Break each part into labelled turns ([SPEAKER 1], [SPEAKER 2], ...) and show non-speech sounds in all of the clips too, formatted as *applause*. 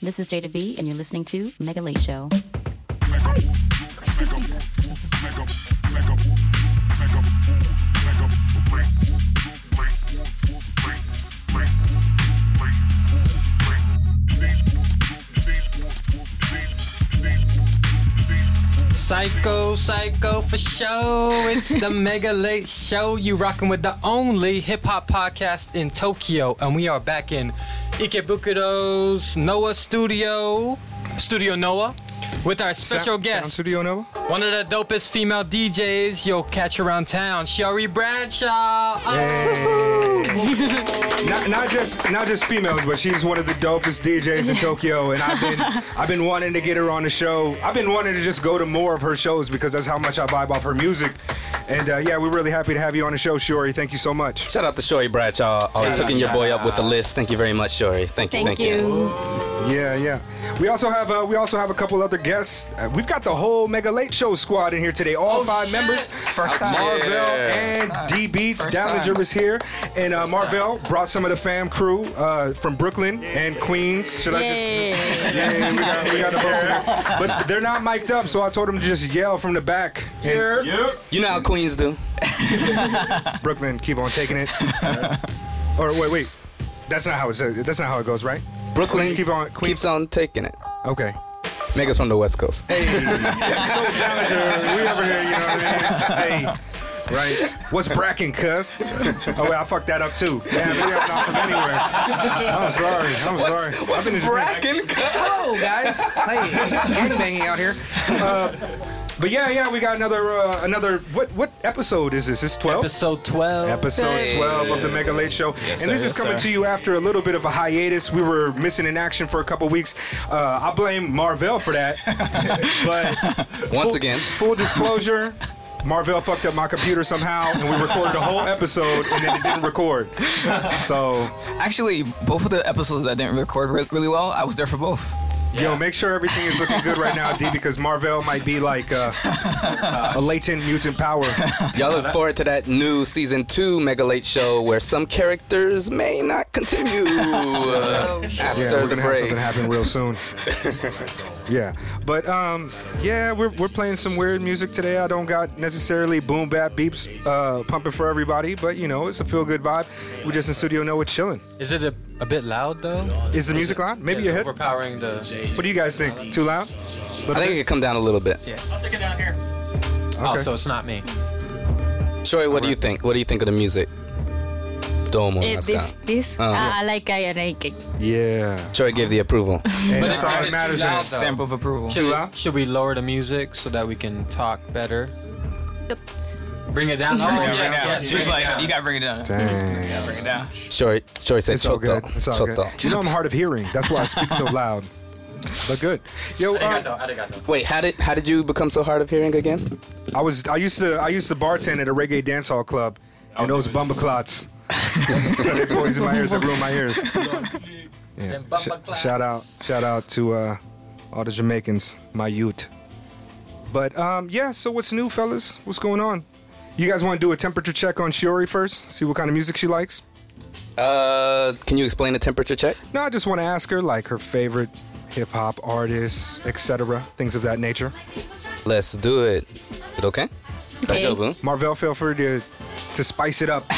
[SPEAKER 1] This is Jada B, and you're listening to Mega Late Show.
[SPEAKER 2] Psycho, psycho for show. It's
[SPEAKER 3] *laughs*
[SPEAKER 2] the Mega Late Show. You rocking with the only hip hop podcast in Tokyo, and we are back in Ikebukuro's Noah Studio, Studio Noah, with our special
[SPEAKER 3] Sound- Sound
[SPEAKER 2] guest,
[SPEAKER 3] Studio Nova?
[SPEAKER 2] one of the dopest female DJs you'll catch around town, Sherry Bradshaw.
[SPEAKER 3] Not, not just not just females, but she's one of the dopest DJs in Tokyo, and I've been I've been wanting to get her on the show. I've been wanting to just go to more of her shows because that's how much I vibe off her music. And uh, yeah, we're really happy to have you on the show, Shori. Thank you so much.
[SPEAKER 4] Shout out to Shory Bradshaw. Always hooking your boy up with the list. Thank you very much, Shory. Thank you.
[SPEAKER 5] Thank you.
[SPEAKER 3] Yeah, yeah. We also have uh, we also have a couple other guests. Uh, we've got the whole Mega Late Show squad in here today. All
[SPEAKER 2] Oh,
[SPEAKER 3] five
[SPEAKER 2] shit.
[SPEAKER 3] members.
[SPEAKER 2] First time.
[SPEAKER 3] Marvell
[SPEAKER 4] Yeah.
[SPEAKER 3] and D Beats.
[SPEAKER 2] First time.
[SPEAKER 3] Dallinger was here, and uh, Marvell brought some of the fam crew uh, from Brooklyn and Queens. Should I just?
[SPEAKER 5] Yay.
[SPEAKER 3] Yeah, yeah, we got, we got the folks in there. But they're not mic'd up, so I told them to just yell from the back. And
[SPEAKER 4] You know how Queens do.
[SPEAKER 3] *laughs* Brooklyn, keep on taking
[SPEAKER 4] *laughs*
[SPEAKER 3] it. or wait, wait. That's not how it says. That's not how it goes, right?
[SPEAKER 4] Brooklyn
[SPEAKER 3] Queens keep on- Queens-
[SPEAKER 4] keeps on taking it.
[SPEAKER 3] Okay.
[SPEAKER 4] Niggas from the West Coast.
[SPEAKER 3] So Dallinger, we over here, you know what I mean? Hey. Right. What's bracking, cuz? Oh, wait, I fucked that up too. Yeah, we are not from anywhere. I'm sorry. I'm sorry.
[SPEAKER 4] What's, what's
[SPEAKER 3] I've been-
[SPEAKER 4] bracking?
[SPEAKER 3] Hello, guys. Hey, gangbanging out here. Uh, but yeah, yeah, we got another uh, another. What what episode is this? It's twelve.
[SPEAKER 2] Episode 12.
[SPEAKER 3] Episode 12 of the Mega Late Show.
[SPEAKER 4] Yes,
[SPEAKER 3] and
[SPEAKER 4] sir,
[SPEAKER 3] this is
[SPEAKER 4] yes,
[SPEAKER 3] coming
[SPEAKER 4] sir.
[SPEAKER 3] to you after a little bit of a hiatus. We were missing in action for a couple weeks. Uh, I blame Marvell for
[SPEAKER 4] *laughs*
[SPEAKER 3] that. but
[SPEAKER 4] *laughs* Once
[SPEAKER 3] full-
[SPEAKER 4] again,
[SPEAKER 3] full disclosure. Marvell fucked up my computer somehow, and we recorded a whole episode, and then it didn't record. So,
[SPEAKER 6] Actually, both of the episodes I didn't record re- really well, I was there for both.
[SPEAKER 3] yo, make sure everything is looking good right now, D, because Marvell might be like uh, a latent mutant power.
[SPEAKER 4] y'all look forward to that new season two Mega Late show where some characters may not
[SPEAKER 3] *laughs*
[SPEAKER 4] continue uh,
[SPEAKER 3] Yeah,
[SPEAKER 4] after
[SPEAKER 3] we're
[SPEAKER 4] the
[SPEAKER 3] gonna have
[SPEAKER 4] break.
[SPEAKER 3] something happen
[SPEAKER 4] *laughs*
[SPEAKER 3] real soon. yeah, but um, yeah, we're, we're playing some weird music today. I don't got necessarily boom bap beeps uh, pumping for everybody, but you know it's a feel good vibe. We're just in studio, no, we're chilling.
[SPEAKER 2] Is it a, a bit loud though?
[SPEAKER 3] Is the music loud? Maybe
[SPEAKER 2] Yeah,
[SPEAKER 3] your
[SPEAKER 2] it's
[SPEAKER 3] head. What
[SPEAKER 2] overpowering the.
[SPEAKER 3] do you guys think? Too loud?
[SPEAKER 4] I think it could come down a little bit.
[SPEAKER 2] Oh,
[SPEAKER 3] Okay.
[SPEAKER 2] so it's not me.
[SPEAKER 4] Shory, what do you think? What do you think of the music? Domo,
[SPEAKER 5] Eh,
[SPEAKER 4] let's
[SPEAKER 5] this, this,
[SPEAKER 4] Uh,
[SPEAKER 5] ah, I like it, I like it.
[SPEAKER 3] Yeah.
[SPEAKER 4] Shory gave the approval.
[SPEAKER 3] And
[SPEAKER 2] But
[SPEAKER 3] that's
[SPEAKER 2] it-
[SPEAKER 3] all
[SPEAKER 2] is it
[SPEAKER 3] that
[SPEAKER 2] too
[SPEAKER 3] matters.
[SPEAKER 2] loud,
[SPEAKER 3] is-
[SPEAKER 2] though?
[SPEAKER 6] Stamp of approval.
[SPEAKER 2] Should
[SPEAKER 3] loud?
[SPEAKER 2] we, should we lower the music so that we can talk better?
[SPEAKER 5] Yep.
[SPEAKER 2] Bring it down. Oh,
[SPEAKER 3] it
[SPEAKER 2] yes,
[SPEAKER 3] down.
[SPEAKER 2] yes,
[SPEAKER 6] She
[SPEAKER 2] bring
[SPEAKER 6] was
[SPEAKER 2] it
[SPEAKER 6] like,
[SPEAKER 2] down.
[SPEAKER 6] you gotta bring it down.
[SPEAKER 3] Dang.
[SPEAKER 6] Bring it down.
[SPEAKER 4] Shory, Shory said,
[SPEAKER 3] It's all
[SPEAKER 4] Choto.
[SPEAKER 3] good. It's all good.
[SPEAKER 4] Choto.
[SPEAKER 3] You know I'm hard of hearing. That's why I
[SPEAKER 4] *laughs*
[SPEAKER 3] speak so loud. But good. Yo, uh,
[SPEAKER 2] Arigato, arigato.
[SPEAKER 4] Wait, how did how did you become so hard of hearing again?
[SPEAKER 3] I was I used to I used to bartend at a reggae dance hall club, and those
[SPEAKER 4] *laughs*
[SPEAKER 3] bumba clots, *laughs* big boys in my ears that ruin my ears. Yeah.
[SPEAKER 2] Them bumba
[SPEAKER 3] Sh-
[SPEAKER 2] clots.
[SPEAKER 3] shout out shout out to uh, all the Jamaicans, my youth. But um, yeah, so what's new, fellas? What's going on? You guys want to do a temperature check on Shiori first? See what kind of music she likes.
[SPEAKER 4] Uh, can you explain the temperature check?
[SPEAKER 3] No, I just want to ask her like her favorite hip hop artists, etc., things of that nature.
[SPEAKER 4] Let's do it. Is it okay?
[SPEAKER 5] Okay.
[SPEAKER 4] Daijoubu?
[SPEAKER 3] Marvell, feel free to to spice it up.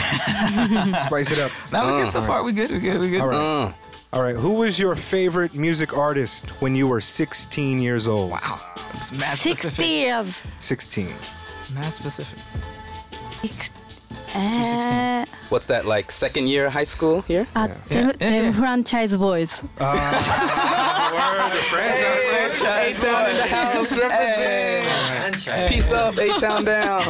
[SPEAKER 3] spice it up.
[SPEAKER 6] Now we good so far. We good. We good. We good.
[SPEAKER 3] All
[SPEAKER 4] Uh,
[SPEAKER 3] right. All right, who was your favorite music artist when you were 16 years old?
[SPEAKER 6] Wow. It's mad
[SPEAKER 5] 60
[SPEAKER 6] specific.
[SPEAKER 5] years.
[SPEAKER 3] 16.
[SPEAKER 6] Mad specific.
[SPEAKER 5] Six-
[SPEAKER 6] Sweet 16.
[SPEAKER 5] Uh,
[SPEAKER 4] what's that like? Second year high school here?
[SPEAKER 5] uh, them, *laughs*
[SPEAKER 6] Yeah,
[SPEAKER 5] them
[SPEAKER 6] yeah.
[SPEAKER 5] franchise boys.
[SPEAKER 4] A town in the house represent.
[SPEAKER 2] And check.
[SPEAKER 4] Peace up, A town down.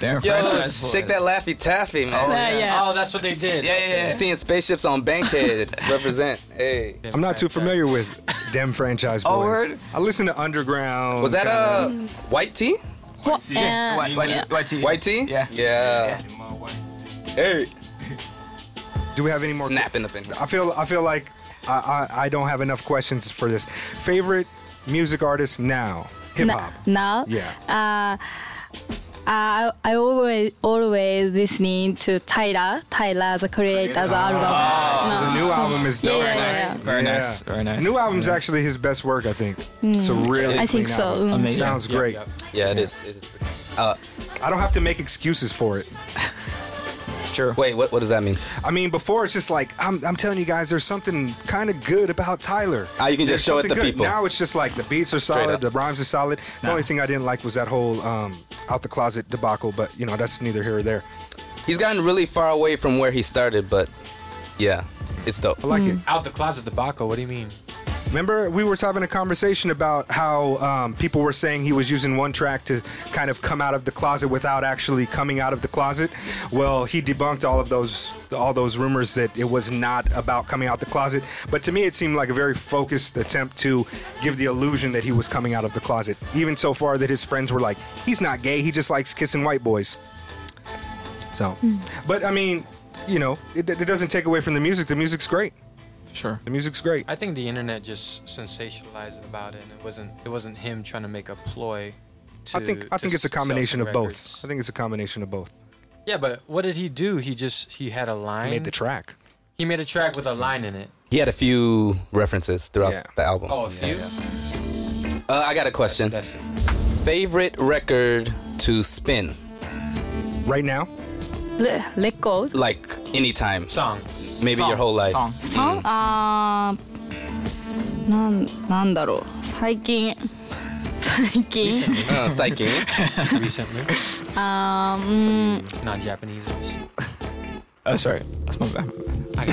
[SPEAKER 6] They're
[SPEAKER 4] Yo,
[SPEAKER 6] franchise boys.
[SPEAKER 4] shake that laffy taffy, man.
[SPEAKER 5] Uh, yeah.
[SPEAKER 2] Oh, that's what they did.
[SPEAKER 6] Yeah, yeah, yeah.
[SPEAKER 4] Seeing spaceships on
[SPEAKER 6] *laughs*
[SPEAKER 4] Bankhead represent. Hey,
[SPEAKER 3] I'm not too familiar with them franchise boys.
[SPEAKER 6] Oh, word?
[SPEAKER 3] I listen to underground.
[SPEAKER 4] was that uh, white tea?
[SPEAKER 5] Wha- uh,
[SPEAKER 6] White, white, white tea.
[SPEAKER 4] White tea?
[SPEAKER 6] Yeah.
[SPEAKER 4] Yeah. Hey,
[SPEAKER 3] Do we have any more?
[SPEAKER 4] snapping up in
[SPEAKER 6] uh,
[SPEAKER 4] here.
[SPEAKER 3] I feel I feel like I, I I don't have enough questions for this. Favorite music artist now? Hip
[SPEAKER 5] na-
[SPEAKER 3] hop.
[SPEAKER 5] now.
[SPEAKER 3] Yeah.
[SPEAKER 5] Uh, I I always always listening to Tyler Tyler the creator's album.
[SPEAKER 3] The new album is dope.
[SPEAKER 5] Yeah, yeah, yeah.
[SPEAKER 6] Very Oh. nice, very nice.
[SPEAKER 3] New album's actually his best work, I think. It's a really
[SPEAKER 5] Mm. I think
[SPEAKER 3] clean
[SPEAKER 5] so.
[SPEAKER 3] album.
[SPEAKER 5] mm.
[SPEAKER 6] Amazing.
[SPEAKER 3] Sounds great.
[SPEAKER 2] yep.
[SPEAKER 4] Yeah, it is. It is pretty- Uh,
[SPEAKER 3] I don't have to make excuses for it.
[SPEAKER 6] Sure.
[SPEAKER 4] Wait, what, what does that mean?
[SPEAKER 3] I mean, before it's just like I'm, I'm telling you guys, there's something kind of good about Tyler.
[SPEAKER 4] Ah, you can
[SPEAKER 3] There's
[SPEAKER 4] just show it to
[SPEAKER 3] something good.
[SPEAKER 4] people.
[SPEAKER 3] Now it's just like the beats are solid,
[SPEAKER 4] up.
[SPEAKER 3] the rhymes are solid. The only thing I didn't like was that whole um, out the closet debacle, but you know that's neither here or there.
[SPEAKER 4] He's gotten really far away from where he started, but yeah, it's dope.
[SPEAKER 3] I like it.
[SPEAKER 2] Hmm. Out the closet debacle. What do you mean?
[SPEAKER 3] Remember, we were having a conversation about how um, people were saying he was using one track to kind of come out of the closet without actually coming out of the closet. Well, he debunked all of those all those rumors that it was not about coming out the closet. But to me, it seemed like a very focused attempt to give the illusion that he was coming out of the closet. Even so far that his friends were like, "He's not gay. He just likes kissing white boys." So, but I mean, you know, it, it doesn't take away from the music. The music's great.
[SPEAKER 6] Sure.
[SPEAKER 3] The music's great.
[SPEAKER 2] I think the internet just sensationalized about it. And it wasn't. It wasn't him trying to make a ploy. To,
[SPEAKER 3] I think I
[SPEAKER 2] to
[SPEAKER 3] think it's a
[SPEAKER 2] sell some
[SPEAKER 3] combination of
[SPEAKER 2] records.
[SPEAKER 3] both. I think it's a combination of both.
[SPEAKER 2] Yeah, but what did he do? He just he had a line.
[SPEAKER 3] I made the track.
[SPEAKER 2] he made a track with a line in it.
[SPEAKER 4] He had a few references throughout
[SPEAKER 3] Yeah.
[SPEAKER 4] the album.
[SPEAKER 2] Oh, a few.
[SPEAKER 4] Uh, I got a question.
[SPEAKER 2] That's it.
[SPEAKER 4] Favorite record to spin?
[SPEAKER 3] Right now,
[SPEAKER 5] Le- record
[SPEAKER 4] Like anytime,
[SPEAKER 2] Song.
[SPEAKER 4] maybe your whole life. Mm.
[SPEAKER 6] Song.
[SPEAKER 5] song. Ah,なんなんだろう。最 *laughs* 近最近。
[SPEAKER 4] Uh, Psyche.
[SPEAKER 2] *laughs* Recently.
[SPEAKER 5] Um,
[SPEAKER 2] Not Japanese.
[SPEAKER 6] *laughs* Oh, sorry. That's my
[SPEAKER 2] *laughs*
[SPEAKER 6] bad.
[SPEAKER 2] if I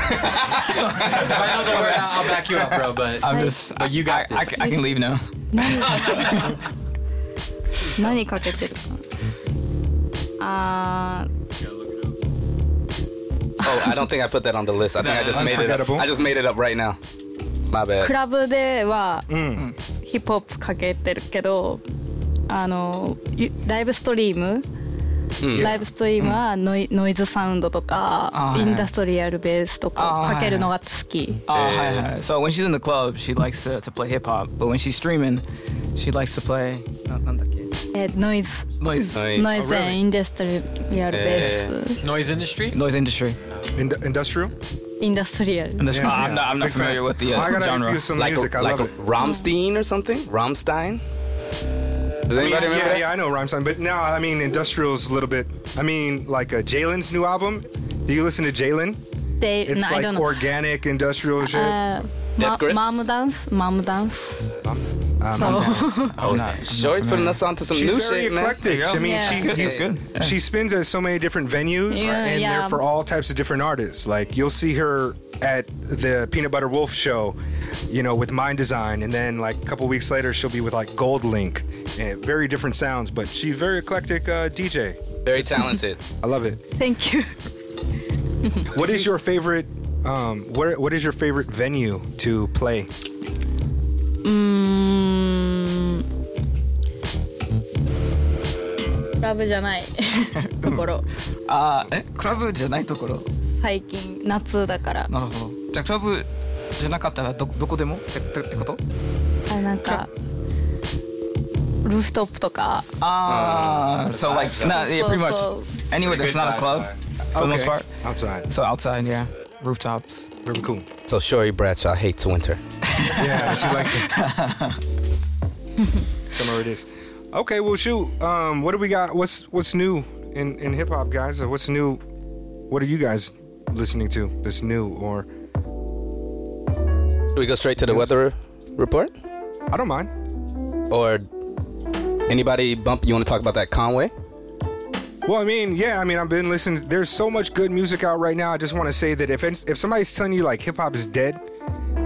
[SPEAKER 2] know the word, I'll I'll back you up, bro. But
[SPEAKER 6] I'm just.
[SPEAKER 2] but you got
[SPEAKER 6] I, I
[SPEAKER 2] this.
[SPEAKER 6] can- I can leave now.
[SPEAKER 5] *laughs* 何かけてるかな。あ
[SPEAKER 4] Oh, I don't think I put that on the list. I think I just made it up.
[SPEAKER 3] Unforgettable.
[SPEAKER 4] I just made it up right now. My
[SPEAKER 5] ー、ク
[SPEAKER 4] bad.
[SPEAKER 5] ラブではヒップホップかけてるけど、あのゆライブストリーム、ライブストリームはノイ,、ノイズサウンドとか
[SPEAKER 6] あー
[SPEAKER 5] インダストリアルベースとか
[SPEAKER 6] あー
[SPEAKER 5] かけるのが好き。
[SPEAKER 6] Oh, hi, hi. So when she's in the club, she likes to, to play hip hop, but when she's streaming, she likes to play. ななんだっけ？
[SPEAKER 5] えーノイズ
[SPEAKER 4] Nice.
[SPEAKER 6] Noise.
[SPEAKER 5] ノイズインダストリアルベース、
[SPEAKER 2] Noise industry.
[SPEAKER 6] Noise industry.
[SPEAKER 3] Eh. Ind- industrial.
[SPEAKER 5] インダストリアル。
[SPEAKER 6] Industry.
[SPEAKER 3] Yeah,
[SPEAKER 6] I'm
[SPEAKER 3] yeah.
[SPEAKER 6] not, I'm not
[SPEAKER 3] Big fan.
[SPEAKER 6] familiar with the
[SPEAKER 3] I
[SPEAKER 6] uh,
[SPEAKER 3] gotta
[SPEAKER 6] genre.
[SPEAKER 3] give you some
[SPEAKER 4] Like
[SPEAKER 3] music. I
[SPEAKER 4] a, like
[SPEAKER 3] love it.
[SPEAKER 4] a Rammstein or something? Rammstein? Does anybody
[SPEAKER 3] yeah,
[SPEAKER 4] remember
[SPEAKER 3] yeah,
[SPEAKER 4] that?
[SPEAKER 3] yeah, I know rhyme sign, but now I mean industrial's a little bit. I mean like uh, Jalen's new album. Do you listen to Jalen?
[SPEAKER 5] で、
[SPEAKER 3] It's
[SPEAKER 5] no, I
[SPEAKER 3] like
[SPEAKER 5] don't know. Uh,
[SPEAKER 3] organic industrial shit.
[SPEAKER 5] あー
[SPEAKER 4] Dead
[SPEAKER 5] ま
[SPEAKER 4] Grips?
[SPEAKER 5] マームダンスマームダンス。
[SPEAKER 3] Um,
[SPEAKER 5] Oh. *laughs* そう。
[SPEAKER 6] I'm not.
[SPEAKER 4] Joy's putting us onto some
[SPEAKER 3] She's
[SPEAKER 4] new
[SPEAKER 3] very
[SPEAKER 4] shit, man.
[SPEAKER 6] There
[SPEAKER 3] eclectic.
[SPEAKER 6] you go.
[SPEAKER 3] I mean,
[SPEAKER 5] Yeah.
[SPEAKER 3] she,
[SPEAKER 5] That's
[SPEAKER 6] good, that's good. Yeah.
[SPEAKER 3] She spins at so many different venues,
[SPEAKER 5] Yeah,
[SPEAKER 3] and
[SPEAKER 5] yeah.
[SPEAKER 3] they're for all types of different artists. Like you'll see her at the Peanut Butter Wolf show, you know, with Mind Design, and then like a couple weeks later, she'll be with like Gold Link. And very different sounds, but she's very eclectic uh, DJ.
[SPEAKER 4] Very talented.
[SPEAKER 3] *laughs* I love it.
[SPEAKER 5] Thank you.
[SPEAKER 3] What is your favorite? Um, where, what is your favorite venue to
[SPEAKER 4] *laughs*
[SPEAKER 3] play?
[SPEAKER 5] クラブじゃないところ
[SPEAKER 6] Uh, えクラブじゃないところ
[SPEAKER 5] 最近夏だから
[SPEAKER 6] なるほどじゃあクラブじゃなかったらどどこでもってってってこと
[SPEAKER 5] あなんかルーフトップとか
[SPEAKER 6] ああ、so like nah, yeah, pretty much
[SPEAKER 5] So-
[SPEAKER 6] anywhere that's not a club for the most part
[SPEAKER 3] Outside.
[SPEAKER 6] so outside yeah rooftops
[SPEAKER 3] Very cool.
[SPEAKER 4] So Shorty Bradshaw hates winter.
[SPEAKER 3] Yeah, she likes it. Somewhere it is. Okay, well, shoot. Um, what do we got? What's what's new in in hip hop, guys? Or what's new? What are you guys listening to? That's new or
[SPEAKER 4] Should we go straight to the weather report?
[SPEAKER 3] I don't mind.
[SPEAKER 4] Or anybody bump? You want to talk about that Conway?
[SPEAKER 3] Well, I mean, yeah, I mean, I've been listening. There's so much good music out right now. I just want to say that if it's- if somebody's telling you like hip hop is dead,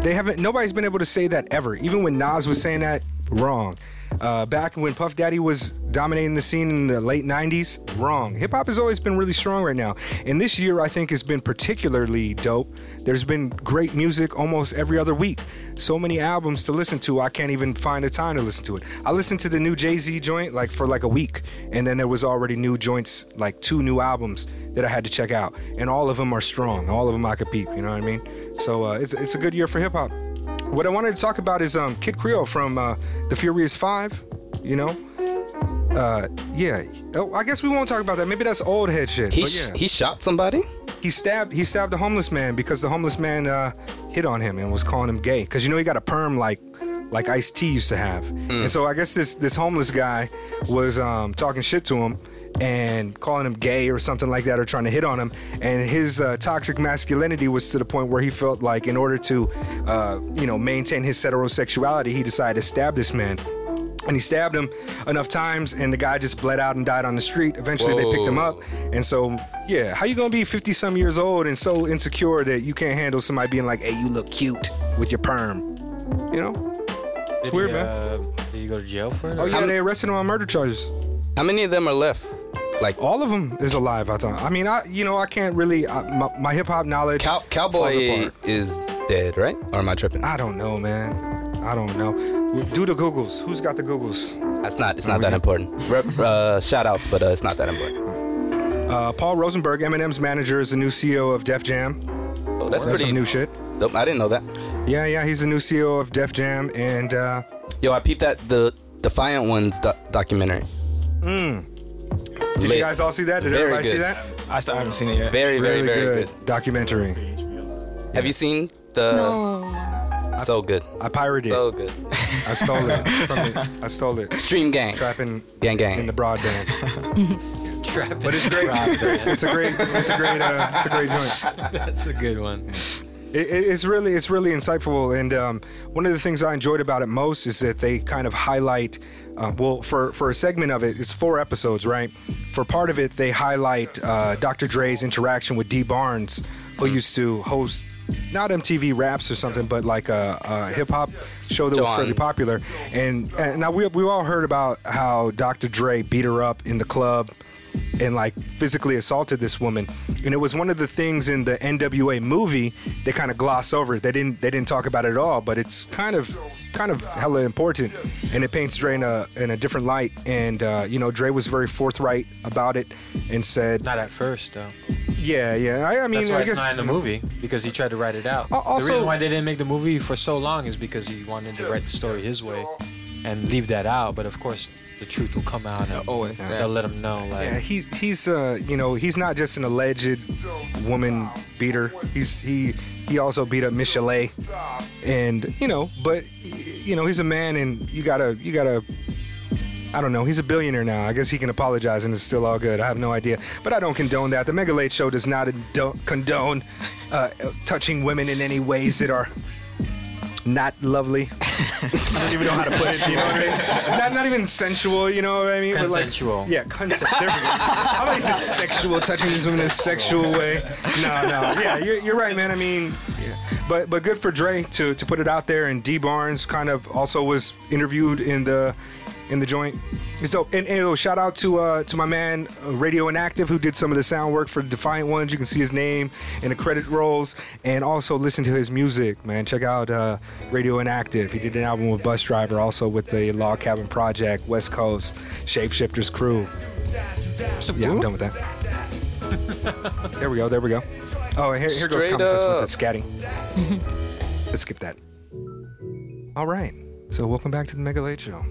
[SPEAKER 3] they haven't. Nobody's been able to say that ever. Even when Nas was saying that, wrong. Uh, back when Puff Daddy was dominating the scene in the late '90s, wrong. Hip hop has always been really strong right now, and this year I think has been particularly dope. There's been great music almost every other week. So many albums to listen to, I can't even find the time to listen to it. I listened to the new Jay Z joint like for like a week, and then there was already new joints, like two new albums that I had to check out, and all of them are strong. All of them I could peep. You know what I mean? So uh, it's it's a good year for hip hop. What I wanted to talk about is um, Kid Creole from uh, the Furious Five. You know, Uh, yeah. Oh, I guess we won't talk about that. Maybe that's old head shit.
[SPEAKER 4] He
[SPEAKER 3] but
[SPEAKER 4] sh-
[SPEAKER 3] yeah.
[SPEAKER 4] he shot somebody.
[SPEAKER 3] he stabbed he stabbed a homeless man because the homeless man uh, hit on him and was calling him gay because you know he got a perm like like Ice T used to have,
[SPEAKER 4] Mm.
[SPEAKER 3] and so I guess this this homeless guy was um, talking shit to him and calling him gay or something like that or trying to hit on him and his uh, toxic masculinity was to the point where he felt like in order to uh, you know maintain his heterosexuality he decided to stab this man and he stabbed him enough times and the guy just bled out and died on the street eventually they picked him
[SPEAKER 4] Whoa.
[SPEAKER 3] up and so, yeah, how you gonna be 50 some years old and so insecure that you can't handle somebody being like, hey, you look cute with your perm? You know?
[SPEAKER 2] Did
[SPEAKER 3] weird,
[SPEAKER 2] he,
[SPEAKER 3] man.
[SPEAKER 2] Uh, did you go to jail for it?
[SPEAKER 3] Oh,
[SPEAKER 2] or-
[SPEAKER 3] yeah,
[SPEAKER 4] I'm-
[SPEAKER 3] they arrested him on murder charges.
[SPEAKER 4] How many of them are left? Like
[SPEAKER 3] All of them is alive, I thought. I mean, I, you know, I can't really, I, my, my hip hop knowledge.
[SPEAKER 4] cow-
[SPEAKER 3] falls
[SPEAKER 4] Cowboy
[SPEAKER 3] apart.
[SPEAKER 4] is dead, right? Or am I tripping?
[SPEAKER 3] I don't know, man. I don't know. Do the Googles. Who's got the Googles?
[SPEAKER 4] It's not. It's not that important. Rep, uh, shout outs, but uh, it's not that important.
[SPEAKER 3] Uh, Paul Rosenberg, Eminem's manager, is the new CEO of Def Jam.
[SPEAKER 4] Oh, that's
[SPEAKER 3] That's
[SPEAKER 4] pretty
[SPEAKER 3] some new shit.
[SPEAKER 4] dope. I didn't know that.
[SPEAKER 3] Yeah, yeah, he's the new CEO of Def Jam, and uh,
[SPEAKER 4] Yo, I peeped at the Defiant Ones do- documentary.
[SPEAKER 3] did
[SPEAKER 4] Lit.
[SPEAKER 3] you guys all see that? Hmm. Did
[SPEAKER 4] Very
[SPEAKER 3] everybody see
[SPEAKER 4] good.
[SPEAKER 3] that?
[SPEAKER 6] I still haven't seen it yet.
[SPEAKER 4] Very, very,
[SPEAKER 3] Really
[SPEAKER 4] very
[SPEAKER 3] good,
[SPEAKER 4] good.
[SPEAKER 3] documentary.
[SPEAKER 4] Have you seen the?
[SPEAKER 5] No.
[SPEAKER 4] So good.
[SPEAKER 3] I pirated it.
[SPEAKER 4] So good.
[SPEAKER 3] I stole
[SPEAKER 4] *laughs*
[SPEAKER 3] it. From it. I stole it.
[SPEAKER 4] Stream gang.
[SPEAKER 3] Trapping
[SPEAKER 4] Gang gang.
[SPEAKER 3] in
[SPEAKER 4] *laughs*
[SPEAKER 3] the broadband.
[SPEAKER 2] Trapping
[SPEAKER 3] But it's great. it's a great. It's a great. Uh, it's a great
[SPEAKER 2] *laughs*
[SPEAKER 3] joint.
[SPEAKER 2] That's a good one.
[SPEAKER 3] It, it- it's really. It's really insightful. And um, one of the things I enjoyed about it most is that they kind of highlight. Uh, well, for for a segment of it, it's four episodes, right? For part of it, they highlight uh, Dr. Dre's interaction with Dee Barnes, who
[SPEAKER 4] Hmm.
[SPEAKER 3] used to host. Not MTV Raps or something, but like a, a hip hop show that was
[SPEAKER 4] John.
[SPEAKER 3] fairly popular. popular. And, and now we we all heard about how Dr. Dre beat her up in the club and like physically assaulted this woman. And it was one of the things in the NWA movie they kind of gloss over. it. They didn't they didn't talk about it at all, but it's kind of kind of hella important. And it paints Dre in a in a different light. And uh, you know Dre was very forthright about it and said,
[SPEAKER 2] Not at first, though.
[SPEAKER 3] yeah, yeah. I, I mean,
[SPEAKER 2] That's why
[SPEAKER 3] I
[SPEAKER 2] it's
[SPEAKER 3] guess
[SPEAKER 2] not in the movie because he tried to write it out.
[SPEAKER 3] Al- also-
[SPEAKER 2] the reason why they didn't make the movie for so long is because he wanted to write the story his way and leave that out. But of course, the truth will come out. And
[SPEAKER 6] always, yeah.
[SPEAKER 2] They'll let him know. Like,
[SPEAKER 3] Yeah, he's he's uh you know he's not just an alleged woman beater. He's he he also beat up Miss Chalet, and you know, but you know he's a man, and you gotta you gotta. I don't know. He's a billionaire now. I guess he can apologize and it's still all good. I have no idea, but I don't condone that. The Mega Late Show does not indo- condone uh, touching women in any ways that are not lovely. *laughs* I don't even know how to put it. You know what I mean? Not, not even sensual. You know what I mean? But like-
[SPEAKER 2] Consensual.
[SPEAKER 3] yeah, consent. There we go. I thought you said sexual, touching these women in a sexual way. No, no. Yeah, you're, you're right, man. I mean, yeah. but but good for Dre to to put it out there. And D Barnes kind of also was interviewed in the in the joint. It's dope. And, and oh, shout out to uh, to my man uh, Radio Inactive who did some of the sound work for Defiant Ones. You can see his name in the credit rolls, and also listen to his music, man. Check out uh, Radio Inactive. He did an album with Bus Driver, also with the Log Cabin Project, West Coast Shapeshifters Crew. Yeah, I'm done with that.
[SPEAKER 4] *laughs*
[SPEAKER 3] there we go. There we go. Oh, and here, here goes
[SPEAKER 4] Straight
[SPEAKER 3] common sense with the scatting.
[SPEAKER 4] *laughs*
[SPEAKER 3] Let's skip that. All right. So welcome back to the Mega Late Show.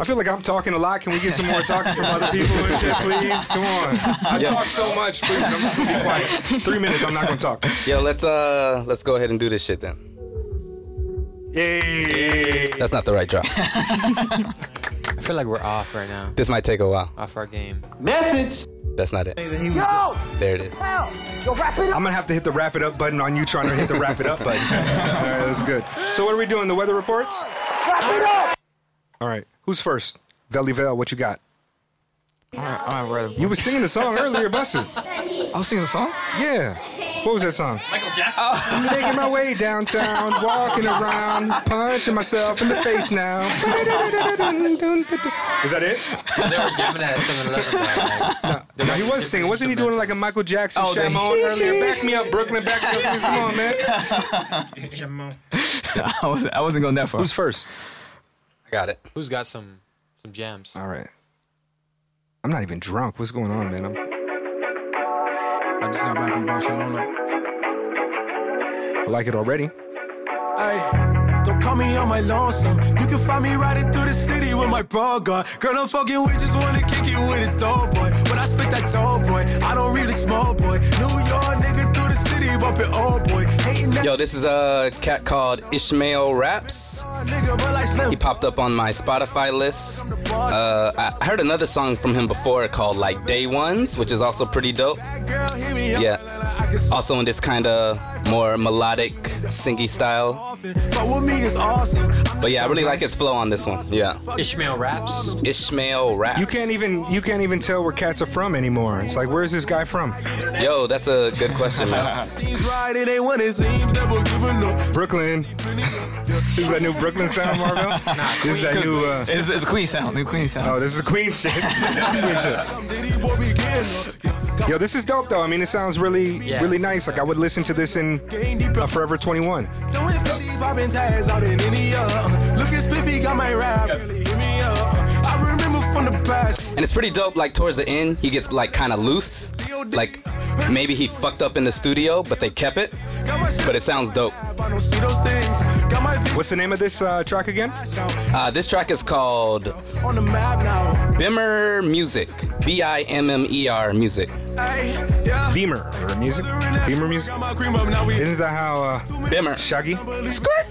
[SPEAKER 3] I feel like I'm talking a lot. Can we get some more talking from other people and shit, please? Come
[SPEAKER 4] *laughs*
[SPEAKER 3] on. I
[SPEAKER 4] Yeah.
[SPEAKER 3] talk so much. Please, I'm just gonna be quiet. *laughs* Three minutes. I'm not gonna talk.
[SPEAKER 4] Yo, let's uh, let's go ahead and do this shit then.
[SPEAKER 3] Yay!
[SPEAKER 4] That's not the right drop.
[SPEAKER 2] *laughs* I feel like we're off right now,
[SPEAKER 4] this might take a while.
[SPEAKER 2] off our game.
[SPEAKER 4] That's not it. There it is.
[SPEAKER 3] I'm gonna have to hit the wrap it up button on you trying to hit the wrap it up
[SPEAKER 6] *laughs*
[SPEAKER 3] button. All right, that's good. So what are we doing? The weather reports? All right, who's first? Veli Vel, what you got?
[SPEAKER 6] All right,
[SPEAKER 3] You were singing the song earlier, Buster.
[SPEAKER 6] I was singing a song.
[SPEAKER 3] Yeah. What was that song? Michael Jackson. I'm making my way downtown, walking around, punching myself in the
[SPEAKER 6] *laughs*
[SPEAKER 3] face now. Was that it?
[SPEAKER 2] they were jamming at 7-Eleven. Like,
[SPEAKER 3] No, he was singing. Wasn't he doing like a Michael Jackson
[SPEAKER 6] Oh, that-
[SPEAKER 3] Shamon earlier? Back me up, Brooklyn. Back me up. *laughs* Please, Come on, man.
[SPEAKER 2] *laughs*
[SPEAKER 6] I wasn't. I wasn't going that far.
[SPEAKER 3] Who's first?
[SPEAKER 4] I got it.
[SPEAKER 2] who's got some some jams?
[SPEAKER 3] All right. I'm not even drunk. What's going on, man? I'm...
[SPEAKER 7] I just got back from Barcelona.
[SPEAKER 3] I like it already.
[SPEAKER 7] Hey, don't call me on my lonesome. You can find me riding through the city with with my bra guard. Girl, I'm fucking with just wanna kick it with a tall boy. But I spit that tall boy. I don't read a small boy. New York nigga through the city, bumping old boy. Hating that
[SPEAKER 4] Yo, this is a cat called Ishmael Raps.
[SPEAKER 7] nigga, but like Slim.
[SPEAKER 4] He popped up on my Spotify list. Uh, I- I heard another song from him before called like Day Ones, which is also pretty dope.
[SPEAKER 7] That girl hit me up.
[SPEAKER 4] Yeah.
[SPEAKER 7] I can
[SPEAKER 4] Also in this kind of more melodic, singy style.
[SPEAKER 7] off it. Fuck with me is awesome.
[SPEAKER 4] But yeah, I really like his flow on this one. Yeah,
[SPEAKER 2] Ishmael raps.
[SPEAKER 4] Ishmael Raps.
[SPEAKER 3] You can't even you can't even tell where cats are from anymore. It's like, where's this guy from?
[SPEAKER 4] Yo, that's a good question,
[SPEAKER 3] *laughs*
[SPEAKER 4] man.
[SPEAKER 7] Seems right, it ain't what it seems. Never giving up.
[SPEAKER 3] Brooklyn. Is that new
[SPEAKER 7] *laughs*
[SPEAKER 3] Brooklyn sound, Marvel? this is that new. Uh,
[SPEAKER 6] It's, it's Queen sound, new Queen sound.
[SPEAKER 3] oh, this is Queen
[SPEAKER 6] *laughs*
[SPEAKER 3] shit. This is Queen shit.
[SPEAKER 7] Did he boy be getting up?
[SPEAKER 3] Yo, this is dope though. I mean, it sounds really
[SPEAKER 2] Yes.
[SPEAKER 3] really nice. Like I would listen to this in
[SPEAKER 7] Game deep
[SPEAKER 3] uh, Forever 21.
[SPEAKER 7] Don't it believe I've been tags out in India. Look at Spiffy got my rap. Really hit me up. I remember from the past.
[SPEAKER 4] And it's pretty dope. Like towards the end, he gets like kind of loose. Like maybe he fucked up in the studio, but they kept it.
[SPEAKER 7] Got my shit
[SPEAKER 4] But it sounds dope.
[SPEAKER 7] I don't see those things. Got my bitch
[SPEAKER 3] What's the name of this uh, track again?
[SPEAKER 4] Uh, this track is called
[SPEAKER 7] on the map now.
[SPEAKER 4] Bimmer Music. B I M M E R Music.
[SPEAKER 7] Ay, yeah.
[SPEAKER 3] Beamer or music?
[SPEAKER 7] Weather and that-
[SPEAKER 3] Beamer music?
[SPEAKER 7] Got my cream up now. We
[SPEAKER 3] Isn't that how uh,
[SPEAKER 4] Bimmer.
[SPEAKER 3] Shaggy?
[SPEAKER 4] Skirt.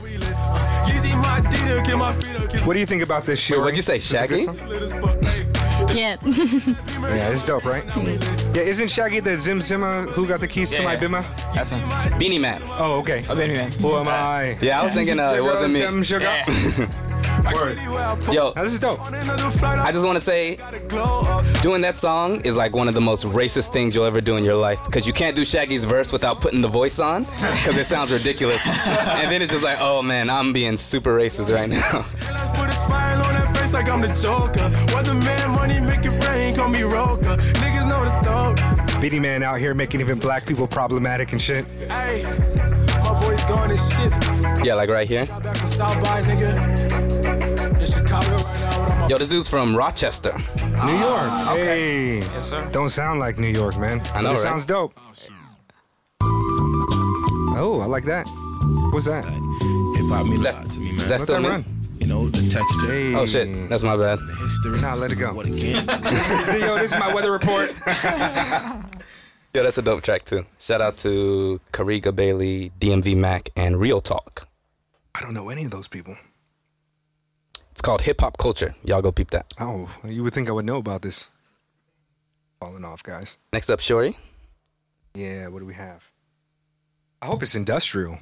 [SPEAKER 7] Yeezy, my Adidas, get my feet up, get
[SPEAKER 3] What do you think about this shit?
[SPEAKER 4] Wait, what'd you say, Shaggy?
[SPEAKER 7] lit as fuck. Ay,
[SPEAKER 5] Yeah.
[SPEAKER 3] Yeah, it's dope, right? Yeah, isn't Shaggy the Zim Zimmer who got the keys to
[SPEAKER 6] Yeah,
[SPEAKER 3] my
[SPEAKER 6] yeah.
[SPEAKER 3] Bimmer?
[SPEAKER 6] That's him.
[SPEAKER 4] Beanie Man.
[SPEAKER 3] Oh, okay.
[SPEAKER 6] Oh, baby man.
[SPEAKER 3] Who am I?
[SPEAKER 4] Yeah, I was thinking uh, it wasn't
[SPEAKER 3] Them
[SPEAKER 4] me.
[SPEAKER 3] sugar.
[SPEAKER 6] Yeah.
[SPEAKER 3] Word.
[SPEAKER 7] see where I put
[SPEAKER 3] *laughs*
[SPEAKER 4] Yo,
[SPEAKER 3] Now, this is dope.
[SPEAKER 7] on another flight.
[SPEAKER 4] I just want to say,
[SPEAKER 7] gotta glow up.
[SPEAKER 4] doing that song is like one of the most racist things you'll ever do in your life. Because you can't do Shaggy's verse without putting the voice on, because it sounds
[SPEAKER 3] *laughs*
[SPEAKER 4] ridiculous. and then it's just like, oh man, I'm being super racist right now. *laughs*
[SPEAKER 7] And I put a smile on that face like I'm the Joker. Weatherman, money, make it rain, call me Roker. Niggas know the thought.
[SPEAKER 3] Beatty man out here making even black people problematic and shit.
[SPEAKER 7] Ay, my voice gone and shit.
[SPEAKER 4] Yeah, like right here.
[SPEAKER 7] Got back from South by nigga. In Chicago right now, what I'm
[SPEAKER 4] Yo, this dude's from Rochester.
[SPEAKER 3] New York. Hey.
[SPEAKER 6] Yes, sir.
[SPEAKER 3] Don't sound like New York, man.
[SPEAKER 4] I know,
[SPEAKER 3] It
[SPEAKER 4] right?
[SPEAKER 3] sounds dope. Oh, I like that. What's that?
[SPEAKER 8] Hip hop mean a
[SPEAKER 4] Left.
[SPEAKER 8] lot to me, man.
[SPEAKER 4] Is that
[SPEAKER 3] Let
[SPEAKER 4] still
[SPEAKER 3] that
[SPEAKER 4] me?
[SPEAKER 3] run.
[SPEAKER 8] you know the texture,
[SPEAKER 3] Hey.
[SPEAKER 4] Oh shit, that's my bad.
[SPEAKER 8] the history.
[SPEAKER 3] Nah, let it go.
[SPEAKER 8] What again?
[SPEAKER 3] Yo, Oh, this is my weather report.
[SPEAKER 4] Yo, that's a dope track too. Shout out to Kariga Bailey, DMV Mac, and Real Talk.
[SPEAKER 3] I don't know any of those people.
[SPEAKER 4] It's called Hip Hop Culture. Y'all go peep that.
[SPEAKER 3] Oh, you would think I would know about this. Falling off, guys.
[SPEAKER 4] Next up, Shorty.
[SPEAKER 3] Yeah, what do we have? I hope it's industrial.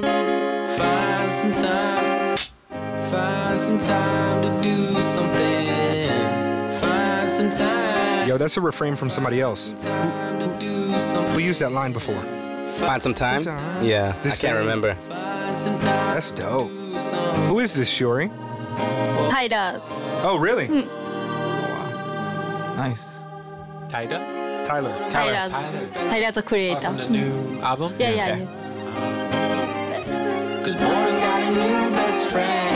[SPEAKER 9] Find some time, find some time to do something. Find some time,
[SPEAKER 3] Yo, that's a refrain from somebody else.
[SPEAKER 9] time to do something.
[SPEAKER 3] We used that line before.
[SPEAKER 4] Find some time.
[SPEAKER 3] Sometime.
[SPEAKER 4] Yeah, I
[SPEAKER 3] This
[SPEAKER 4] can't
[SPEAKER 3] same-
[SPEAKER 4] remember.
[SPEAKER 9] Find some time
[SPEAKER 3] That's dope.
[SPEAKER 9] to do something.
[SPEAKER 3] Who is this, Shuri?
[SPEAKER 5] タイラー、
[SPEAKER 3] Oh,
[SPEAKER 5] Hmm.
[SPEAKER 3] really?
[SPEAKER 6] Nice.
[SPEAKER 2] Tyler.
[SPEAKER 3] Tyler.
[SPEAKER 5] タイラーズ、
[SPEAKER 2] Tyler.
[SPEAKER 5] タイラーズクリエイタ
[SPEAKER 2] From the
[SPEAKER 5] ー。
[SPEAKER 2] new album.
[SPEAKER 5] いやいやいや。
[SPEAKER 9] Cause boredom got a new best friend.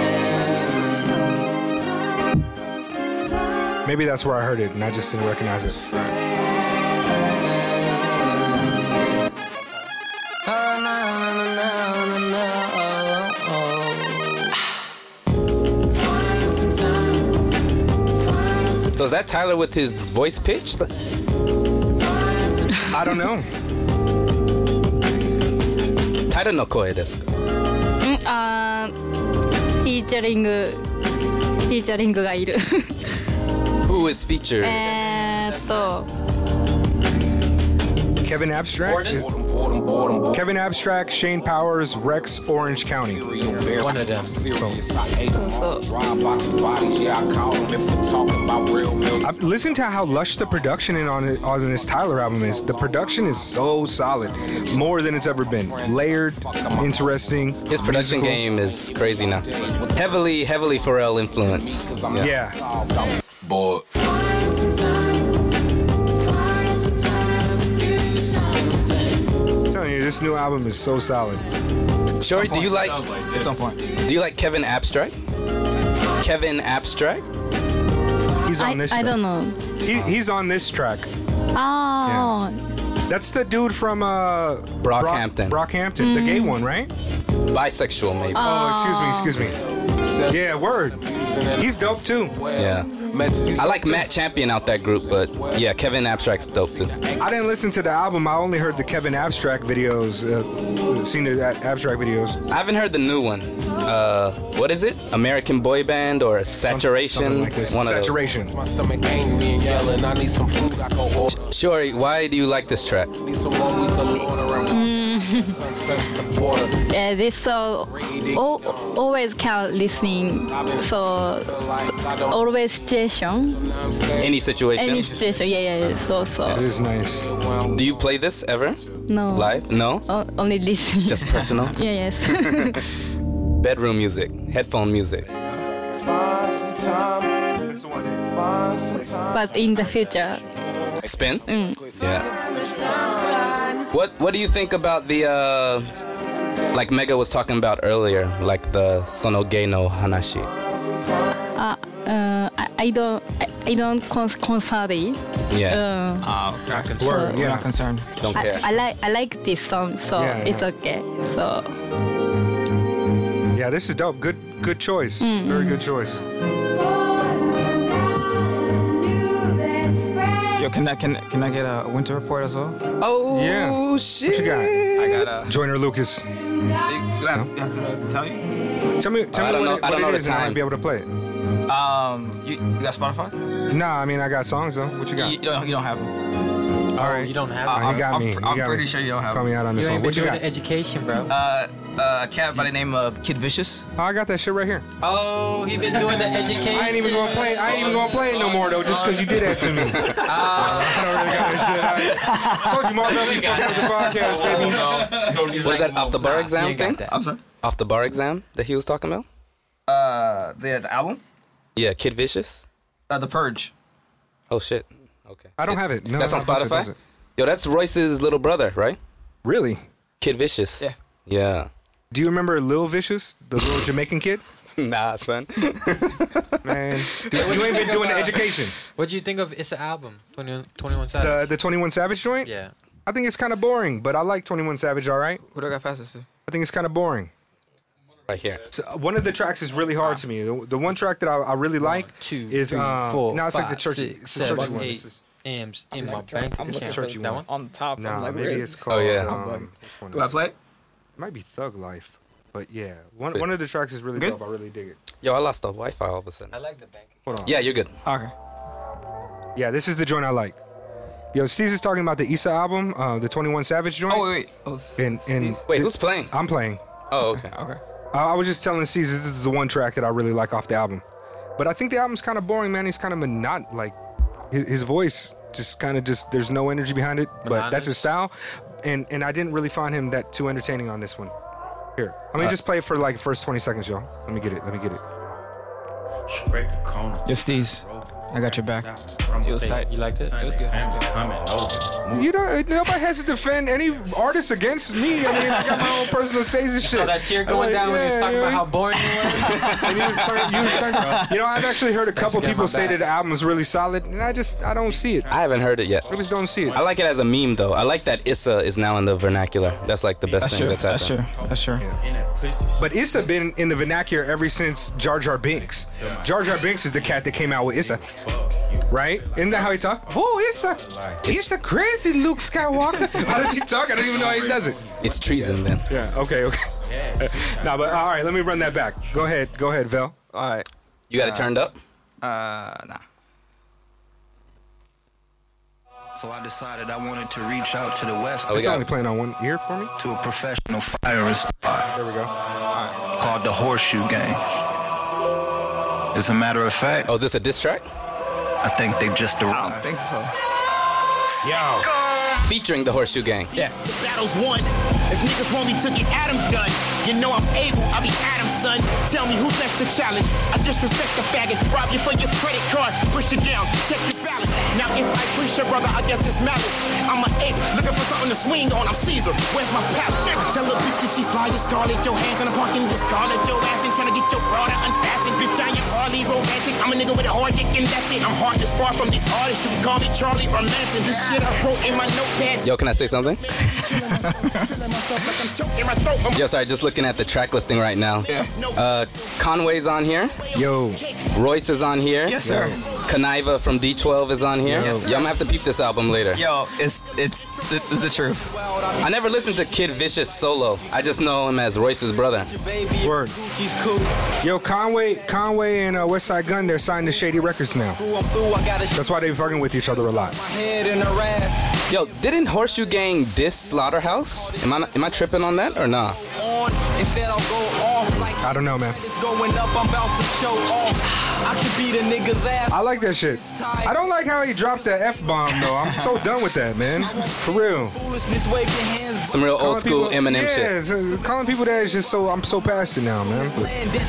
[SPEAKER 3] Maybe that's where I heard it and I just didn't recognize it.
[SPEAKER 9] Oh, no, no, no, no, no, no, oh, oh, oh. Find some time, find some,
[SPEAKER 4] So is that Tyler with his voice pitch?
[SPEAKER 9] find some
[SPEAKER 3] I don't know.
[SPEAKER 4] Tyler no koe desu.
[SPEAKER 5] うん、あーフィーチャリング、フィーチャリングがいる。
[SPEAKER 4] Who is featured?
[SPEAKER 5] Eh. えーっと、
[SPEAKER 3] Kevin Abstract? Is-
[SPEAKER 7] I'm bored, I'm bored.
[SPEAKER 3] Kevin Abstract, Shane Powers, Rex, Orange County.
[SPEAKER 2] One of them.
[SPEAKER 7] Serious, I ate them all. Dry boxes, bodies, yeah, I caught them. If we're talking about real bills,
[SPEAKER 3] I- Listen to how lush the production in on on this Tyler album is. The production is so solid, more than it's ever been. Layered, interesting.
[SPEAKER 4] His production
[SPEAKER 3] musical.
[SPEAKER 4] game is crazy now. Heavily, heavily Pharrell influence.
[SPEAKER 3] Yeah,
[SPEAKER 7] bored.
[SPEAKER 9] Find some time, find some time to do something.
[SPEAKER 3] I'm telling you, this new album is so solid.
[SPEAKER 4] Shorty, do you like
[SPEAKER 6] It's on point.
[SPEAKER 4] do you like Kevin Abstract? Kevin Abstract?
[SPEAKER 3] He's on
[SPEAKER 5] I,
[SPEAKER 3] this.
[SPEAKER 5] I
[SPEAKER 3] track.
[SPEAKER 5] don't know.
[SPEAKER 3] He, he's on this track.
[SPEAKER 5] Ah,
[SPEAKER 3] That's the dude from uh,
[SPEAKER 4] Brockhampton.
[SPEAKER 3] Brock, Brockhampton, the
[SPEAKER 5] Mm.
[SPEAKER 3] gay one, right?
[SPEAKER 4] Bisexual maybe.
[SPEAKER 3] Oh, excuse me,
[SPEAKER 5] Oh.
[SPEAKER 3] excuse me. Yeah, word. He's dope too.
[SPEAKER 4] Yeah. I like Matt Champion out that group, but yeah, Kevin Abstract's dope too.
[SPEAKER 3] I didn't listen to the album. I only heard the Kevin Abstract videos. Uh, seen the a- Abstract videos.
[SPEAKER 4] I haven't heard the new one. Uh, what is it? American Boy Band or Saturation?
[SPEAKER 3] Something like this.
[SPEAKER 4] One of those.
[SPEAKER 3] Saturation.
[SPEAKER 7] My stomach angry and yelling. I need some food. I go order.
[SPEAKER 4] Shorty, why do you like this track?
[SPEAKER 7] Need some more. We can order. I'm sunsets at the border.
[SPEAKER 5] uh, this song al- always can listening. So
[SPEAKER 7] Feel like I don't
[SPEAKER 5] always situation,
[SPEAKER 7] know what I'm saying.
[SPEAKER 4] Any situation?
[SPEAKER 5] any situation. Yeah, yeah. yeah. So so
[SPEAKER 3] It is nice.
[SPEAKER 4] do you play this ever?
[SPEAKER 5] no.
[SPEAKER 4] Live? No?
[SPEAKER 5] O- only listening.
[SPEAKER 4] Just personal?
[SPEAKER 5] *laughs* yeah, yes.
[SPEAKER 4] Bedroom music, headphone music.
[SPEAKER 7] Find some time. Find some time.
[SPEAKER 5] but in the future,
[SPEAKER 4] Spin? Yeah. What What do you think about the uh, like Mega was talking about earlier, like the sonoge no hanashi?
[SPEAKER 5] uh, uh, I, I don't, I, I don't cons- consider it.
[SPEAKER 4] Yeah.
[SPEAKER 5] Uh,
[SPEAKER 6] Oh, we're not concerned.
[SPEAKER 3] Word,
[SPEAKER 6] We're
[SPEAKER 3] yeah.
[SPEAKER 6] not concerned.
[SPEAKER 4] Don't care.
[SPEAKER 5] I, I like I like this song, so
[SPEAKER 3] Yeah,
[SPEAKER 5] it's okay. So
[SPEAKER 3] Yeah, this is dope. Good, good choice.
[SPEAKER 5] Mm.
[SPEAKER 3] Very good choice.
[SPEAKER 6] Yo, can I can can I get a winter report as well?
[SPEAKER 4] oh
[SPEAKER 3] Yeah. What
[SPEAKER 4] shit!
[SPEAKER 3] you got?
[SPEAKER 6] I got a.
[SPEAKER 3] Joiner Lucas.
[SPEAKER 6] Do I have to- have to tell you?
[SPEAKER 3] Tell me, tell
[SPEAKER 4] I don't
[SPEAKER 3] me what,
[SPEAKER 4] know-
[SPEAKER 3] it,
[SPEAKER 4] I
[SPEAKER 3] what
[SPEAKER 4] don't
[SPEAKER 3] it
[SPEAKER 4] know the
[SPEAKER 3] is and I might
[SPEAKER 4] time.
[SPEAKER 3] be able to play it.
[SPEAKER 6] Um, you, you got Spotify?
[SPEAKER 3] Nah, I mean, I got songs though. What you got?
[SPEAKER 6] You, you don't, you don't have it.
[SPEAKER 2] All right. You don't have
[SPEAKER 6] Uh,
[SPEAKER 2] it.
[SPEAKER 3] Oh, you got
[SPEAKER 6] I'm
[SPEAKER 3] me.
[SPEAKER 6] fr-
[SPEAKER 3] You
[SPEAKER 6] I'm
[SPEAKER 3] got
[SPEAKER 6] pretty
[SPEAKER 3] me.
[SPEAKER 6] sure you don't have
[SPEAKER 3] Call
[SPEAKER 6] it.
[SPEAKER 3] me out on this
[SPEAKER 2] You
[SPEAKER 3] one.
[SPEAKER 2] ain't been
[SPEAKER 3] What you
[SPEAKER 2] doing
[SPEAKER 3] got?
[SPEAKER 2] the education, bro.
[SPEAKER 6] Uh, uh, a cat by the name of Kid Vicious.
[SPEAKER 3] Oh, I got that shit right here.
[SPEAKER 2] oh, he been doing the education.
[SPEAKER 3] I ain't even gonna play. I ain't even gonna play it no more though, just because you did that *laughs* to me. I don't really got this shit. I told *laughs* you,
[SPEAKER 6] *laughs*
[SPEAKER 3] Mark, I'm fucking with the podcast, baby.
[SPEAKER 4] What is that off the bar
[SPEAKER 2] You
[SPEAKER 4] exam
[SPEAKER 2] ain't got
[SPEAKER 4] thing?
[SPEAKER 2] that.
[SPEAKER 6] I'm sorry.
[SPEAKER 4] Off the bar exam that he was talking about?
[SPEAKER 6] Uh, the the album,
[SPEAKER 4] Yeah, Kid Vicious.
[SPEAKER 6] uh, The Purge.
[SPEAKER 4] Oh shit. Okay.
[SPEAKER 3] I don't have it. No,
[SPEAKER 4] That's
[SPEAKER 3] no,
[SPEAKER 4] on
[SPEAKER 3] that's it, that's
[SPEAKER 4] Spotify.
[SPEAKER 3] it.
[SPEAKER 4] Yo, that's Royce's little brother, right?
[SPEAKER 3] Really?
[SPEAKER 4] Kid Vicious.
[SPEAKER 6] Yeah.
[SPEAKER 4] Yeah.
[SPEAKER 3] Do you remember Lil Vicious, the little Jamaican kid?
[SPEAKER 4] *laughs* Nah, son.
[SPEAKER 3] Man, dude, *laughs* you ain't been doing the education.
[SPEAKER 2] What do you think of it's an album? 21, 21 Savage.
[SPEAKER 3] The the 21 Savage joint.
[SPEAKER 2] yeah.
[SPEAKER 3] I think it's kind of boring, but I like 21 Savage. All right.
[SPEAKER 6] Who do I got past this to?
[SPEAKER 3] I think it's kind of boring.
[SPEAKER 4] Right here.
[SPEAKER 3] So, uh, one of the tracks is really hard to me. The, the one track that I, I really like
[SPEAKER 2] Two,
[SPEAKER 3] is
[SPEAKER 2] three,
[SPEAKER 3] um,
[SPEAKER 2] four,
[SPEAKER 3] no, it's like the
[SPEAKER 2] five,
[SPEAKER 3] church,
[SPEAKER 2] six,
[SPEAKER 3] it's the
[SPEAKER 2] seven,
[SPEAKER 3] churchy one.
[SPEAKER 2] eight.
[SPEAKER 3] This is-
[SPEAKER 2] M's in my bank
[SPEAKER 3] I'm looking
[SPEAKER 2] account.
[SPEAKER 3] for the
[SPEAKER 2] that one.
[SPEAKER 3] one.
[SPEAKER 6] On the top.
[SPEAKER 3] Nah,
[SPEAKER 6] I'm like, where
[SPEAKER 3] maybe
[SPEAKER 6] is-
[SPEAKER 3] it's called.
[SPEAKER 4] yeah.
[SPEAKER 3] um, which one
[SPEAKER 6] Do I
[SPEAKER 3] is it?
[SPEAKER 6] play? it?
[SPEAKER 3] It might be Thug Life, but yeah, one one of the tracks is really
[SPEAKER 6] Good?
[SPEAKER 3] dope. I really dig it.
[SPEAKER 4] Yo, I lost the Wi-Fi all of a sudden.
[SPEAKER 2] I like the bank.
[SPEAKER 3] Hold on.
[SPEAKER 4] Yeah, you're good.
[SPEAKER 6] Okay.
[SPEAKER 3] yeah, this is the joint I like. Yo, Steez is talking about the Issa album, uh, the 21 Savage joint.
[SPEAKER 6] Oh wait, wait. Oh, s-
[SPEAKER 3] And- and-
[SPEAKER 6] s-
[SPEAKER 4] Wait, who's playing?
[SPEAKER 3] I'm playing.
[SPEAKER 4] Oh, okay.
[SPEAKER 6] okay.
[SPEAKER 3] I, I was just telling Steez this is the one track that I really like off the album, but I think the album's kind of boring, man. He's kind of monotonous. Like his, his voice just kind of just there's no energy behind it, but that's his style. And and I didn't really find him that too entertaining on this one. Here,
[SPEAKER 6] Uh,
[SPEAKER 3] I mean, just play it for like first 20 seconds, y'all. Let me get it. Let me get it.
[SPEAKER 10] Scrape the corner.
[SPEAKER 6] Yo, Steez, I got your back.
[SPEAKER 10] From
[SPEAKER 6] It was tight.
[SPEAKER 2] You liked it?
[SPEAKER 10] Sunday family coming over. Move
[SPEAKER 3] You know, nobody has to defend any artist against me. I mean, I got my own personal taste and shit.
[SPEAKER 2] *laughs* So that tear going down when he was talking about how boring he was.
[SPEAKER 3] *laughs* And he was turning- he was turning- you know, I've actually heard a couple
[SPEAKER 2] getting my
[SPEAKER 3] people say
[SPEAKER 2] back.
[SPEAKER 3] that the album's really solid, and I just I don't see it.
[SPEAKER 4] I haven't heard it yet.
[SPEAKER 3] I just don't see it.
[SPEAKER 4] I like it as a meme though. I like that Issa is now in the vernacular. That's like the best
[SPEAKER 6] That's
[SPEAKER 4] thing
[SPEAKER 6] true.
[SPEAKER 4] that's happened.
[SPEAKER 6] That's true.
[SPEAKER 3] *laughs*
[SPEAKER 6] That's true.
[SPEAKER 10] in that pussy.
[SPEAKER 3] But Issa been in the vernacular ever since Jar Jar Binks. Jar Jar Binks is the cat that came out with Issa, right? Isn't that how he talk? Oh, Issa, Issa crazy Luke Skywalker. *laughs* How does he talk? I don't even know how he does it.
[SPEAKER 4] It's treason then.
[SPEAKER 3] Yeah. Okay. Okay. *laughs* nah, but all right. Let me run that back. Go ahead. Go ahead, Vel.
[SPEAKER 6] All right.
[SPEAKER 4] You got it turned up?
[SPEAKER 6] Uh, nah.
[SPEAKER 11] So I decided I wanted to reach out to the West.
[SPEAKER 12] Oh,
[SPEAKER 3] It's only playing on one ear for me?
[SPEAKER 11] To a professional firing star. There we go. Called the Horseshoe Gang. As a matter of fact.
[SPEAKER 4] Oh, is this a diss track?
[SPEAKER 11] I think they just arrived. I think so.
[SPEAKER 4] Yo. Featuring the Horseshoe Gang.
[SPEAKER 11] Yeah.
[SPEAKER 12] Battles won. If niggas want me, took it Adam done. You know I'm able, I be Adam, son. Tell me who's next to challenge. I disrespect the faggot, rob you for your credit card, push you down, check your balance. Now if I push your brother, I guess it's malice. I'm an ape, looking for something to swing on. I'm Caesar. Where's my palate? Tell a bitch you she fly, you scarlet, your hands in the parking, this scarlet, your ass ain't trying to get your broad to unfasten. Bitch, I am hardly romantic. I'm a nigga with a hard dick, and that's it. I'm hard as far from these artists. You can call me Charlie or Manson. This shit I wrote in my notepads.
[SPEAKER 4] Yo, can I say something?
[SPEAKER 12] Feeling myself like I'm choked in my throat. I'm
[SPEAKER 4] Yeah, sorry, just looking at the track listing right now. Uh, Conway's on here. Yo. Royce is on here.
[SPEAKER 6] Yes, sir.
[SPEAKER 4] Conniva from D12 is on here.
[SPEAKER 6] Yes, sir.
[SPEAKER 4] Yo, I'm gonna have to peep this album later.
[SPEAKER 6] Yo, it's it's th- it's the truth.
[SPEAKER 4] I never listened to Kid Vicious solo. I just know him as Royce's brother.
[SPEAKER 3] Word. Yo, Conway, Conway and uh, Westside Gun, they're signed to Shady Records now. That's why they fucking with each other a lot.
[SPEAKER 12] head in her ass.
[SPEAKER 4] Yo, didn't Horseshoe Gang diss Slaughterhouse? Am I am I tripping on that or nah?
[SPEAKER 12] on and said I'll go off like
[SPEAKER 3] I don't know, man.
[SPEAKER 12] it's going up. I'm about to show off. I could be the nigga's ass.
[SPEAKER 3] I like that shit. I don't like how he dropped the F bomb though. I'm so done with that, man. For real.
[SPEAKER 12] Foolishness waving hands.
[SPEAKER 4] Some real
[SPEAKER 3] Calling
[SPEAKER 4] old school
[SPEAKER 3] people-
[SPEAKER 4] Eminem
[SPEAKER 3] yeah,
[SPEAKER 4] shit.
[SPEAKER 3] so calling people that is just so I'm so past it now, man.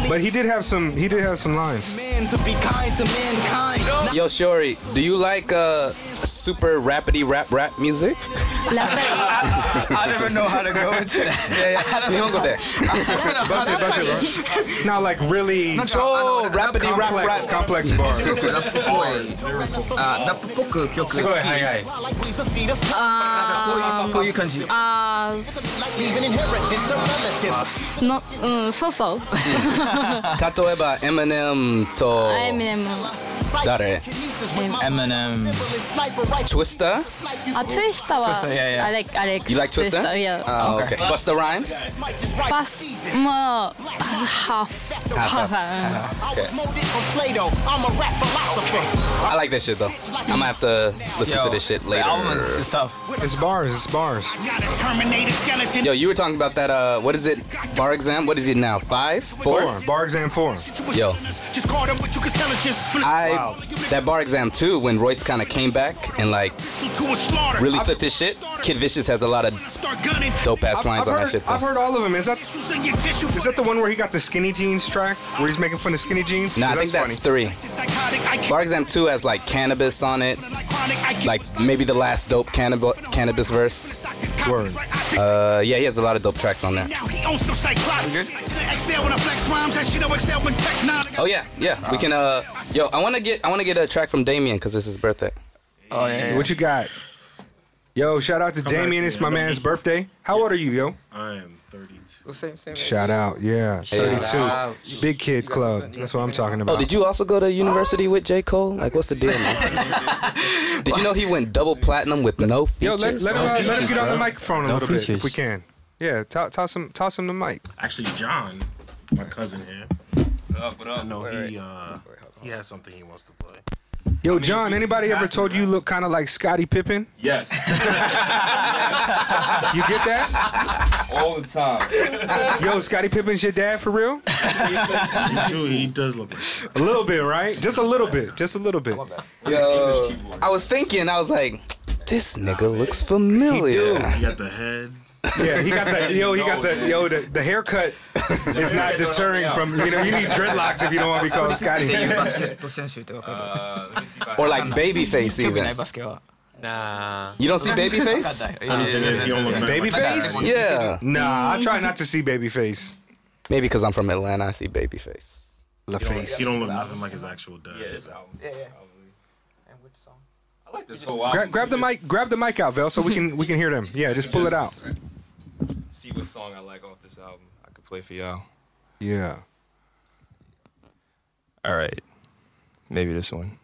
[SPEAKER 3] But he did have some he did have
[SPEAKER 12] *laughs*
[SPEAKER 3] some lines.
[SPEAKER 12] Man to be kind to mankind.
[SPEAKER 4] Yo, Shori, do you like uh super rapidy rap rap music?
[SPEAKER 6] I never know how to go into that. *laughs* Yeah, yeah. I don't
[SPEAKER 4] You don't go there.
[SPEAKER 6] *laughs*
[SPEAKER 3] Bust it, bust it, bro. Not like really
[SPEAKER 4] Oh, rapidy rap rap.
[SPEAKER 3] complex, complex bars.
[SPEAKER 13] ラップっぽく曲が好き
[SPEAKER 3] すごい早い
[SPEAKER 5] あ
[SPEAKER 13] こういう感じ
[SPEAKER 5] あー
[SPEAKER 12] Leaving inheritance to relatives.
[SPEAKER 5] のうんそうそう
[SPEAKER 4] *laughs* Tatoeba Eminem to
[SPEAKER 5] あエミネム
[SPEAKER 4] 誰
[SPEAKER 6] Eminem.
[SPEAKER 4] Twista?
[SPEAKER 5] あツイスターは
[SPEAKER 4] Twista, yeah, yeah.
[SPEAKER 5] アレックアレック
[SPEAKER 4] You like
[SPEAKER 5] ツイスタ
[SPEAKER 4] Twista?
[SPEAKER 5] ー yeah
[SPEAKER 4] Oh, okay. Busta Rhymes?
[SPEAKER 5] バスもうあハーフハ
[SPEAKER 12] *laughs*
[SPEAKER 5] ーフうん
[SPEAKER 4] Ah, Okay.
[SPEAKER 12] From Plato, I'm a rap philosopher.
[SPEAKER 4] I like this shit though. I'm gonna have to listen
[SPEAKER 6] Yo,
[SPEAKER 4] to this shit
[SPEAKER 6] the
[SPEAKER 4] later.
[SPEAKER 6] album is- is tough.
[SPEAKER 3] It's bars, it's bars.
[SPEAKER 12] Terminator skeleton.
[SPEAKER 4] Yo, you were talking about that. Uh, what is it? Bar exam? What is it now? Five? Four?
[SPEAKER 3] Four. Bar exam four.
[SPEAKER 4] Yo,
[SPEAKER 12] Just caught up with you 'cause hell is just flip.
[SPEAKER 4] I that bar exam too. When Royce kind of came back and like
[SPEAKER 12] To a slaughter.
[SPEAKER 4] really flipped his shit. Kid Vicious has a lot of dope ass
[SPEAKER 3] I've,
[SPEAKER 4] lines
[SPEAKER 3] I've
[SPEAKER 4] on
[SPEAKER 3] heard,
[SPEAKER 4] that shit
[SPEAKER 3] I've
[SPEAKER 4] too.
[SPEAKER 3] heard all of them. Is that is that the one where he got the skinny jeans track, where he's making fun of skinny jeans?
[SPEAKER 4] Nah, I
[SPEAKER 3] That's
[SPEAKER 4] think that's
[SPEAKER 3] funny.
[SPEAKER 4] three. Bar exam two has like cannabis on it. Like maybe the last dope cannabis cannabis verse.
[SPEAKER 3] Word.
[SPEAKER 4] Uh, yeah, he has a lot of dope tracks on there.
[SPEAKER 12] Now he owns some cyclops. Excel when I flex rhymes. That shit I excel when tech nine.
[SPEAKER 4] Oh yeah, yeah. We can. Uh, yo, I wanna get I wanna get a track from Damien because it's his birthday.
[SPEAKER 6] Oh yeah.
[SPEAKER 3] What you got? Yo, shout out to Damien. It's my man's birthday. How old are you, yo?
[SPEAKER 10] I am 32.
[SPEAKER 6] same, same
[SPEAKER 3] Shout out, yeah,
[SPEAKER 4] Hey.
[SPEAKER 3] thirty-two, big kid club. That's what I'm talking about.
[SPEAKER 4] Oh, did you also go to university with J. Cole? Like, what's the deal, man? *laughs* did you know he went double platinum with no
[SPEAKER 3] Yo,
[SPEAKER 4] features?
[SPEAKER 3] let, let him, uh, let him get on the microphone a
[SPEAKER 4] No
[SPEAKER 3] little bit
[SPEAKER 4] features.
[SPEAKER 3] if we can. Yeah, to- toss him, toss him the mic.
[SPEAKER 10] Actually, John, my cousin here. I know he uh, he has something he wants to play.
[SPEAKER 3] Yo, John, anybody ever told you you look kind of like Scottie Pippen?
[SPEAKER 10] Yes.
[SPEAKER 3] You get that?
[SPEAKER 10] All the time.
[SPEAKER 3] *laughs* Yo, Scottie Pippen's your dad for real?
[SPEAKER 10] Dude, he does look like
[SPEAKER 3] A little bit, right? Just a little bit. Just a little bit.
[SPEAKER 4] Yo, I was thinking, I was like, this nigga looks familiar.
[SPEAKER 10] He got the head.
[SPEAKER 3] Yeah, he got that. Yo, he got that. Yo, the, the haircut is not deterring from. You know, you need dreadlocks if you don't want to be called Scotty.
[SPEAKER 6] バスケット選手ってわかる
[SPEAKER 4] Or like Babyface
[SPEAKER 6] 興味ない
[SPEAKER 4] even.
[SPEAKER 6] バスケは
[SPEAKER 4] You don't see *laughs* Babyface?
[SPEAKER 6] *laughs* I don't think it's the only man.
[SPEAKER 3] Babyface?
[SPEAKER 4] Yeah.
[SPEAKER 3] Nah, I try not to see Babyface.
[SPEAKER 4] Maybe because I'm from Atlanta, I see Babyface.
[SPEAKER 3] *laughs* La face.
[SPEAKER 10] He don't look nothing like his actual dad. Yeah, this album.
[SPEAKER 6] Yeah, yeah.
[SPEAKER 13] And which song? I like this whole
[SPEAKER 3] Gra- grab the mic. Grab the mic out, Vel, so we can we can hear them. Yeah, just pull it out.
[SPEAKER 13] See what song I like off this album. I could play for y'all.
[SPEAKER 3] Yeah.
[SPEAKER 13] All right. Maybe this one.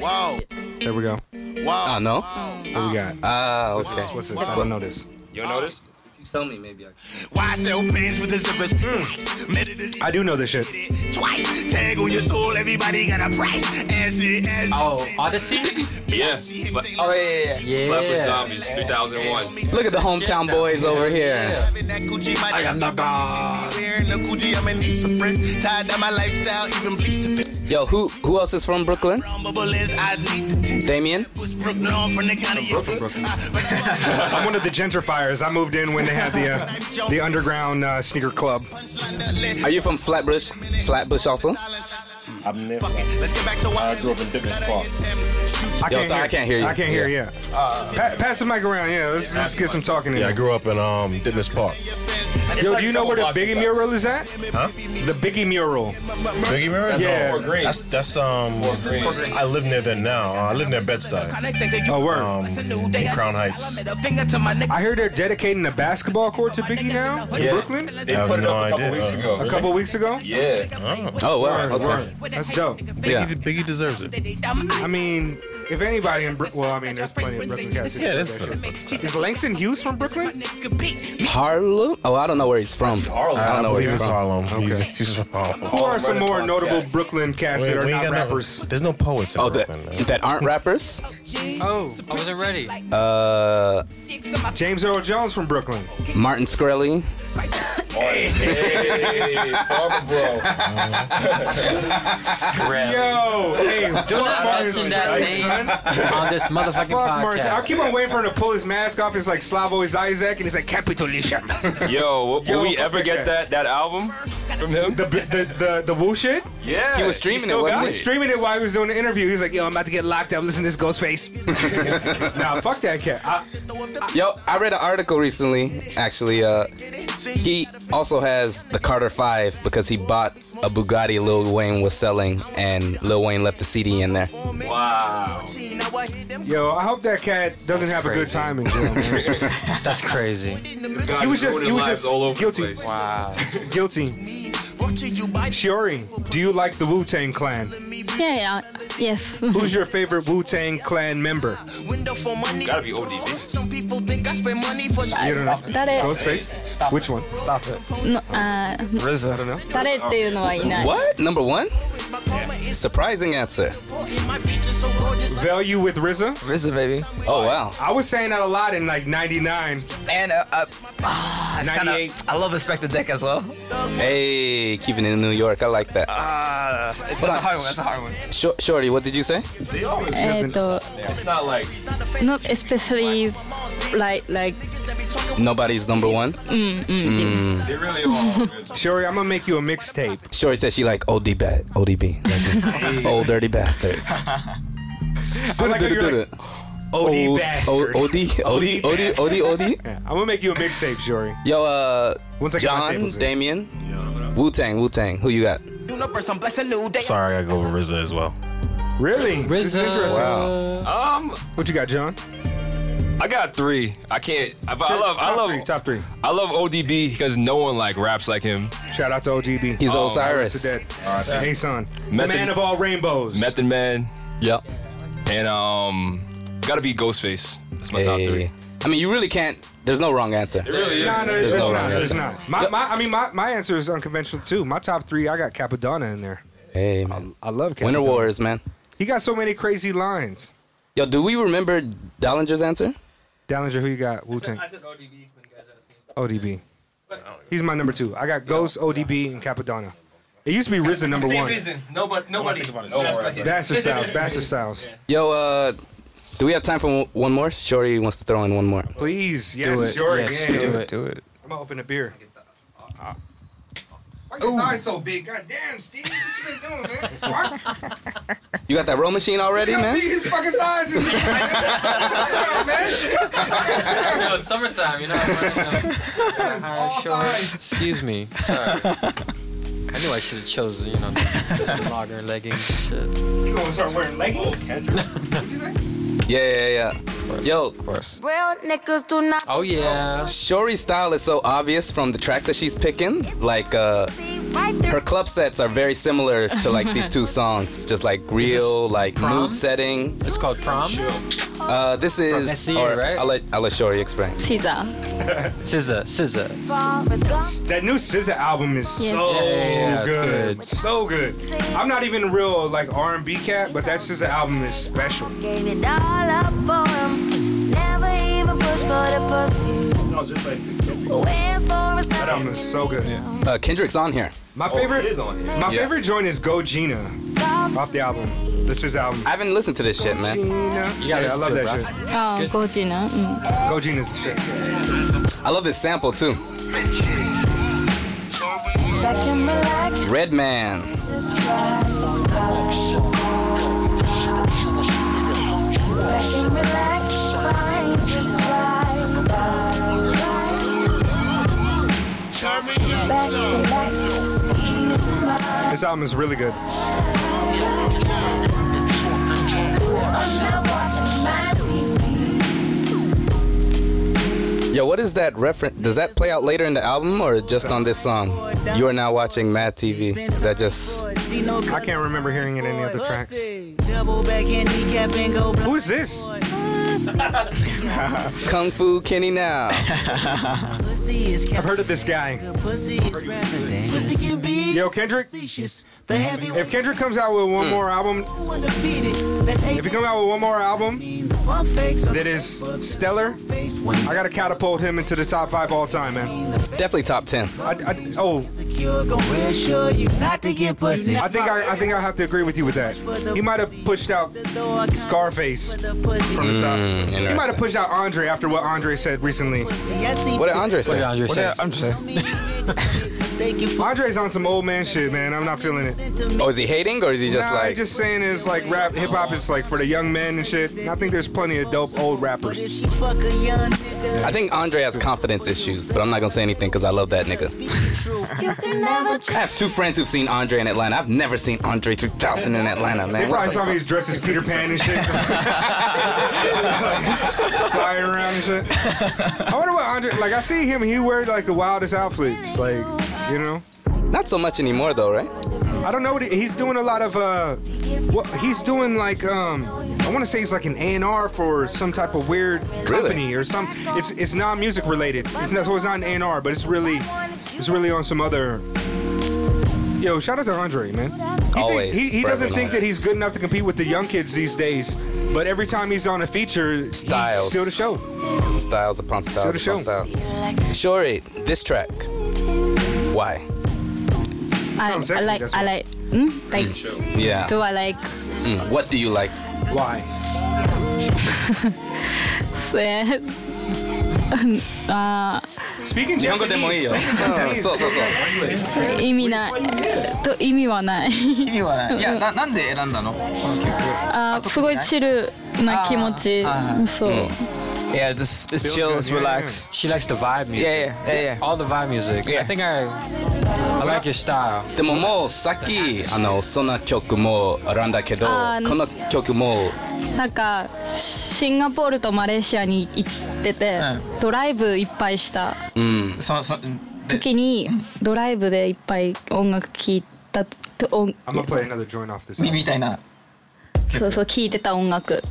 [SPEAKER 11] Wow.
[SPEAKER 3] There we go.
[SPEAKER 11] Wow.
[SPEAKER 4] Oh, no?
[SPEAKER 3] What we got?
[SPEAKER 4] Ah, okay.
[SPEAKER 3] What's this? What's this? I don't know this.
[SPEAKER 13] You don't know this?
[SPEAKER 4] Tell me, maybe I
[SPEAKER 12] Why sell pins with the zippers? Made it
[SPEAKER 3] I do know this shit.
[SPEAKER 12] twice. Tag on your soul, everybody got a price. As it as
[SPEAKER 2] Oh, Odyssey?
[SPEAKER 12] *laughs*
[SPEAKER 13] yeah.
[SPEAKER 4] Oh, yeah,
[SPEAKER 13] yeah. Left with Zombies, 2001.
[SPEAKER 4] Look at the hometown boys over here.
[SPEAKER 12] I am the god. Wearing a Gucci, I'm in need of friends. Tied down my lifestyle, even bleached the bit.
[SPEAKER 4] Yo, who who else is from Brooklyn?
[SPEAKER 12] Bubble is, I need the
[SPEAKER 4] Damien?
[SPEAKER 12] Brooklyn on from the county.
[SPEAKER 3] I'm one of the gentrifiers. I moved in when they had the uh, the underground uh, sneaker club.
[SPEAKER 4] Are you from Flatbush? Flatbush also?
[SPEAKER 10] I'm never. I grew up in Dickens Park.
[SPEAKER 3] I
[SPEAKER 4] Yo, sorry, I can't hear you.
[SPEAKER 3] I can't hear. Yeah.
[SPEAKER 13] Uh,
[SPEAKER 3] Uh, Pa- pass the mic around. Yeah, let's, let's get some talking in.
[SPEAKER 10] Yeah, I grew up in um, Dennis Park.
[SPEAKER 3] Yo, do you know where the Biggie mural is at?
[SPEAKER 10] Huh?
[SPEAKER 3] The Biggie mural.
[SPEAKER 10] Biggie Mirror?
[SPEAKER 3] That's
[SPEAKER 10] yeah.
[SPEAKER 3] on Fort Greene.
[SPEAKER 10] That's, that's um. I live near there now. Uh, I live near Bed-Stuy.
[SPEAKER 3] Oh, word.
[SPEAKER 10] Um, in Crown Heights.
[SPEAKER 3] I hear they're dedicating a basketball court to Biggie now in
[SPEAKER 10] Yeah.
[SPEAKER 3] Brooklyn.
[SPEAKER 10] They I have put it up no a couple idea. weeks ago.
[SPEAKER 3] A couple weeks ago?
[SPEAKER 10] Yeah.
[SPEAKER 4] Oh, wow.
[SPEAKER 3] Word,
[SPEAKER 4] Okay.
[SPEAKER 3] word. That's dope.
[SPEAKER 10] Biggie, Biggie deserves it.
[SPEAKER 3] I mean, if anybody in Bro- well, I mean, there's plenty of Brooklyn cats. that
[SPEAKER 10] Yeah,
[SPEAKER 3] do
[SPEAKER 10] that's
[SPEAKER 3] that
[SPEAKER 10] better.
[SPEAKER 3] shit. Is Langston Hughes from Brooklyn?
[SPEAKER 4] Harlem? Oh, I don't know where he's from. I don't know where
[SPEAKER 10] believe
[SPEAKER 4] he's
[SPEAKER 10] it's
[SPEAKER 4] from.
[SPEAKER 10] Harlem. He's, he's from Harlem.
[SPEAKER 3] Who are some more notable Brooklyn cats
[SPEAKER 10] We-
[SPEAKER 3] that are
[SPEAKER 10] we ain't got
[SPEAKER 3] not
[SPEAKER 10] no-
[SPEAKER 3] rappers?
[SPEAKER 10] there's no poets in
[SPEAKER 4] Oh, that,
[SPEAKER 10] Brooklyn.
[SPEAKER 4] that aren't rappers?
[SPEAKER 2] Oh, I wasn't
[SPEAKER 3] *laughs*
[SPEAKER 2] ready.
[SPEAKER 4] Uh,
[SPEAKER 3] James Earl Jones from Brooklyn.
[SPEAKER 4] Martin Scully.
[SPEAKER 13] Hey, farmer
[SPEAKER 3] *laughs*
[SPEAKER 13] bro.
[SPEAKER 3] Yo, hey,
[SPEAKER 2] Do
[SPEAKER 3] fuck
[SPEAKER 2] not
[SPEAKER 3] Martin
[SPEAKER 2] mention that
[SPEAKER 3] Scorsese, son.
[SPEAKER 2] name on this motherfucking
[SPEAKER 3] Fuck Martin. I
[SPEAKER 2] podcast.
[SPEAKER 3] keep on waiting for him to pull his mask off. It's like Slavo is Isaac, and he's like capitalism.
[SPEAKER 13] Yo, will, will
[SPEAKER 3] Yo,
[SPEAKER 13] we
[SPEAKER 3] fuck
[SPEAKER 13] ever
[SPEAKER 3] that guy.
[SPEAKER 13] get that that album from him?
[SPEAKER 3] The, the the the woo shit.
[SPEAKER 13] *laughs* Yeah,
[SPEAKER 4] He was streaming
[SPEAKER 13] still
[SPEAKER 4] it, wasn't
[SPEAKER 13] got
[SPEAKER 3] He was streaming it while he was doing the interview. He was like, "Yo, I'm about to get locked up. Listen to
[SPEAKER 13] *laughs*
[SPEAKER 3] this Ghostface." nah, fuck that cat. I,
[SPEAKER 4] Yo, I read an article recently. Actually, uh, he also has the Carter Five because he bought a Bugatti Lil Wayne was selling, and Lil Wayne left the CD in there.
[SPEAKER 13] Wow.
[SPEAKER 3] yo, I hope that cat doesn't have a good
[SPEAKER 2] crazy.
[SPEAKER 3] time in jail. Man.
[SPEAKER 2] That's crazy.
[SPEAKER 3] he was just he was just guilty.
[SPEAKER 2] *laughs* Wow. *laughs*
[SPEAKER 3] Guilty. Shiori, do you like the Wu Tang Clan?
[SPEAKER 2] *laughs*
[SPEAKER 5] Yeah, yeah. Yes.
[SPEAKER 3] Who's your favorite Wu Tang Clan member?
[SPEAKER 12] Window for money.
[SPEAKER 13] Gotta be ODB.
[SPEAKER 12] Some people think I spend money for shit.
[SPEAKER 3] You don't know.
[SPEAKER 5] That is-
[SPEAKER 3] Ghostface. Which one?
[SPEAKER 6] Stop it.
[SPEAKER 5] のあー
[SPEAKER 6] RZA. I don't know.
[SPEAKER 5] 誰っていうのはいない。
[SPEAKER 4] What number one? Surprising answer.
[SPEAKER 12] Oh, My picture's so gorgeous.
[SPEAKER 3] Value with RZA.
[SPEAKER 6] RZA, baby.
[SPEAKER 4] Oh wow.
[SPEAKER 3] I was saying that a lot in like '99.
[SPEAKER 6] And uh, uh, ah, it's kinda-
[SPEAKER 3] 98.
[SPEAKER 6] I love Inspector Deck as well.
[SPEAKER 4] Hey, keeping it in New York. I like that.
[SPEAKER 6] Uh, that's
[SPEAKER 4] Hold
[SPEAKER 6] a
[SPEAKER 4] on.
[SPEAKER 6] hard one. That's a hard one.
[SPEAKER 4] Shor- Shorty, what did you say?
[SPEAKER 5] えっと、
[SPEAKER 13] It's not like
[SPEAKER 5] not especially like like
[SPEAKER 4] Nobody's number one.
[SPEAKER 5] うんうん。
[SPEAKER 4] Mm.
[SPEAKER 13] they really are.
[SPEAKER 4] *laughs*
[SPEAKER 3] Shiori, I'm gonna make you a mixtape.
[SPEAKER 4] Shorty said she like OD bad, ODB,
[SPEAKER 3] *laughs*
[SPEAKER 4] like, old dirty *laughs* bastard.
[SPEAKER 3] like how you're like, OD bastard.
[SPEAKER 4] O- OD, OD,
[SPEAKER 3] *laughs*
[SPEAKER 4] OD, OD, OD.
[SPEAKER 3] Yeah, I'm gonna make you a mixtape, Shiori.
[SPEAKER 4] Yo, uh,
[SPEAKER 3] Once I get my
[SPEAKER 4] John,
[SPEAKER 3] tables in.
[SPEAKER 4] Damien, Wu Tang, Wu Tang. Who you got?
[SPEAKER 10] Sorry, I gotta go with RZA as well.
[SPEAKER 3] Really? This is
[SPEAKER 2] RZA.
[SPEAKER 3] interesting.
[SPEAKER 4] Wow.
[SPEAKER 13] Um,
[SPEAKER 3] What you got, John?
[SPEAKER 13] I got three. I can't. I, but I
[SPEAKER 3] Sure,
[SPEAKER 13] love. I
[SPEAKER 3] top
[SPEAKER 13] love.
[SPEAKER 3] three, top three.
[SPEAKER 13] I love ODB because no one like raps like him.
[SPEAKER 3] Shout out to OGB.
[SPEAKER 4] He's
[SPEAKER 13] Oh,
[SPEAKER 3] It's
[SPEAKER 4] Osiris.
[SPEAKER 3] a dead. Hey, son. The
[SPEAKER 13] Method-
[SPEAKER 3] man of all rainbows.
[SPEAKER 13] Method Man
[SPEAKER 4] Yep.
[SPEAKER 13] and um, gotta be Ghostface. That's my top
[SPEAKER 4] Hey.
[SPEAKER 13] three.
[SPEAKER 4] I mean, you really can't. There's no wrong answer.
[SPEAKER 13] Really?
[SPEAKER 3] No, no, there's,
[SPEAKER 4] There's no
[SPEAKER 3] not.
[SPEAKER 4] wrong
[SPEAKER 3] There's
[SPEAKER 4] answer.
[SPEAKER 3] not. My, my, I mean, my, my answer is unconventional too. My top three, I got Capadonna in there.
[SPEAKER 4] Hey, man.
[SPEAKER 3] I love Capadonna.
[SPEAKER 4] Winter Wars, man.
[SPEAKER 3] He got so many crazy lines.
[SPEAKER 4] Yo, do we remember Dallinger's answer?
[SPEAKER 3] Dallinger, who you got? Wu Tang. ODB. He's my number two. I got Ghost, ODB, and Capadonna. It used to be RZA number one.
[SPEAKER 13] Nobody. Nobody.
[SPEAKER 3] Bastard Styles, Bastard Styles.
[SPEAKER 4] Yo, uh, do we have time for one more? Shorty wants to throw in one more.
[SPEAKER 3] Please, yes,
[SPEAKER 6] Do it.
[SPEAKER 3] sure,
[SPEAKER 6] Yes,
[SPEAKER 3] yeah.
[SPEAKER 6] do it. Do it.
[SPEAKER 3] I'm gonna open a beer. Why your eyes so big? God damn, Steve, what you been doing, *laughs* man? What?
[SPEAKER 4] You got that row machine already, man?
[SPEAKER 3] These fucking thighs is
[SPEAKER 2] No, it's summertime, you know. *laughs* Excuse me. Sorry. I knew I should have chosen, you know, the lager leggings. Shit.
[SPEAKER 3] You gonna start wearing leggings?
[SPEAKER 14] *laughs*
[SPEAKER 3] What'd you say?
[SPEAKER 4] *laughs* Yeah, yeah, yeah. Yo,
[SPEAKER 14] Real niggas do not.
[SPEAKER 2] Oh yeah.
[SPEAKER 4] Shori's style is so obvious from the tracks that she's picking. Like, uh, her club sets are very similar
[SPEAKER 2] *laughs*
[SPEAKER 4] to like these two songs. Just like real, like
[SPEAKER 2] Prom?
[SPEAKER 4] mood setting.
[SPEAKER 2] It's called prom.
[SPEAKER 4] Uh, this is.
[SPEAKER 2] SCA,
[SPEAKER 4] or
[SPEAKER 2] right?
[SPEAKER 4] I'll let I'll let Shorty explain.
[SPEAKER 5] Caesar.
[SPEAKER 2] SZA, SZA.
[SPEAKER 3] That new SZA album is
[SPEAKER 5] Yeah.
[SPEAKER 3] so
[SPEAKER 2] Yeah, yeah, yeah, it's
[SPEAKER 3] good. so good. I'm not even a real like R&B cat, but that SZA album is special.
[SPEAKER 14] Gave it all up for him. Never even pushed for the pussy.
[SPEAKER 3] Sounds just like
[SPEAKER 14] Waits for his
[SPEAKER 3] that album is so good.
[SPEAKER 4] Uh, Kendrick's on here.
[SPEAKER 3] My
[SPEAKER 4] Oh,
[SPEAKER 3] favorite
[SPEAKER 4] it is on here.
[SPEAKER 3] My
[SPEAKER 4] Yeah.
[SPEAKER 3] favorite joint is Go Gina off the album. This is album.
[SPEAKER 4] I haven't listened to this shit, man.
[SPEAKER 3] You gotta Yeah, I listen love to it, that bro.
[SPEAKER 5] Oh, Gojina. Mm.
[SPEAKER 3] Go Gina's shit.
[SPEAKER 4] I love this sample too.
[SPEAKER 14] Back and relax.
[SPEAKER 4] Red Man.
[SPEAKER 14] Just relax. Sit back and relax. Fine, just ride, ride, ride. Sit back, relax, just ease your mind.
[SPEAKER 3] This album is really good.
[SPEAKER 4] Yo, what is that reference? Does that play out later in the album or just on this song? You are now watching Mad TV. Is that just
[SPEAKER 3] I can't remember hearing it in any other tracks. Who is this?
[SPEAKER 4] *laughs* Kung Fu Kenny now?
[SPEAKER 3] *laughs* I've heard of this guy. Yo, Kendrick. If Kendrick comes out with
[SPEAKER 4] Mm.
[SPEAKER 3] one more album, if he comes out with one more album that is stellar, I gotta catapult him into the top five all time, man.
[SPEAKER 4] Definitely top ten.
[SPEAKER 3] I, I- oh. I think I, I think I have to agree with you with that. He might have pushed out Scarface from the top.
[SPEAKER 4] Mm,
[SPEAKER 3] He might have
[SPEAKER 4] interesting.
[SPEAKER 3] pushed out Andre after what Andre said recently.
[SPEAKER 4] What did Andre say?
[SPEAKER 3] What did Andre
[SPEAKER 5] *laughs*
[SPEAKER 3] say? Andre's on some old man shit, man. I'm not feeling it.
[SPEAKER 4] Oh, is he hating or is he just
[SPEAKER 3] nah,
[SPEAKER 4] like?
[SPEAKER 3] he's just saying it's like rap, hip hop is like for the young men and shit. I think there's plenty of dope old rappers.
[SPEAKER 4] I think Andre has confidence issues, but I'm not gonna say anything because I love that nigga. *laughs*
[SPEAKER 14] You can never
[SPEAKER 4] I have two friends who've seen Andre in Atlanta. I've never seen Andre 2000 in Atlanta, man.
[SPEAKER 3] They
[SPEAKER 4] What
[SPEAKER 3] probably
[SPEAKER 4] the
[SPEAKER 3] saw me
[SPEAKER 4] fuck?
[SPEAKER 3] as dressed as Peter Pan
[SPEAKER 4] *laughs*
[SPEAKER 3] and shit. *laughs* Flying around and shit. I wonder what Andre, like, I see him, he wear like the wildest outfits, like, you know?
[SPEAKER 4] Not so much anymore though, right?
[SPEAKER 3] I don't know. What he- he's doing a lot of. uh what He's doing like um I want to say he's like an A and R for some type of weird company or some. It's it's non music related. It's not, so it's not an A and R, but it's really it's really on some other. Yo, shout out to Andre, man. He thinks-
[SPEAKER 4] Always
[SPEAKER 3] he, he doesn't
[SPEAKER 4] repping
[SPEAKER 3] think
[SPEAKER 4] Andre.
[SPEAKER 3] that he's good enough to compete with the young kids these days, but every time he's on a feature,
[SPEAKER 4] Styles.
[SPEAKER 3] still the show.
[SPEAKER 4] Styles upon styles.
[SPEAKER 3] Still the show.
[SPEAKER 4] Upon style. Shorty, this track. Why?
[SPEAKER 5] I,
[SPEAKER 4] Sounds sexy,
[SPEAKER 5] I like.
[SPEAKER 4] that's
[SPEAKER 5] I
[SPEAKER 4] why.
[SPEAKER 5] like. Mm? Like.
[SPEAKER 4] Yeah.
[SPEAKER 5] Do I like?
[SPEAKER 4] Mm, What do you like?
[SPEAKER 3] Why?
[SPEAKER 5] uh,
[SPEAKER 3] Speaking
[SPEAKER 4] Japanese. Nyongo demo iyo. Oh, *laughs* so, so, so.
[SPEAKER 5] 意味ない。えっと意味はない。意
[SPEAKER 6] 味はない。いや、ななんで選んだのこの曲。
[SPEAKER 5] あーすごいチルな気持ち。そう。
[SPEAKER 6] Yeah, just it's chill, it's relaxed.
[SPEAKER 2] She likes the vibe music.
[SPEAKER 6] Yeah, yeah, yeah, yeah.
[SPEAKER 2] All the vibe music. I think I, I like your style.
[SPEAKER 4] でももうさっきあのそんな曲も選んだけど
[SPEAKER 5] あー
[SPEAKER 4] この曲も
[SPEAKER 3] *laughs*
[SPEAKER 5] なんかシンガポールとマレーシアに行ってて、ドライブいっぱいした
[SPEAKER 4] うん
[SPEAKER 6] そそ
[SPEAKER 5] 時にドライブでいっぱい音楽聴いたと音
[SPEAKER 3] I'm gonna play another joint off this.
[SPEAKER 6] みみたいな。
[SPEAKER 5] そうそう聴いてた音楽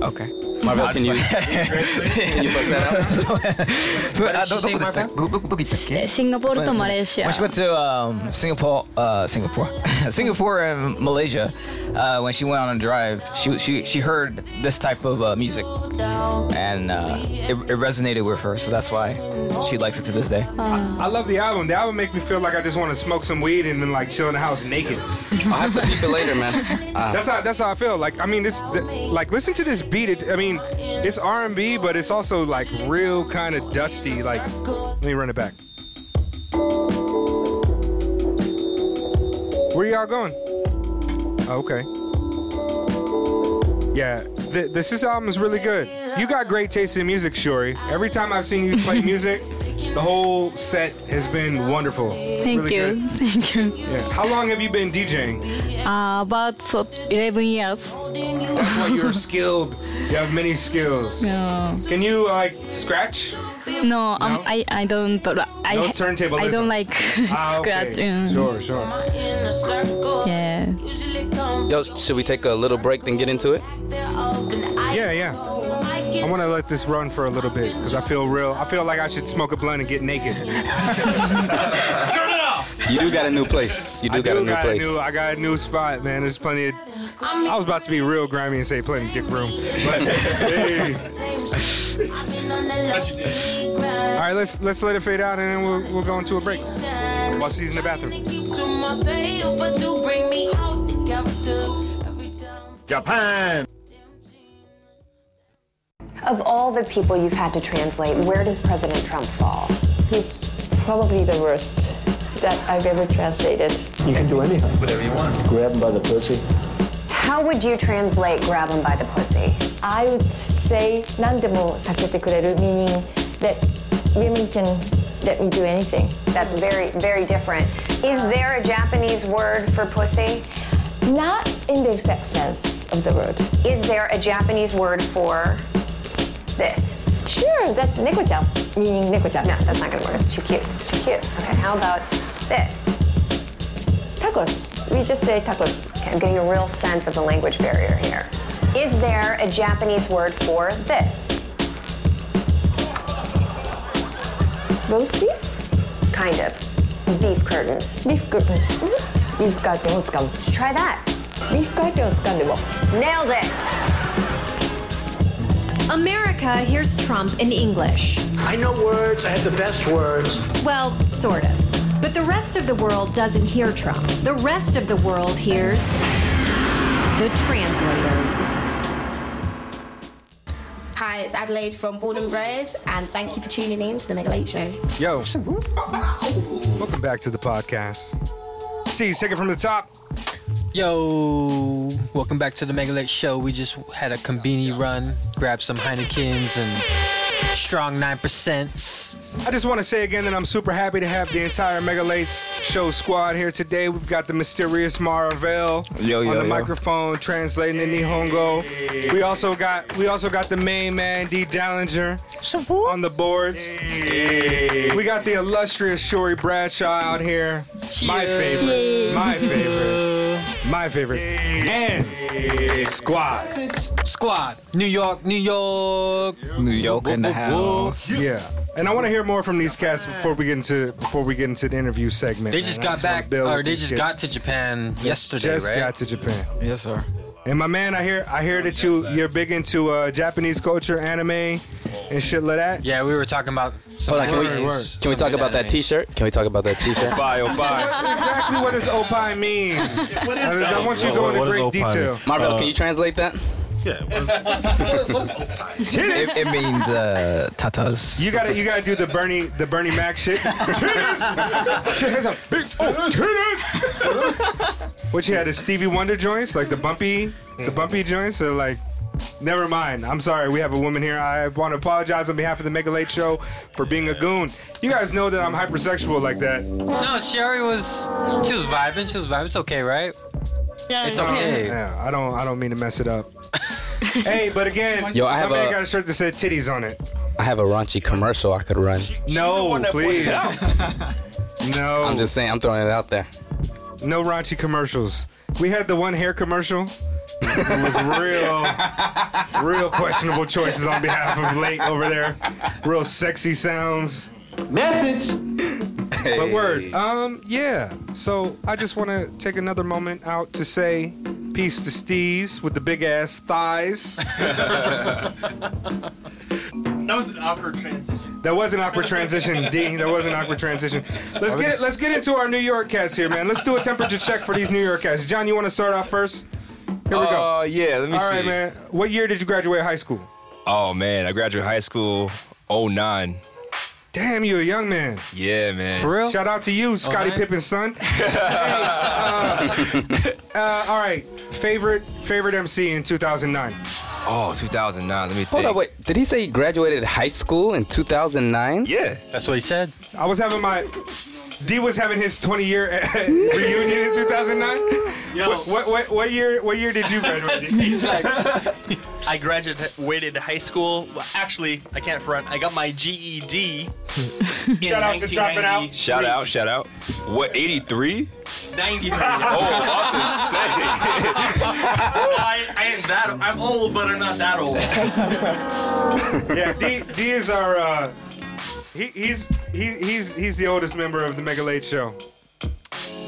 [SPEAKER 6] Okay.
[SPEAKER 4] Marvel,
[SPEAKER 6] I
[SPEAKER 4] can
[SPEAKER 6] just
[SPEAKER 4] you-
[SPEAKER 6] like-
[SPEAKER 4] Can you bust that
[SPEAKER 6] out? so, uh,
[SPEAKER 5] did you say,
[SPEAKER 6] どどこでしたっけ？
[SPEAKER 5] シンガポールとマレーシア。
[SPEAKER 6] When she went to um, Singapore, uh, Singapore, *laughs* Singapore and Malaysia, uh, when she went on a drive, she she she heard this type of uh, music, and uh, it, it resonated with her. So that's why she likes it to this day.
[SPEAKER 3] I love the album. The album make me feel like I just want to smoke some weed and then like chill in the house naked.
[SPEAKER 4] I'll have to peep it later, man. Uh,
[SPEAKER 3] *laughs* That's how that's how I feel. Like I mean, this th- like listen to this beat. It, I mean, it's R and B, but it's also like real kind of dusty. Like, let me run it back. Where y'all going? Oh, okay. Yeah, th- this this album is really good. You got great taste in music, Shuri. Every time I've seen you play music, the whole set has been wonderful.
[SPEAKER 5] Thank
[SPEAKER 3] Really
[SPEAKER 5] you
[SPEAKER 3] good.
[SPEAKER 5] Thank you
[SPEAKER 3] Yeah. How long have you been DJing?
[SPEAKER 5] uh, about so 11 years
[SPEAKER 3] That's why you're skilled. You have many skills.
[SPEAKER 5] Yeah.
[SPEAKER 3] Can you like scratch?
[SPEAKER 5] no, um, I I don't I
[SPEAKER 3] No turntablism.
[SPEAKER 5] I don't like *laughs*
[SPEAKER 3] Ah, okay.
[SPEAKER 5] scratch mm.
[SPEAKER 3] Sure, sure.
[SPEAKER 5] yeah
[SPEAKER 4] yo, should we take a little break then get into it?
[SPEAKER 3] Yeah, yeah. I want to let this run for a little bit because I feel real. I feel like I should smoke a blunt and get naked.
[SPEAKER 4] You do got a new place. You do
[SPEAKER 3] I
[SPEAKER 4] got a
[SPEAKER 3] do
[SPEAKER 4] new
[SPEAKER 3] got
[SPEAKER 4] place.
[SPEAKER 3] a new. I got a new spot, man. There's plenty of. I was about to be real grimy and say plenty of dick room, but
[SPEAKER 4] *laughs*
[SPEAKER 3] hey. All right, let's let's let it fade out and then we'll we'll go into a break while she's in the bathroom.
[SPEAKER 11] Japan.
[SPEAKER 15] Of all the people you've had to translate, where does President Trump fall?
[SPEAKER 16] He's probably the worst that I've ever translated.
[SPEAKER 17] You can do anything. Whatever you want. Grab him by the pussy.
[SPEAKER 15] How would you translate grab him by the pussy?
[SPEAKER 16] I would say 何でもさせてくれる meaning that women can let me do anything.
[SPEAKER 15] That's very, very different. Is there a Japanese word for pussy?
[SPEAKER 16] Not in the exact sense of the word.
[SPEAKER 15] Is there a Japanese word for this?
[SPEAKER 16] Sure, that's 猫ちゃん meaning 猫ちゃん.
[SPEAKER 15] No, that's not gonna work. It's too cute. It's too cute. Okay, how about this?
[SPEAKER 16] Tacos. We just say tacos.
[SPEAKER 15] Okay, I'm getting a real sense of the language barrier here. Is there a Japanese word for this?
[SPEAKER 16] Roast beef?
[SPEAKER 15] Kind of. Beef curtains. Mm-hmm.
[SPEAKER 16] Beef curtains. Beef curtain をつかむ.
[SPEAKER 15] Try that.
[SPEAKER 16] Beef curtain をつかんでも.
[SPEAKER 15] Nailed it.
[SPEAKER 18] America hears Trump in English.
[SPEAKER 19] I know words, I have the best words.
[SPEAKER 18] Well, sort of. But the rest of the world doesn't hear Trump. The rest of the world hears the translators.
[SPEAKER 20] Hi, it's Adelaide from Born and Bred, and thank you for tuning in to the Mega Late Show.
[SPEAKER 3] Yo, welcome back to the podcast. See, take it from the top.
[SPEAKER 2] Yo, welcome back to the Mega Late Show. We just had a Combini run, grabbed some Heinekens and strong 9%.
[SPEAKER 3] I just want to say again that I'm super happy to have the entire Mega Lates show squad here today. We've got the mysterious Marvel
[SPEAKER 6] Yo, yo,
[SPEAKER 3] on the
[SPEAKER 6] yo.
[SPEAKER 3] microphone translating in Nihongo. We also got we also got the main man D Dallinger on the boards. We got the illustrious Shory Bradshaw out here. My favorite. My favorite. My favorite. And squad.
[SPEAKER 2] Squad, New York, New York.
[SPEAKER 3] New York
[SPEAKER 2] in the house.
[SPEAKER 3] Yeah. And I want to hear more from these cats before we get into before we get into the interview segment.
[SPEAKER 2] They
[SPEAKER 3] man.
[SPEAKER 2] just
[SPEAKER 3] I
[SPEAKER 2] got
[SPEAKER 3] wanna
[SPEAKER 2] back,
[SPEAKER 3] build
[SPEAKER 2] or
[SPEAKER 3] with
[SPEAKER 2] they
[SPEAKER 3] these
[SPEAKER 2] just
[SPEAKER 3] kids.
[SPEAKER 2] got to Japan yesterday,
[SPEAKER 3] Just
[SPEAKER 2] right?
[SPEAKER 3] got to Japan.
[SPEAKER 2] Yes, sir.
[SPEAKER 3] And my man, I hear I hear that you you're big into uh, Japanese culture, anime, and shit like that.
[SPEAKER 2] Yeah, we were talking about. Some
[SPEAKER 4] Hold on, can we,
[SPEAKER 2] words,
[SPEAKER 4] can we talk about that T-shirt? Can we talk about that T-shirt?
[SPEAKER 3] Bye, oh, bye. exactly what does opai mean? I, I want you to go into great detail.
[SPEAKER 4] Marvel, can you translate that?
[SPEAKER 6] It, it means uh, tatas.
[SPEAKER 3] You gotta you gotta do the Bernie the Bernie Mac shit. Titties! Shit has a big oh titties! What you had the Stevie Wonder joints, like the bumpy the bumpy joints are like Never mind. I'm sorry. We have a woman here. I want to apologize on behalf of the Mega Late Show for being a goon. You guys know that I'm hypersexual like that.
[SPEAKER 2] No, Sherry was. She was vibing. She was vibing. It's okay, right?
[SPEAKER 3] Yeah,
[SPEAKER 2] It's okay.
[SPEAKER 3] Yeah, I don't. I don't mean to mess it up. hey, but again,
[SPEAKER 4] Yo, I have
[SPEAKER 3] my man
[SPEAKER 4] a-
[SPEAKER 3] got a shirt that said titties on it.
[SPEAKER 4] I have a raunchy commercial I could run.
[SPEAKER 3] No, please. no.
[SPEAKER 4] I'm just saying, I'm throwing it out there.
[SPEAKER 3] No raunchy commercials. We had the one hair commercial. It was real, real questionable choices on behalf of late over there. Real sexy sounds. Message. But word. Um, yeah. So I just want to take another moment out to say peace to Steez with the big ass thighs. *laughs*
[SPEAKER 21] That was an awkward transition.
[SPEAKER 3] That was an
[SPEAKER 22] *laughs*
[SPEAKER 3] awkward transition, D. That was an awkward transition. Let's get let's get into our New York cats here, man. Let's do a temperature check for these New York cats. John, you want to start off first? Here we go.
[SPEAKER 22] Uh, yeah, let me
[SPEAKER 3] All right,
[SPEAKER 22] see.
[SPEAKER 3] man. What year did you graduate high school?
[SPEAKER 22] Oh man, I graduated high school 09.
[SPEAKER 3] Damn, you a young man.
[SPEAKER 22] Yeah, man.
[SPEAKER 3] Shout out to you,
[SPEAKER 13] Oh,
[SPEAKER 3] Scotty
[SPEAKER 22] nine? *laughs*
[SPEAKER 3] Pippen's son. Hey, uh, uh, all right, favorite favorite MC in 2009.
[SPEAKER 22] Oh, 2009. Let me
[SPEAKER 4] Hold
[SPEAKER 22] think.
[SPEAKER 4] up, wait. Did he say he graduated high school in 2009?
[SPEAKER 22] Yeah.
[SPEAKER 2] That's what he said.
[SPEAKER 3] I was having my D was having his 20 year reunion in 2009. What, what what what year what
[SPEAKER 2] *laughs*
[SPEAKER 3] year did you graduate?
[SPEAKER 21] He's like, I graduated waited high school. Well, actually, I can't front. I got my E GED. in
[SPEAKER 22] Shout out to Drop It Out.
[SPEAKER 21] 1993.
[SPEAKER 22] Shout out, shout out. What, 83?
[SPEAKER 21] 93.
[SPEAKER 22] Oh, about to say.
[SPEAKER 21] I, I ain't that. I'm old, but I'm not that old.
[SPEAKER 3] yeah, D, D is our. Uh, he, he's he, he's he's the oldest member of the Mega Late Show.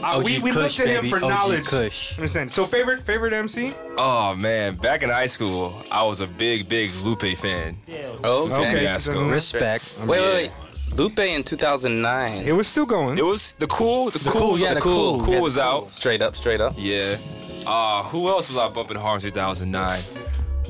[SPEAKER 3] Uh,
[SPEAKER 22] OG
[SPEAKER 3] we we
[SPEAKER 22] Kush,
[SPEAKER 3] looked at
[SPEAKER 22] baby.
[SPEAKER 3] him for
[SPEAKER 22] OG
[SPEAKER 3] knowledge.
[SPEAKER 22] Kush.
[SPEAKER 3] Understand? So favorite favorite MC?
[SPEAKER 22] Oh man, back in high school, I was a big, big Lupe fan. Oh,
[SPEAKER 4] Okay.
[SPEAKER 22] Fantasco.
[SPEAKER 4] Respect. Wait, wait, wait. Lupe in 2009.
[SPEAKER 3] It was still going.
[SPEAKER 22] It was the cool. The,
[SPEAKER 4] The
[SPEAKER 22] cool.
[SPEAKER 4] Cool, yeah, The
[SPEAKER 22] cool.
[SPEAKER 4] Cool.
[SPEAKER 22] Cool
[SPEAKER 4] Yeah,
[SPEAKER 22] was
[SPEAKER 4] The
[SPEAKER 22] out.
[SPEAKER 4] Straight up, straight up.
[SPEAKER 22] Yeah. Uh, who else was I bumping hard in 2009?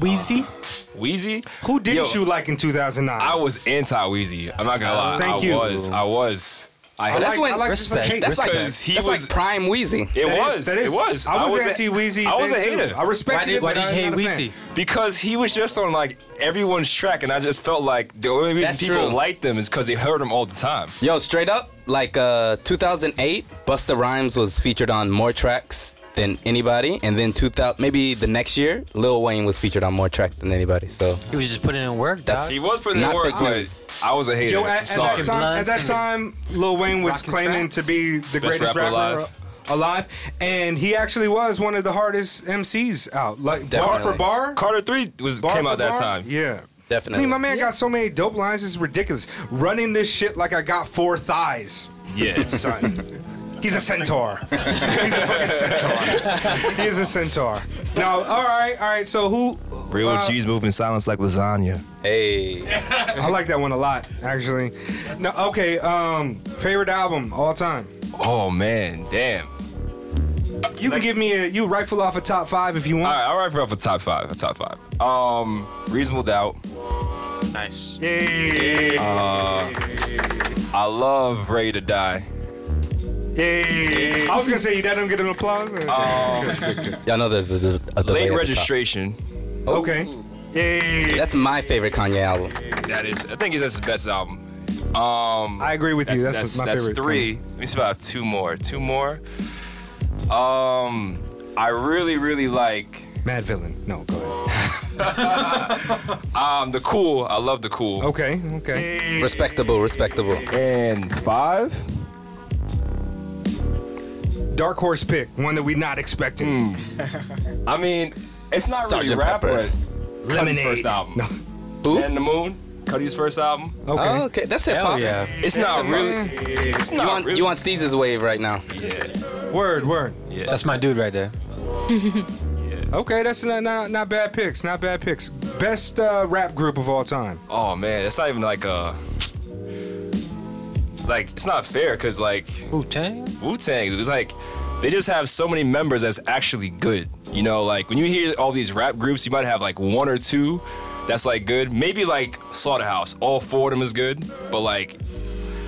[SPEAKER 3] Wheezy.
[SPEAKER 22] Wheezy.
[SPEAKER 3] Who
[SPEAKER 22] Uh,
[SPEAKER 3] didn't
[SPEAKER 22] Yo,
[SPEAKER 3] you like in 2009?
[SPEAKER 22] I was anti Wheezy. I'm not gonna lie.
[SPEAKER 3] Thank
[SPEAKER 22] I
[SPEAKER 3] you.
[SPEAKER 22] was. I was. I,
[SPEAKER 4] that's when respect. That's like,
[SPEAKER 22] Because he
[SPEAKER 4] that's
[SPEAKER 22] was
[SPEAKER 4] like prime Wheezy.
[SPEAKER 22] It was. It was.
[SPEAKER 3] I was
[SPEAKER 22] a-
[SPEAKER 3] anti-Wheezy
[SPEAKER 22] I was a
[SPEAKER 3] then, too.
[SPEAKER 22] hater.
[SPEAKER 3] I respected Why did- it, why but did I you was hate not a Wheezy?
[SPEAKER 22] Because he was just on like everyone's track, and I just felt like the only reason
[SPEAKER 4] That's
[SPEAKER 22] people
[SPEAKER 4] true.
[SPEAKER 22] liked them is because they heard him all the time.
[SPEAKER 4] Yo, straight up, like uh 2008, Busta Rhymes was featured on more tracks than anybody, and then 2000, maybe the next year, Lil Wayne was featured on more tracks than anybody. So
[SPEAKER 2] He was just putting in work.
[SPEAKER 4] That's-
[SPEAKER 2] dog.
[SPEAKER 4] He was putting in
[SPEAKER 22] Not
[SPEAKER 4] work,
[SPEAKER 22] fake
[SPEAKER 4] but
[SPEAKER 22] news. I was a hater.
[SPEAKER 3] Yo, at, at
[SPEAKER 22] Sorry.
[SPEAKER 3] that time, at that time, Lil Wayne was
[SPEAKER 22] Rockin'
[SPEAKER 3] claiming
[SPEAKER 22] tracks.
[SPEAKER 3] to be the
[SPEAKER 22] Best
[SPEAKER 3] greatest
[SPEAKER 22] rapper
[SPEAKER 3] rapper,
[SPEAKER 22] alive.
[SPEAKER 3] alive. and he actually was one of the hardest MCs out. Like bar
[SPEAKER 22] Definitely.
[SPEAKER 3] for bar,
[SPEAKER 22] Carter Three was
[SPEAKER 3] Bar
[SPEAKER 22] came
[SPEAKER 3] for
[SPEAKER 22] out that
[SPEAKER 3] bar?
[SPEAKER 22] time.
[SPEAKER 3] Yeah. I mean, my man got so many dope lines. It's ridiculous. Running this shit like I got four thighs.
[SPEAKER 22] *laughs* Yeah.
[SPEAKER 3] son. He's a centaur.
[SPEAKER 22] *laughs*
[SPEAKER 3] He's a fucking centaur. He's a centaur. No, all right, all right. So who?
[SPEAKER 22] Real
[SPEAKER 3] uh,
[SPEAKER 22] G's moving silence like lasagna.
[SPEAKER 4] Hey.
[SPEAKER 3] I like that one a lot, actually. No, okay. Um, favorite album all time.
[SPEAKER 22] Oh man, damn.
[SPEAKER 3] You can give me a you rifle off a top five if you want.
[SPEAKER 22] All right, all right, for, for top five, a top five. Um, reasonable doubt.
[SPEAKER 21] Nice.
[SPEAKER 3] Yay.
[SPEAKER 22] Uh, I love Ready to Die.
[SPEAKER 3] Yay. I was gonna say that don't get an applause.
[SPEAKER 22] Oh.
[SPEAKER 4] Y'all know there's a, a delay
[SPEAKER 22] Late
[SPEAKER 4] at the top. Oh.
[SPEAKER 22] registration.
[SPEAKER 3] Okay. Yay.
[SPEAKER 4] That's my favorite Kanye album.
[SPEAKER 22] That is, I think that's his best album. Um,
[SPEAKER 3] I agree with you. That's my
[SPEAKER 22] that's
[SPEAKER 3] favorite.
[SPEAKER 22] three. Let me see if I have two more. Two more. Um, I really, really like
[SPEAKER 3] *laughs* Mad Villain. No, go
[SPEAKER 22] ahead. um, the cool. I love the cool.
[SPEAKER 3] Okay. Okay.
[SPEAKER 4] Respectable, respectable.
[SPEAKER 22] And five.
[SPEAKER 3] Dark horse pick, one that we not expecting.
[SPEAKER 22] Hmm.
[SPEAKER 3] *laughs*
[SPEAKER 22] I mean, it's not
[SPEAKER 3] Sgt.
[SPEAKER 22] really rap,
[SPEAKER 3] Pepper.
[SPEAKER 22] but Cudi's
[SPEAKER 3] Lemonade.
[SPEAKER 22] first album. Man in the Moon, Cudi's first album.
[SPEAKER 4] Okay. Oh, okay. That's hip hop.
[SPEAKER 22] It's not really. It's not
[SPEAKER 4] you on,
[SPEAKER 22] really.
[SPEAKER 4] You on Steez's wave right now.
[SPEAKER 3] Word, word.
[SPEAKER 22] Yeah.
[SPEAKER 2] That's my dude right there.
[SPEAKER 3] Okay, that's not, not not bad picks. Not bad picks. Best uh, rap group of all time.
[SPEAKER 22] Oh man, it's not even like a. Like it's not fair because like
[SPEAKER 2] Wu Tang.
[SPEAKER 22] Wu Tang. It was like they just have so many members that's actually good. You know, like when you hear all these rap groups, you might have like one or two that's like good. Maybe like Slaughterhouse. All four of them is good, but like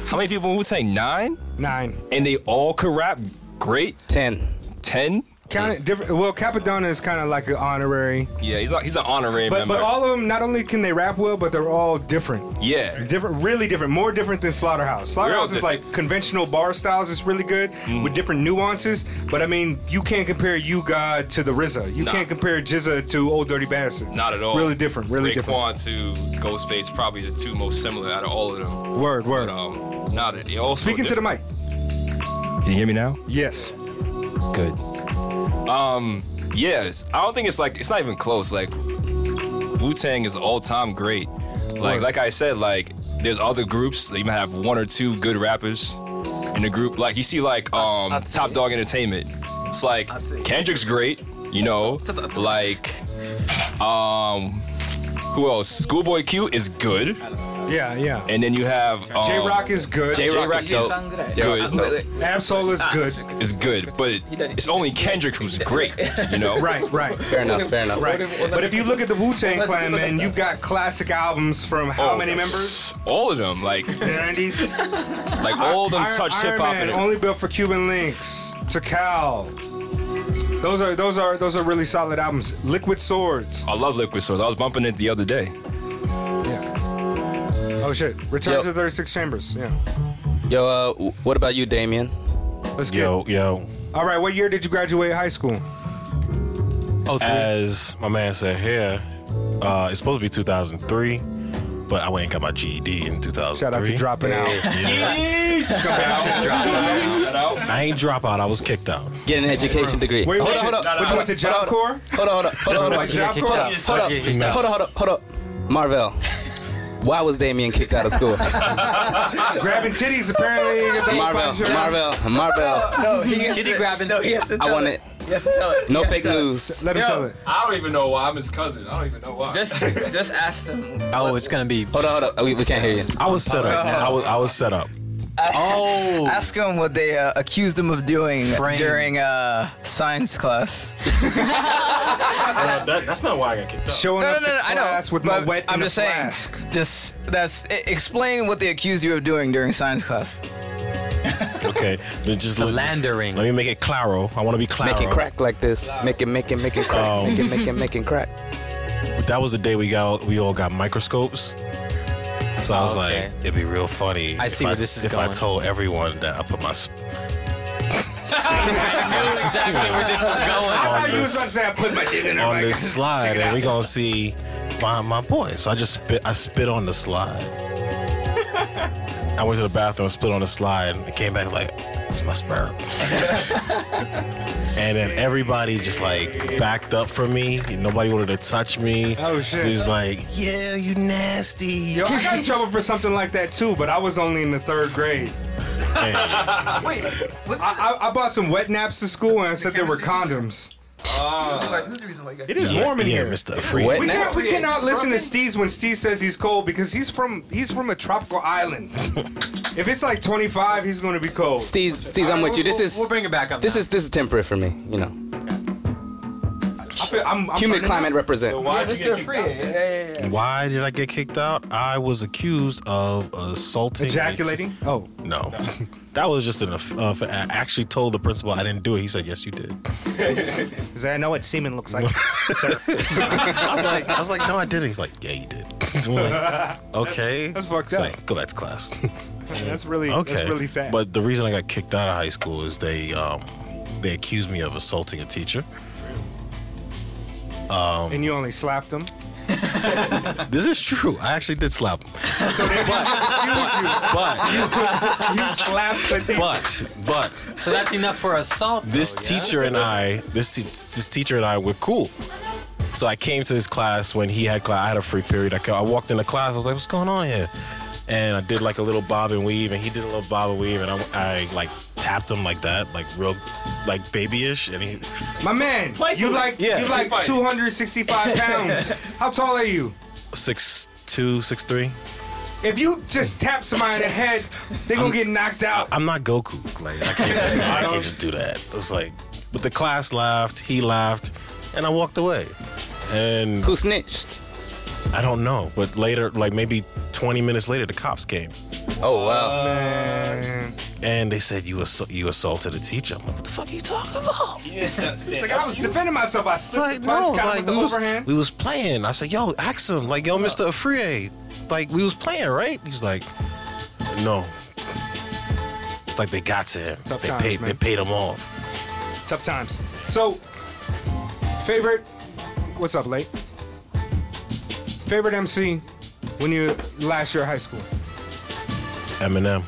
[SPEAKER 22] how many people in Wu Tang? Nine.
[SPEAKER 3] Nine.
[SPEAKER 22] And they all could rap great.
[SPEAKER 4] Ten.
[SPEAKER 22] Ten.
[SPEAKER 3] Kind
[SPEAKER 22] Hmm.
[SPEAKER 3] of different. Well, Capadonna is kind of like an honorary.
[SPEAKER 22] Yeah, he's a, he's an honorary
[SPEAKER 3] But
[SPEAKER 22] member.
[SPEAKER 3] but all of them, not only can they rap well, but they're all different.
[SPEAKER 22] yeah.
[SPEAKER 3] Different, really different, more different than Slaughterhouse. Slaughterhouse is
[SPEAKER 22] different. Mm.
[SPEAKER 3] like conventional bar styles. It's really good with different nuances. But I mean, you can't compare You God to the RZA. You
[SPEAKER 22] Nah.
[SPEAKER 3] can't compare Jizza to Old Dirty Bastard.
[SPEAKER 22] Not at all.
[SPEAKER 3] Really different. Really different.
[SPEAKER 22] Raekwon to Ghostface, probably the two most similar out of all of them.
[SPEAKER 3] Word, word.
[SPEAKER 22] Um, not it. Also
[SPEAKER 3] Speaking to the mic.
[SPEAKER 22] Can you hear me now?
[SPEAKER 3] Yes.
[SPEAKER 22] Good. Um, yes. I don't think it's like it's not even close. Like Wu Tang is all time great. Like like I said, like there's other groups that you might have one or two good rappers in the group. Like you see like um Top Dog Entertainment. It's like Kendrick's great, you know. Like um who else? Schoolboy Q is good.
[SPEAKER 3] Yeah, yeah.
[SPEAKER 22] And then you have um,
[SPEAKER 3] J Rock is good.
[SPEAKER 22] J Rock is dope.
[SPEAKER 6] Ah,
[SPEAKER 22] Good. dope.
[SPEAKER 3] Absol is good.
[SPEAKER 22] It's good, but it's only Kendrick who's great, you know?
[SPEAKER 3] Right, right.
[SPEAKER 4] Fair enough, fair enough.
[SPEAKER 3] Right. But if you look at the Wu Tang Clan, man, you've got classic albums from how
[SPEAKER 22] Oh,
[SPEAKER 3] many members?
[SPEAKER 22] All of
[SPEAKER 6] *laughs*
[SPEAKER 22] them, like
[SPEAKER 3] The 90s.
[SPEAKER 22] like all of them
[SPEAKER 3] Iron-
[SPEAKER 22] touched
[SPEAKER 3] Iron
[SPEAKER 22] hip hop.
[SPEAKER 3] Man,
[SPEAKER 22] and
[SPEAKER 3] Only built for Cuban links. Tikal. Those are those are those are really solid albums. Liquid Swords.
[SPEAKER 22] I love Liquid Swords. I was bumping it the other day.
[SPEAKER 3] Oh shit. Return
[SPEAKER 4] Yo.
[SPEAKER 3] to 36 Chambers. Yeah.
[SPEAKER 4] Yo, uh, w- what about you, Damien?
[SPEAKER 3] Let's
[SPEAKER 10] Yo, yo.
[SPEAKER 3] All right. What year did you graduate high school?
[SPEAKER 10] As my man said here, uh, it's supposed to be 2003, but I went and got my GED in 2003.
[SPEAKER 3] Shout out to dropping out.
[SPEAKER 21] E
[SPEAKER 10] Yeah.
[SPEAKER 3] Come back, shit, drop it out.
[SPEAKER 10] Nah, I ain't dropout. I was kicked out.
[SPEAKER 4] Get an education degree.
[SPEAKER 10] Wait,
[SPEAKER 4] hold
[SPEAKER 10] wait,
[SPEAKER 4] on, hold on.
[SPEAKER 10] no, no,
[SPEAKER 4] hold
[SPEAKER 10] no.
[SPEAKER 4] on,
[SPEAKER 10] Went to
[SPEAKER 4] hold
[SPEAKER 10] Job
[SPEAKER 4] on,
[SPEAKER 10] Corps?
[SPEAKER 4] Hold on, hold on, hold on, hold on.
[SPEAKER 10] Went to Job
[SPEAKER 4] Hold
[SPEAKER 10] Corps?
[SPEAKER 4] up,
[SPEAKER 10] He's
[SPEAKER 4] hold up,
[SPEAKER 10] lucky he's
[SPEAKER 4] hold up,
[SPEAKER 10] not.
[SPEAKER 4] hold up, hold up. Marvell, why was Damien kicked out of school?
[SPEAKER 3] Grabbing titties apparently.
[SPEAKER 4] Marvell, Marvell,
[SPEAKER 3] *laughs*
[SPEAKER 4] Marvell.
[SPEAKER 6] No, Oh, he has to, No, he has to
[SPEAKER 4] I
[SPEAKER 6] tell
[SPEAKER 4] want
[SPEAKER 6] it.
[SPEAKER 4] it.
[SPEAKER 6] He has to tell it.
[SPEAKER 4] No
[SPEAKER 6] He has
[SPEAKER 4] fake
[SPEAKER 6] to tell it.
[SPEAKER 4] news.
[SPEAKER 6] Yo,
[SPEAKER 22] I don't even know why I'm his cousin. I don't even know why.
[SPEAKER 6] Just, just ask him.
[SPEAKER 4] Oh, it's gonna be. Hold on, hold up. Oh, we, we can't hear you.
[SPEAKER 10] I was set up. I was I was set up.
[SPEAKER 6] Oh. *laughs* ask him what they uh, accused him of doing
[SPEAKER 10] Framed.
[SPEAKER 6] during uh, science class.
[SPEAKER 10] Uh, That- that's not why I got kicked out.
[SPEAKER 3] Showing up to class with my
[SPEAKER 6] but
[SPEAKER 3] wet
[SPEAKER 6] I'm
[SPEAKER 3] in a
[SPEAKER 6] just saying.
[SPEAKER 3] flask.
[SPEAKER 6] Just that's e- explain what they accused you of doing during science class.
[SPEAKER 10] Okay, then just
[SPEAKER 4] Philandering.
[SPEAKER 10] Let me make it claro. I want to be claro.
[SPEAKER 4] Make it crack like this. Make it, make it, make it crack.
[SPEAKER 10] Oh.
[SPEAKER 4] Make it, make it, make it crack.
[SPEAKER 10] But Um, that was the day we got we all got microscopes. So I was
[SPEAKER 2] Oh, Okay.
[SPEAKER 10] like, it'd be real funny.
[SPEAKER 2] I
[SPEAKER 10] if
[SPEAKER 2] see where this is
[SPEAKER 10] if I
[SPEAKER 2] going.
[SPEAKER 10] told everyone that I put my sp-
[SPEAKER 2] exactly where this was going.
[SPEAKER 10] I
[SPEAKER 3] thought you was about to say I put my dick in her
[SPEAKER 10] on
[SPEAKER 3] mic.
[SPEAKER 21] *laughs*
[SPEAKER 10] this slide, and we gonna see find my boy. So I just spit. I spit on the slide. I went to the bathroom, spit on the slide, and came back like it's my sperm. and then everybody just like backed up from me. Nobody wanted to touch me.
[SPEAKER 3] Oh, shit.
[SPEAKER 10] Just like
[SPEAKER 3] *laughs*
[SPEAKER 10] Yeah, you nasty. Yo,
[SPEAKER 3] I got in trouble for something like that too, but I was only in the third grade.
[SPEAKER 6] Wait, what's
[SPEAKER 3] I, I, I bought some wet naps to school and I said there were condoms. It is warm in here,
[SPEAKER 10] Mister
[SPEAKER 3] We, can't, we cannot *laughs* listen to Steez when Steez says he's cold because he's from he's from a tropical island. if it's like 25, he's going to be cold.
[SPEAKER 4] Steez, Steez, I'm with you. This is. This is this is temperate for me. You know.
[SPEAKER 3] I feel- I'm- I'm
[SPEAKER 4] Humid
[SPEAKER 3] burning
[SPEAKER 4] climate
[SPEAKER 3] up.
[SPEAKER 4] represent.
[SPEAKER 3] *laughs*
[SPEAKER 10] Why did I get kicked out? I was accused of assaulting.
[SPEAKER 3] Ejaculating? Oh.
[SPEAKER 10] No. *laughs* that was just an. aff- Uh, I actually told the principal I didn't do it. He said, yes, you did.
[SPEAKER 3] Because I know what semen looks
[SPEAKER 4] *laughs*
[SPEAKER 3] like.
[SPEAKER 10] I was like, I was like, no, I didn't. He's like, yeah, you did. I'm
[SPEAKER 3] *laughs*
[SPEAKER 10] like, okay.
[SPEAKER 3] That's fucked
[SPEAKER 10] He's
[SPEAKER 3] up.
[SPEAKER 10] like, go back to class.
[SPEAKER 3] *laughs* That's really
[SPEAKER 10] okay.
[SPEAKER 3] that's really sad.
[SPEAKER 10] But the reason I got kicked out of high school is they um, they accused me of assaulting a teacher. Um,
[SPEAKER 3] and you only slapped him.
[SPEAKER 10] *laughs* this is true. I actually did slap him.
[SPEAKER 3] So they *laughs* accuse
[SPEAKER 10] But
[SPEAKER 3] you. *laughs* you slapped the teacher.
[SPEAKER 10] But but
[SPEAKER 2] So that's enough for assault.
[SPEAKER 10] this teacher and I, this te- this teacher and I were cool. So I came to his class when he had class. I had a free period. I, ca- I walked into class. I was like, "What's going on here?" And I did like a little bob and weave, and he did a little bob and weave, and I, I like tapped him like that, like real, like babyish, and he.
[SPEAKER 3] My man, you like you like
[SPEAKER 10] *laughs*
[SPEAKER 3] 265 *laughs* pounds. How tall are you?
[SPEAKER 10] Six two, six three.
[SPEAKER 3] If you just tap somebody in the head, they gonna
[SPEAKER 10] I'm-
[SPEAKER 3] get knocked out.
[SPEAKER 10] I'm not Goku. Like I can't, I can't just do that. It's like, but the class laughed. He laughed, and I walked away. And
[SPEAKER 4] who snitched?
[SPEAKER 10] I don't know, but later, like maybe 20 minutes later, the cops came. *laughs*
[SPEAKER 4] Oh wow.
[SPEAKER 10] And they said you assault, you assaulted a teacher. I'm like, what the fuck are you talking about?
[SPEAKER 3] It's like I was defending myself. I
[SPEAKER 10] It's
[SPEAKER 3] slipped
[SPEAKER 10] like
[SPEAKER 3] the punch,
[SPEAKER 10] no,
[SPEAKER 3] got him
[SPEAKER 10] like
[SPEAKER 3] with the
[SPEAKER 10] we was,
[SPEAKER 3] overhand.
[SPEAKER 10] we was playing. I said, yo, ask him, like yo, Mr. Afrie, like we was playing, right? He's like, no. It's like they got to him.
[SPEAKER 3] Tough
[SPEAKER 10] they
[SPEAKER 3] times,
[SPEAKER 10] paid they
[SPEAKER 3] man.
[SPEAKER 10] paid him off.
[SPEAKER 3] Tough times. So, favorite. What's up, late? Favorite MC when you last year of high school.
[SPEAKER 10] Eminem,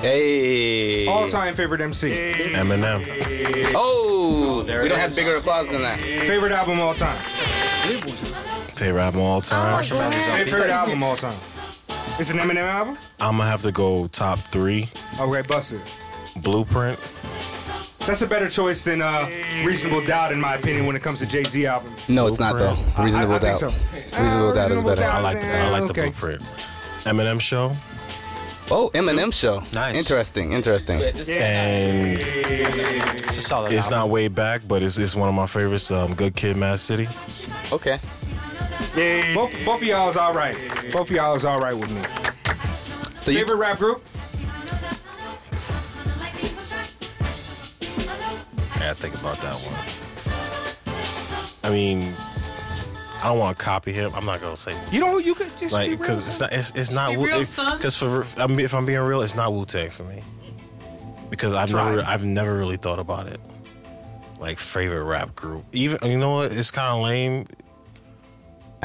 [SPEAKER 4] Hey.
[SPEAKER 3] All time favorite MC.
[SPEAKER 10] Eminem.
[SPEAKER 4] Oh,
[SPEAKER 3] there
[SPEAKER 4] we
[SPEAKER 3] it
[SPEAKER 4] don't have
[SPEAKER 3] is.
[SPEAKER 4] bigger applause than that.
[SPEAKER 3] Favorite album all time.
[SPEAKER 10] Favorite album of all
[SPEAKER 3] Oh,
[SPEAKER 10] time.
[SPEAKER 3] Favorite album all time. It's an Eminem album.
[SPEAKER 10] I'm gonna have to go top three.
[SPEAKER 3] Okay, bust it.
[SPEAKER 10] Blueprint.
[SPEAKER 3] That's a better choice than uh, Reasonable Doubt, in my opinion, when it comes to Jay Z albums.
[SPEAKER 4] No, it's not though.
[SPEAKER 3] I- I-
[SPEAKER 4] Reasonable
[SPEAKER 3] I think
[SPEAKER 4] doubt.
[SPEAKER 3] so.
[SPEAKER 4] Reasonable doubt is
[SPEAKER 3] Reasonable
[SPEAKER 4] better.
[SPEAKER 3] Doubt
[SPEAKER 10] I like the, I like
[SPEAKER 3] Okay.
[SPEAKER 10] the blueprint. Eminem show.
[SPEAKER 4] Oh, Eminem show.
[SPEAKER 10] Nice.
[SPEAKER 4] Interesting. Interesting.
[SPEAKER 10] And
[SPEAKER 2] It's a solid.
[SPEAKER 10] it's
[SPEAKER 2] album.
[SPEAKER 10] not way back, but it's, it's one of my favorites. Um, Good Kid, Mad City.
[SPEAKER 4] Okay.
[SPEAKER 3] Yeah. Both, both of y'all is all right. Both of y'all is all right with me.
[SPEAKER 4] So you-
[SPEAKER 3] Favorite rap group?
[SPEAKER 10] I gotta think about that one. I mean, I don't want to copy him. I'm not gonna say
[SPEAKER 3] You know, you could just
[SPEAKER 10] like
[SPEAKER 3] be real.
[SPEAKER 10] because it's not it's, it's not
[SPEAKER 3] Be
[SPEAKER 10] Wu-
[SPEAKER 3] real,
[SPEAKER 10] if-
[SPEAKER 3] son.
[SPEAKER 10] for I mean, if I'm being real, it's not Wu Tang for me because I've
[SPEAKER 3] Try.
[SPEAKER 10] never I've never really thought about it. Like favorite rap group, even you know what? It's kind of lame.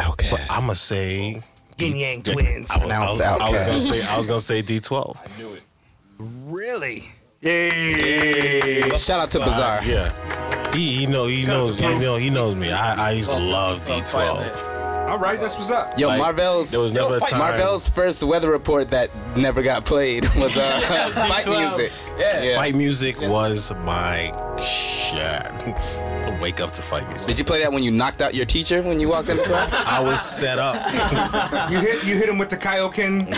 [SPEAKER 4] Okay,
[SPEAKER 10] but I'm gonna say
[SPEAKER 3] Yin Yang
[SPEAKER 10] Yeah,
[SPEAKER 3] Twins.
[SPEAKER 10] I was, I
[SPEAKER 4] Announced
[SPEAKER 10] was- I was
[SPEAKER 4] outcast.
[SPEAKER 10] gonna say I was gonna say D12.
[SPEAKER 3] *laughs* Really? Yay!
[SPEAKER 4] Shout out to Bizarre.
[SPEAKER 10] yeah. He, he know he knows he know he knows me. I, I used to love D12.
[SPEAKER 3] All right, that's what's up.
[SPEAKER 4] Yo,
[SPEAKER 10] Like,
[SPEAKER 4] Marvel's
[SPEAKER 10] there was never a time-
[SPEAKER 4] Marvel's first weather report that never got played *laughs*
[SPEAKER 10] *laughs*
[SPEAKER 4] was uh, fight music.
[SPEAKER 10] Fight music was my shit. I wake up to fight music.
[SPEAKER 4] Did you play that when you knocked out your teacher when you walked in?
[SPEAKER 10] *laughs* I was set up.
[SPEAKER 3] you hit you hit him with
[SPEAKER 10] *laughs*
[SPEAKER 3] the Kaioken.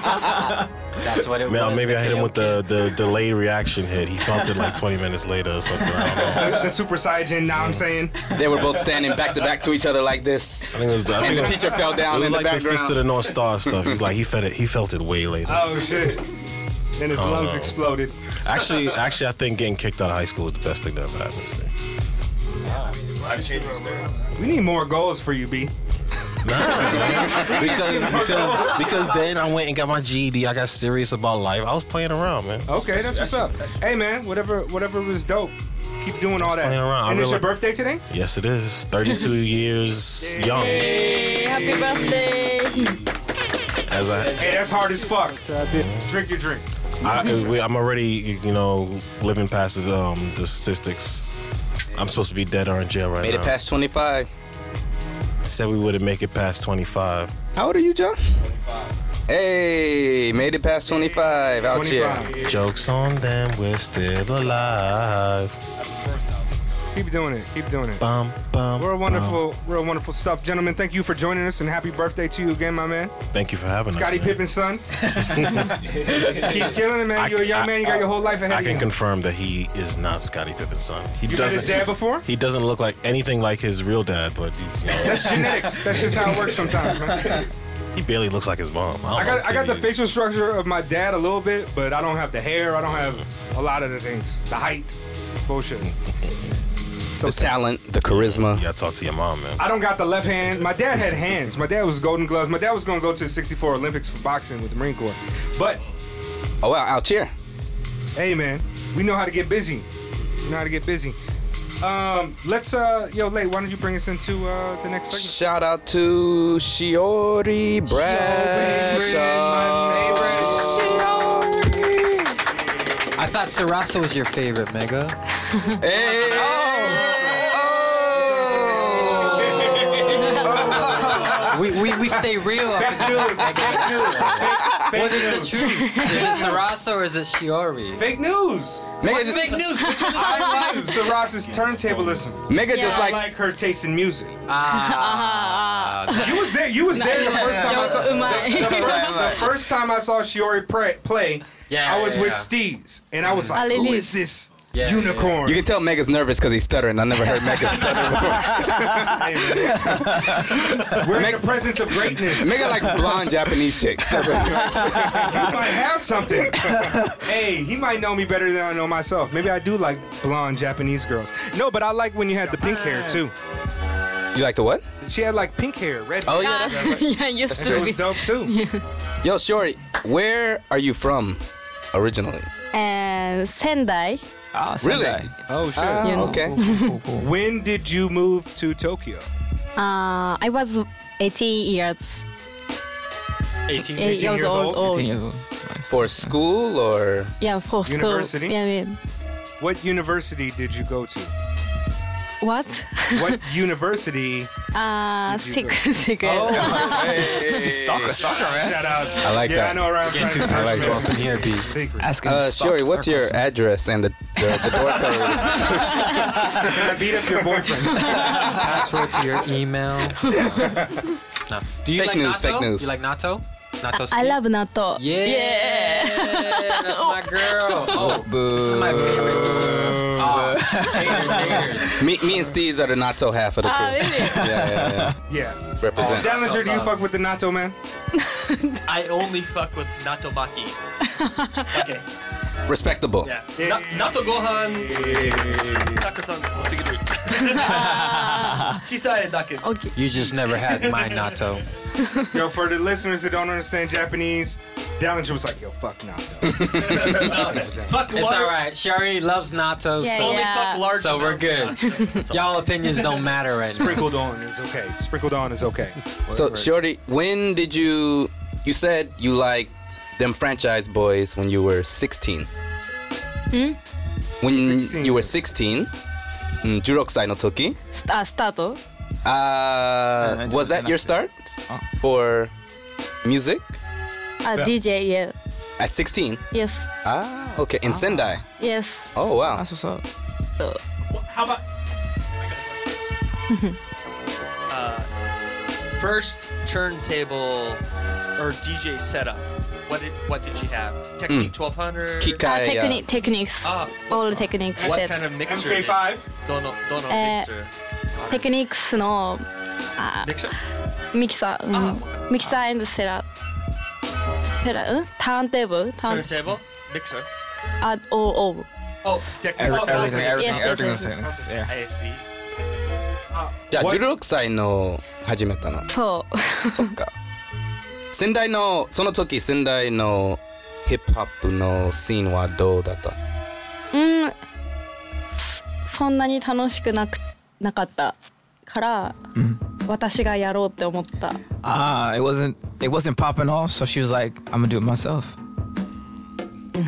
[SPEAKER 10] That's what it *laughs* Man, was. Maybe I hit him with the, the delayed reaction hit. He felt it like 20 minutes later or something. I don't know.
[SPEAKER 3] *laughs* the Super Saiyan. Now I'm saying
[SPEAKER 4] They were both standing back to back to each other like this.
[SPEAKER 10] I think it was the, I
[SPEAKER 4] *laughs* And
[SPEAKER 10] think
[SPEAKER 4] the
[SPEAKER 10] it was-
[SPEAKER 4] teacher fell down
[SPEAKER 10] It was
[SPEAKER 4] in the
[SPEAKER 10] like the
[SPEAKER 4] background.
[SPEAKER 10] fist of the North Star stuff. He's like he felt it. He felt it way later.
[SPEAKER 3] Oh shit! Then his
[SPEAKER 10] Oh,
[SPEAKER 3] lungs
[SPEAKER 10] no.
[SPEAKER 3] exploded. *laughs*
[SPEAKER 10] Actually, actually, I think getting kicked out of high school was the best thing that ever happened to me.
[SPEAKER 3] We need more goals for you, B.
[SPEAKER 10] because, because, because then I went and got my GED. I got serious about life. I was playing around, man.
[SPEAKER 3] Okay, that's what's up. Hey man, whatever whatever was dope. Keep doing all that.
[SPEAKER 10] playing around. I
[SPEAKER 3] And it's
[SPEAKER 10] really-
[SPEAKER 3] your birthday today?
[SPEAKER 10] Yes, it is.
[SPEAKER 3] *laughs*
[SPEAKER 10] 32 years young.
[SPEAKER 5] Hey, happy birthday.
[SPEAKER 10] As I,
[SPEAKER 3] Hey, that's hard as fuck. Drink your drink.
[SPEAKER 10] I, we- I'm already, you know, living past this, um, the statistics. I'm supposed to be dead or in jail right
[SPEAKER 4] Made
[SPEAKER 10] now.
[SPEAKER 4] it past 25.
[SPEAKER 10] Said we wouldn't make it past 25.
[SPEAKER 4] How old are you, John? Hey, made it past 25 out here.
[SPEAKER 10] Jokes on them, we're still alive.
[SPEAKER 3] Keep doing it. Keep doing it.
[SPEAKER 10] Bum, bum,
[SPEAKER 3] Real
[SPEAKER 10] bum.
[SPEAKER 3] wonderful, real wonderful stuff. Gentlemen, thank you for joining us and happy birthday to you again, my man.
[SPEAKER 10] Thank you for having
[SPEAKER 3] Scotty
[SPEAKER 10] us. man.
[SPEAKER 3] Pippen's son. Keep killing it, man. You're a young man. You got your whole life ahead
[SPEAKER 10] I
[SPEAKER 3] of
[SPEAKER 10] can
[SPEAKER 3] you.
[SPEAKER 10] confirm that he is not Scottie Pippen's son. He
[SPEAKER 3] You met
[SPEAKER 10] doesn't.
[SPEAKER 3] his dad before?
[SPEAKER 10] He doesn't look like anything like his real dad, but he's, you know,
[SPEAKER 3] That's genetics. That's just how it works sometimes, man.
[SPEAKER 10] *laughs* he barely looks like his mom.
[SPEAKER 3] I got, I got the facial structure of my dad a little bit, but I don't have the hair. I don't have a lot of the things. The height, bullshit.
[SPEAKER 4] the talent, the charisma.
[SPEAKER 10] Yeah, talk to your mom, man.
[SPEAKER 3] I don't got the left hand. My dad had hands. My dad was Golden Gloves. My dad was gonna go to the '64 Olympics for boxing with the Marine Corps, but
[SPEAKER 4] oh wow, out here.
[SPEAKER 3] Hey man, we know how to get busy. We know how to get busy. Um, let's uh, yo, late. Why don't you bring us into uh the next segment?
[SPEAKER 4] Shout out to Shiori Bradshaw.
[SPEAKER 2] I thought Sarasa was your favorite, Mega.
[SPEAKER 4] hey!
[SPEAKER 2] We, we, we stay real up in here. What is the truth? Is it Sarasa or is it Shiori?
[SPEAKER 3] Fake news.
[SPEAKER 2] What's fake news? Which
[SPEAKER 4] *laughs*
[SPEAKER 2] one is
[SPEAKER 3] I
[SPEAKER 2] fake
[SPEAKER 3] like
[SPEAKER 2] news?
[SPEAKER 3] Saras's turntablism.
[SPEAKER 4] Nigga just
[SPEAKER 3] I
[SPEAKER 4] likes- Uh-huh.
[SPEAKER 3] like her taste in music.
[SPEAKER 4] *laughs*
[SPEAKER 5] Ah.
[SPEAKER 3] You was there. You was there the first time I saw. The, the first, the first time I saw Shiori pray, play,
[SPEAKER 4] Yeah,
[SPEAKER 3] I was
[SPEAKER 4] yeah,
[SPEAKER 3] with
[SPEAKER 4] yeah.
[SPEAKER 3] Steez, and I was like,
[SPEAKER 4] Hallelujah.
[SPEAKER 3] "Who
[SPEAKER 4] *laughs*
[SPEAKER 3] is this unicorn?"
[SPEAKER 4] You can tell Mega's nervous because he's stuttering. I never heard
[SPEAKER 3] *laughs*
[SPEAKER 4] Mega stutter before.
[SPEAKER 3] We're in the presence of greatness.
[SPEAKER 4] Mega likes blonde Japanese chicks.
[SPEAKER 3] *laughs*
[SPEAKER 4] That's what he likes.
[SPEAKER 3] he might have something. hey, he might know me better than I know myself. Maybe I do like blonde Japanese girls. No, but I like when you had the pink hair too.
[SPEAKER 4] You like the what?
[SPEAKER 3] She had like pink hair, red.
[SPEAKER 4] Oh, *laughs* yeah,
[SPEAKER 3] hair.
[SPEAKER 4] that's-
[SPEAKER 5] yeah, you
[SPEAKER 4] That's
[SPEAKER 3] That
[SPEAKER 4] true.
[SPEAKER 3] was dope too.
[SPEAKER 4] Yo, Shorty, where are you from originally?
[SPEAKER 5] And Uh, Sendai.
[SPEAKER 4] Ah, *laughs* Really? Sendai.
[SPEAKER 3] Oh shit.
[SPEAKER 5] Ah, You know. okay.
[SPEAKER 3] when did you move to Tokyo?
[SPEAKER 5] Uh, I was 18 years.
[SPEAKER 3] 18,
[SPEAKER 5] Yeah, 18 I was years old, old. 18 years
[SPEAKER 4] For school or?
[SPEAKER 5] Yeah, for school.
[SPEAKER 3] University?
[SPEAKER 5] Yeah, yeah.
[SPEAKER 3] What university did you go to?
[SPEAKER 5] What? *laughs*
[SPEAKER 3] What university?
[SPEAKER 5] Uh, secret, *laughs* secret.
[SPEAKER 3] Oh, stalker, stalker, man. Shout out.
[SPEAKER 4] I like
[SPEAKER 3] yeah,
[SPEAKER 4] that.
[SPEAKER 3] I know, right? I'm
[SPEAKER 4] Getting
[SPEAKER 3] trying
[SPEAKER 4] too
[SPEAKER 3] to-
[SPEAKER 4] personal up in
[SPEAKER 2] here, B.
[SPEAKER 6] Ask
[SPEAKER 4] Uh, Shorty, what's your address and the, the, the door code?
[SPEAKER 3] I beat up your boyfriend.
[SPEAKER 2] *laughs*
[SPEAKER 5] *laughs*
[SPEAKER 2] Password to your email. No. Do you
[SPEAKER 4] Fake
[SPEAKER 2] like
[SPEAKER 4] news,
[SPEAKER 2] natto?
[SPEAKER 4] fake news.
[SPEAKER 2] You like natto? Natto.
[SPEAKER 5] I love natto.
[SPEAKER 2] Yeah.
[SPEAKER 5] *laughs*
[SPEAKER 2] That's my girl. Oh, this is my favorite. Oh,
[SPEAKER 4] *laughs* me, me and Steve's are the not so half of the crew.
[SPEAKER 5] Ah, really?
[SPEAKER 4] yeah, yeah, yeah.
[SPEAKER 3] Yeah.
[SPEAKER 4] Represent.
[SPEAKER 2] Oh,
[SPEAKER 3] Dallinger, do you fuck with the
[SPEAKER 2] *laughs*
[SPEAKER 3] natto man?
[SPEAKER 21] I only fuck with Natobaki. okay.
[SPEAKER 4] Respectable.
[SPEAKER 21] Yeah. Na- Nato Gohan. Taka-san, osigiri. *laughs* Chisae dake.
[SPEAKER 5] Okay.
[SPEAKER 2] You just never had my natto.
[SPEAKER 3] Yo, for the listeners that don't understand Japanese, Dallinger was like, yo, fuck natto.
[SPEAKER 2] it's all right. She already loves natto.
[SPEAKER 3] Yeah,
[SPEAKER 2] so
[SPEAKER 3] Only yeah. fuck large
[SPEAKER 2] So we're good. Y'all opinions don't matter right
[SPEAKER 3] Sprinkled on is okay. Sprinkled on is okay.
[SPEAKER 4] So, Shorty, when did you? You said you liked them franchise boys when you were 16.
[SPEAKER 5] Hmm?
[SPEAKER 4] when you were 16, mm, 16歳の時、
[SPEAKER 5] スタあスタート
[SPEAKER 4] uh, was that your start for music
[SPEAKER 5] あ、
[SPEAKER 4] Yeah.
[SPEAKER 5] DJ yeah
[SPEAKER 4] at 16?
[SPEAKER 5] yes
[SPEAKER 4] Ah, okay, in Sendai.
[SPEAKER 5] yes
[SPEAKER 4] Oh, wow. That's
[SPEAKER 6] what's up.
[SPEAKER 21] How about? *laughs* Uh, first turntable or DJ setup. What did what did you have? Technique
[SPEAKER 4] Mm.
[SPEAKER 21] twelve hundred.
[SPEAKER 5] Ah, technique, techniques
[SPEAKER 21] Ah,
[SPEAKER 5] all techniques
[SPEAKER 21] What
[SPEAKER 5] set.
[SPEAKER 21] kind of mixer?
[SPEAKER 3] MK5?
[SPEAKER 21] Don't know. Don't know
[SPEAKER 5] Uh,
[SPEAKER 21] mixer.
[SPEAKER 5] テクニックスのあ
[SPEAKER 21] Mixer.
[SPEAKER 5] ミキサー、うん、ミキサー and セラセラうんターンテーブルターン
[SPEAKER 21] Turntable. Mixer.
[SPEAKER 5] あおお
[SPEAKER 21] Oh, technique.
[SPEAKER 4] Every- everything, everything,
[SPEAKER 5] Yes, everything yes,
[SPEAKER 4] yes. is- yeah.
[SPEAKER 21] I see.
[SPEAKER 4] じゃあ16歳の始めたの。。
[SPEAKER 5] *laughs* そう
[SPEAKER 4] そっか。仙台のその時仙台のヒップホップのシーンはどうだった？
[SPEAKER 5] うんそそんなに楽しくなくなかったから私がやろうって思った。
[SPEAKER 6] Ah, it wasn't it wasn't popping off, so she was like, I'm gonna do it myself.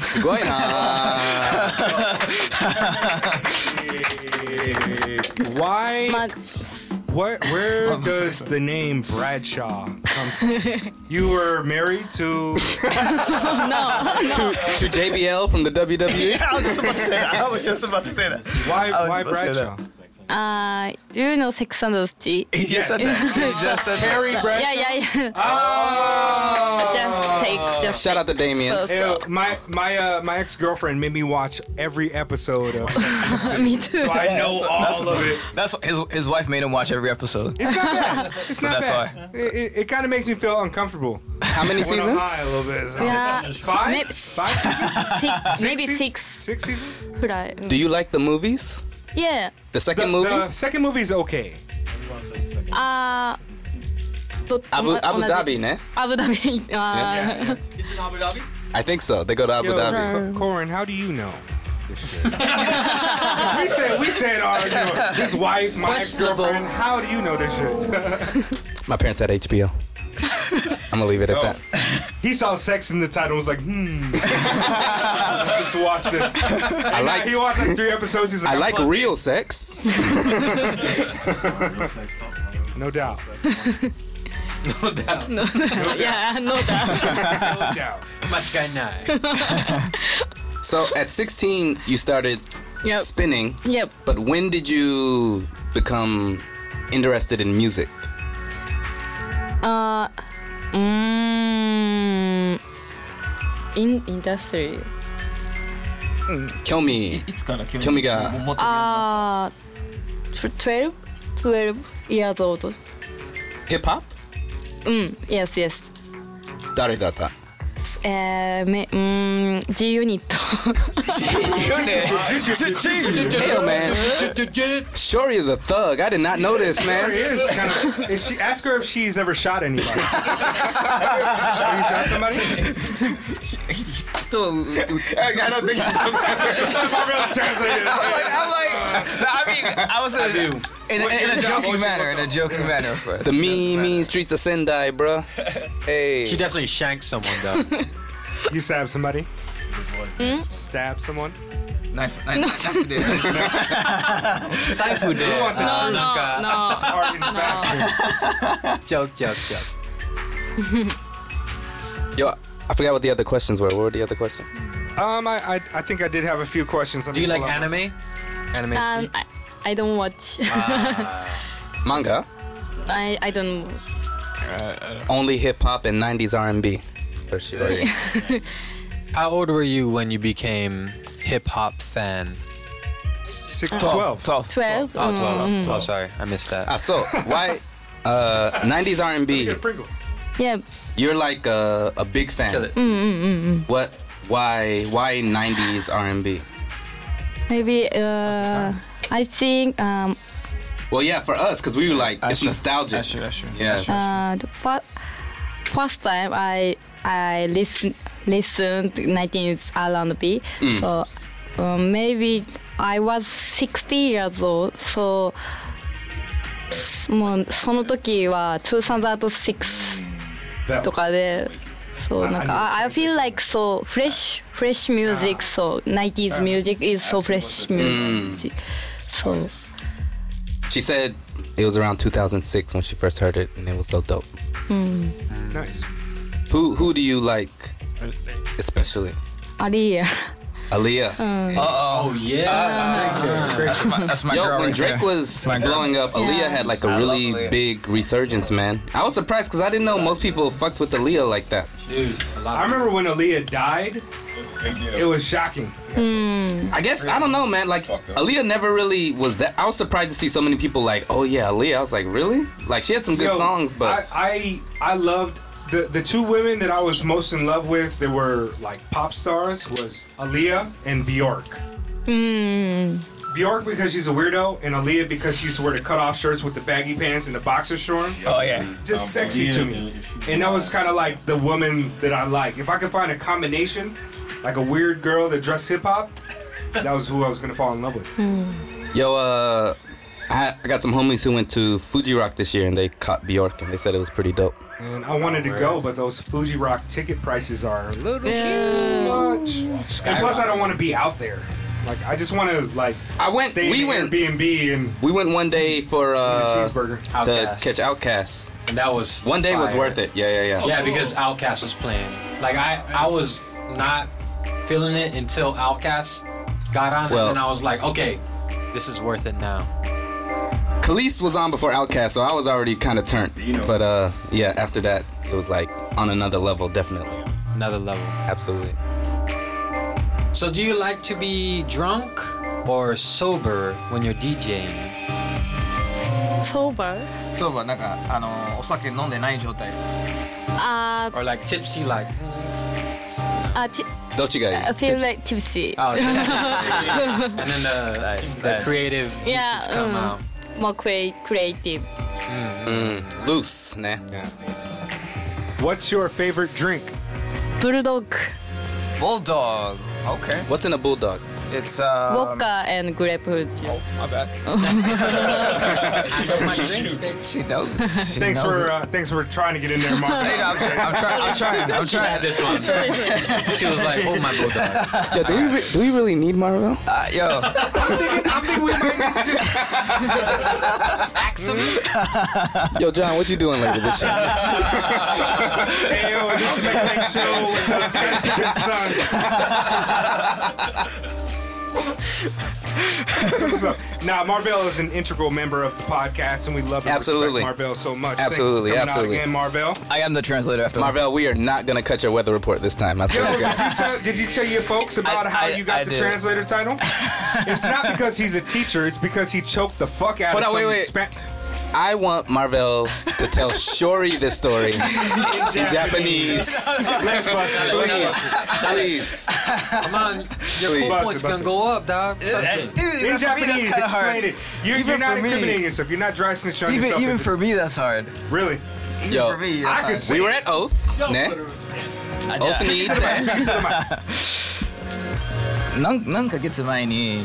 [SPEAKER 4] すごい
[SPEAKER 5] *laughs*
[SPEAKER 4] な。
[SPEAKER 3] Why?
[SPEAKER 5] Mug.
[SPEAKER 3] What? Where does the name Bradshaw
[SPEAKER 5] *laughs*
[SPEAKER 3] come from? You were married to
[SPEAKER 4] To to JBL from the E? WWE.
[SPEAKER 5] Yeah, I was just about to say that. I was
[SPEAKER 6] just about to say that.
[SPEAKER 3] Why? Why
[SPEAKER 4] about to say that.
[SPEAKER 3] Bradshaw?
[SPEAKER 5] あー、Do Uh, you know Sex and the City?
[SPEAKER 6] He just said that. He just said that.
[SPEAKER 5] Harry Bradshaw? Yeah, yeah, yeah. Just take, just
[SPEAKER 4] Shout out to Damien.
[SPEAKER 5] So, so.
[SPEAKER 3] Ew, my my uh, my ex girlfriend made me watch every episode of.
[SPEAKER 5] *laughs*
[SPEAKER 3] Sex and the City.
[SPEAKER 5] Me too.
[SPEAKER 3] *laughs* So I know all
[SPEAKER 6] that's,
[SPEAKER 3] of it.
[SPEAKER 6] That's what his his wife made him watch every episode.
[SPEAKER 3] It's not bad. It's
[SPEAKER 6] So
[SPEAKER 3] not
[SPEAKER 6] that's
[SPEAKER 3] bad. It, it, it kind of makes me feel uncomfortable.
[SPEAKER 4] How many
[SPEAKER 3] Went on
[SPEAKER 4] seasons?
[SPEAKER 3] high a little bit. So-
[SPEAKER 5] Yeah,
[SPEAKER 3] Five?
[SPEAKER 5] maybe
[SPEAKER 3] Five seasons?
[SPEAKER 5] six, maybe
[SPEAKER 3] seasons?
[SPEAKER 5] six.
[SPEAKER 3] Six seasons?
[SPEAKER 5] Could I?
[SPEAKER 4] Do you like the movies?
[SPEAKER 5] Yeah.
[SPEAKER 4] The second
[SPEAKER 3] The-
[SPEAKER 4] movie?
[SPEAKER 3] The second movie's okay.
[SPEAKER 5] あー、ど
[SPEAKER 4] アブアブダビ。ね。
[SPEAKER 5] 同じアブダビ。あー *laughs*
[SPEAKER 21] Is it Abu Dhabi?
[SPEAKER 4] I think so. They go to Abu
[SPEAKER 3] Yo,
[SPEAKER 4] Dhabi.
[SPEAKER 3] Co-
[SPEAKER 4] *laughs*
[SPEAKER 3] Corin, how do you know? this shit? we said we said all you know, his wife, my ex girlfriend. How do you know this shit? *laughs*
[SPEAKER 4] My parents
[SPEAKER 5] *laughs*
[SPEAKER 4] had HBO. I'm gonna leave it at that.
[SPEAKER 3] he saw sex in the title and was like, hmm.
[SPEAKER 4] *laughs*
[SPEAKER 3] Let's just watch this. I
[SPEAKER 4] like-
[SPEAKER 3] he watched like three episodes. He's like,
[SPEAKER 4] I like
[SPEAKER 3] "I'm
[SPEAKER 4] real sex.
[SPEAKER 3] fucking-" *laughs* No doubt.
[SPEAKER 2] No doubt.
[SPEAKER 5] No, *laughs* yeah, no doubt. *laughs*
[SPEAKER 2] Much guy nine.
[SPEAKER 4] So at 16, you started
[SPEAKER 5] Yep.
[SPEAKER 4] spinning.
[SPEAKER 5] Yep.
[SPEAKER 4] But when did you become interested in music?
[SPEAKER 5] あー、うーん。インインダストリー。
[SPEAKER 4] 興味。興味が。
[SPEAKER 5] あー、12? 12 Uh, years old.
[SPEAKER 4] Hip hop?
[SPEAKER 5] うん、yes, yes. Uh,
[SPEAKER 4] 誰だった
[SPEAKER 5] えー、め、うーん、G ユニット。 *laughs*
[SPEAKER 4] Hell man. Shorty is a thug. I did not know this,
[SPEAKER 3] There he
[SPEAKER 4] man.
[SPEAKER 3] is. Kind of, is she, ask her if she's ever shot anybody. Have you shot
[SPEAKER 4] I
[SPEAKER 3] somebody?
[SPEAKER 4] don't think he's
[SPEAKER 6] I mean, I was gonna do in, a- in a joking manner. In a joking manner, of course.
[SPEAKER 4] The mean, mean streets of Sendai, bruh. Hey.
[SPEAKER 2] She definitely shanked someone though.
[SPEAKER 4] *laughs*
[SPEAKER 3] You stab somebody?
[SPEAKER 2] Hmm?
[SPEAKER 3] Stab someone?
[SPEAKER 6] Knife, knife, knife
[SPEAKER 2] *laughs*
[SPEAKER 6] dude.
[SPEAKER 2] Saifu did.
[SPEAKER 3] want the
[SPEAKER 2] Uh,
[SPEAKER 3] truth.
[SPEAKER 2] Nanka-
[SPEAKER 3] It's hard in fact.
[SPEAKER 2] Joke, joke, joke.
[SPEAKER 4] Yo, I forgot what the other questions were. What were the other questions?
[SPEAKER 3] Um, I, I, I think I did have a few questions.
[SPEAKER 2] Do you like anime? Anime.
[SPEAKER 5] Um, I, I don't watch.
[SPEAKER 2] Ah.
[SPEAKER 4] Manga?
[SPEAKER 5] *laughs* I, I don't watch.
[SPEAKER 2] Uh,
[SPEAKER 4] Only hip hop and 90s R&B. For sure.
[SPEAKER 2] How old were you when you became hip hop fan?
[SPEAKER 3] Six,
[SPEAKER 5] Uh,
[SPEAKER 3] 12.
[SPEAKER 6] 12.
[SPEAKER 5] 12?
[SPEAKER 2] Oh, 12.
[SPEAKER 5] Mm.
[SPEAKER 2] 12, sorry. I missed that.
[SPEAKER 4] Ah, so why uh, 90s R&B?
[SPEAKER 5] Yeah.
[SPEAKER 4] You're like a, a big fan.
[SPEAKER 5] Mm, mm, mm, mm.
[SPEAKER 4] What? Why? Why 90s R&B?
[SPEAKER 5] Maybe, uh, I think, um,
[SPEAKER 4] Well, yeah, for us, because we were like, it's nostalgic. That's
[SPEAKER 6] true. That's true.
[SPEAKER 4] Yeah.
[SPEAKER 5] uh, the fir- first time I I listen listened 19s R&B.
[SPEAKER 4] Mm.
[SPEAKER 5] So um, maybe I was 60 years old. So もうその時は2006とかで so なんか I I feel like so fresh fresh music so 90s music is so fresh music so
[SPEAKER 4] She said it was around 2006 when she first heard it, and it was so dope.
[SPEAKER 5] うん
[SPEAKER 3] Nice.
[SPEAKER 4] Who who do you like,
[SPEAKER 2] Uh,
[SPEAKER 4] especially?
[SPEAKER 5] ありえ
[SPEAKER 4] Aaliyah.
[SPEAKER 5] Mm.
[SPEAKER 4] oh,
[SPEAKER 5] yeah.
[SPEAKER 6] Uh, That's my, that's my
[SPEAKER 4] Yo,
[SPEAKER 6] girl
[SPEAKER 4] when
[SPEAKER 6] right
[SPEAKER 4] Drake
[SPEAKER 6] there.
[SPEAKER 4] was
[SPEAKER 6] my girl.
[SPEAKER 4] blowing up, Aaliyah had like
[SPEAKER 6] I
[SPEAKER 4] a
[SPEAKER 6] love
[SPEAKER 4] really
[SPEAKER 6] Aaliyah.
[SPEAKER 4] big resurgence, man. I was surprised because I didn't know most people fucked with Aaliyah like that.
[SPEAKER 3] Dude, I remember when Aaliyah died. It was shocking.
[SPEAKER 4] I guess I don't know, man. Like Aaliyah never really was that. I was surprised to see so many people like, oh yeah, Aaliyah. I was like, really? Like she had some good
[SPEAKER 3] Yo,
[SPEAKER 4] songs, but
[SPEAKER 3] I, I I loved the the two women that I was most in love with. That were like pop stars was Aaliyah and Bjork.
[SPEAKER 5] うん
[SPEAKER 3] Bjork because she's a weirdo, and Aaliyah because she used to wear the cutoff shirts with the baggy pants and the boxer short.
[SPEAKER 6] Oh, yeah.
[SPEAKER 3] just sexy to me. And that was kind of like the woman that I like. If I could find a combination, like a weird girl that dressed hip hop, that was who I was gonna fall in love with.
[SPEAKER 4] yo, uh, I, I got some homies who went to Fuji Rock this year and they caught Bjork and they said it was pretty dope.
[SPEAKER 3] And I wanted to go, but those Fuji Rock ticket prices are a little too much. And plus, I don't want to be out there. Like, I just want to like.
[SPEAKER 4] I went.
[SPEAKER 3] Stay
[SPEAKER 4] we
[SPEAKER 3] in
[SPEAKER 4] went
[SPEAKER 3] Airbnb and
[SPEAKER 4] we went one day for uh,
[SPEAKER 3] cheeseburger.
[SPEAKER 4] to
[SPEAKER 2] Outcast.
[SPEAKER 4] catch Outcast.
[SPEAKER 2] And that was
[SPEAKER 4] one day was
[SPEAKER 2] fire.
[SPEAKER 4] worth it. Yeah, yeah, yeah.
[SPEAKER 2] Yeah, because Outcast was playing. Like I, I was not feeling it until Outcast got on, and
[SPEAKER 4] Well-
[SPEAKER 2] then I was like, okay, this is worth it now.
[SPEAKER 4] Khalees was on before Outcast, so I was already kind of turned. But uh, yeah, after that, it was like on another level, definitely.
[SPEAKER 2] Another level.
[SPEAKER 4] Absolutely.
[SPEAKER 2] So, do you like to be drunk or sober when you're
[SPEAKER 4] *laughs*
[SPEAKER 2] DJing?
[SPEAKER 5] ソーバー
[SPEAKER 6] そうばなんかあのお酒飲んでない状態。
[SPEAKER 5] あ
[SPEAKER 2] Or like tipsy, like.
[SPEAKER 5] あち
[SPEAKER 4] Don't you
[SPEAKER 5] I feel like tipsy
[SPEAKER 2] Oh, okay.
[SPEAKER 3] *laughs*
[SPEAKER 2] and then uh, the, the creative juices come
[SPEAKER 5] yeah
[SPEAKER 2] out.
[SPEAKER 5] うん more crea- creative
[SPEAKER 4] Mm, loose, nah.
[SPEAKER 3] What's your favorite drink?
[SPEAKER 5] ブルドッグ
[SPEAKER 6] Bulldog. Okay.
[SPEAKER 4] What's in a bulldog?
[SPEAKER 6] It's
[SPEAKER 5] ウ
[SPEAKER 6] uh.
[SPEAKER 3] Um,
[SPEAKER 5] ォッカー and グレープフルーツ
[SPEAKER 6] My
[SPEAKER 5] *laughs*
[SPEAKER 6] bad.
[SPEAKER 3] Oh.
[SPEAKER 6] she knows. She knows
[SPEAKER 3] thanks for
[SPEAKER 6] it.
[SPEAKER 3] uh, thanks for trying to get in
[SPEAKER 6] *laughs*
[SPEAKER 3] there, Mark.
[SPEAKER 6] Hey, no, I'm, try- I'm trying. I'm trying. I'm
[SPEAKER 3] She
[SPEAKER 6] trying.
[SPEAKER 3] had this one. She was like, "Oh, my
[SPEAKER 6] bulldog."
[SPEAKER 4] Yo, do we re- do we really need Marvel?
[SPEAKER 6] Uh, yo.
[SPEAKER 4] Yo, John, what you doing later this year?
[SPEAKER 6] *laughs*
[SPEAKER 3] so, nah, Marvell is an integral member of the podcast, and we love and
[SPEAKER 4] Absolutely.
[SPEAKER 3] respect Marvell so much. Thank you for
[SPEAKER 4] Absolutely,
[SPEAKER 3] coming out
[SPEAKER 4] absolutely.
[SPEAKER 3] again, Marvell.
[SPEAKER 6] I am the translator after all.
[SPEAKER 4] Marvell, we are not gonna cut your weather report this time. I swear to
[SPEAKER 3] Did
[SPEAKER 4] God.
[SPEAKER 3] you, tell, did you tell your folks about how you got
[SPEAKER 4] I
[SPEAKER 3] the
[SPEAKER 4] did. *laughs*
[SPEAKER 3] translator title? it's not because he's a teacher; it's because he choked the fuck out
[SPEAKER 4] Hold
[SPEAKER 3] of
[SPEAKER 4] on, wait,
[SPEAKER 3] some
[SPEAKER 4] wait.
[SPEAKER 3] Spa-
[SPEAKER 4] I want Marvell to tell Shori this story in Japanese.
[SPEAKER 2] *laughs*
[SPEAKER 3] *laughs* Let's bust it.
[SPEAKER 4] Please, please.
[SPEAKER 2] Come on, your
[SPEAKER 4] Please.
[SPEAKER 2] cool points gonna go up, dog.
[SPEAKER 3] in Japanese, explain it. You're, you're
[SPEAKER 6] Even
[SPEAKER 3] not
[SPEAKER 6] for me.
[SPEAKER 3] incriminating yourself. You're not dry snitching on
[SPEAKER 6] Even
[SPEAKER 3] yourself.
[SPEAKER 6] even for me, that's hard.
[SPEAKER 3] Really?
[SPEAKER 4] Yo,
[SPEAKER 6] for me,
[SPEAKER 3] I
[SPEAKER 6] that's
[SPEAKER 3] could
[SPEAKER 6] hard.
[SPEAKER 3] see.
[SPEAKER 4] we were at Oath, ne? Oath need that.
[SPEAKER 6] なん何ヶ月前に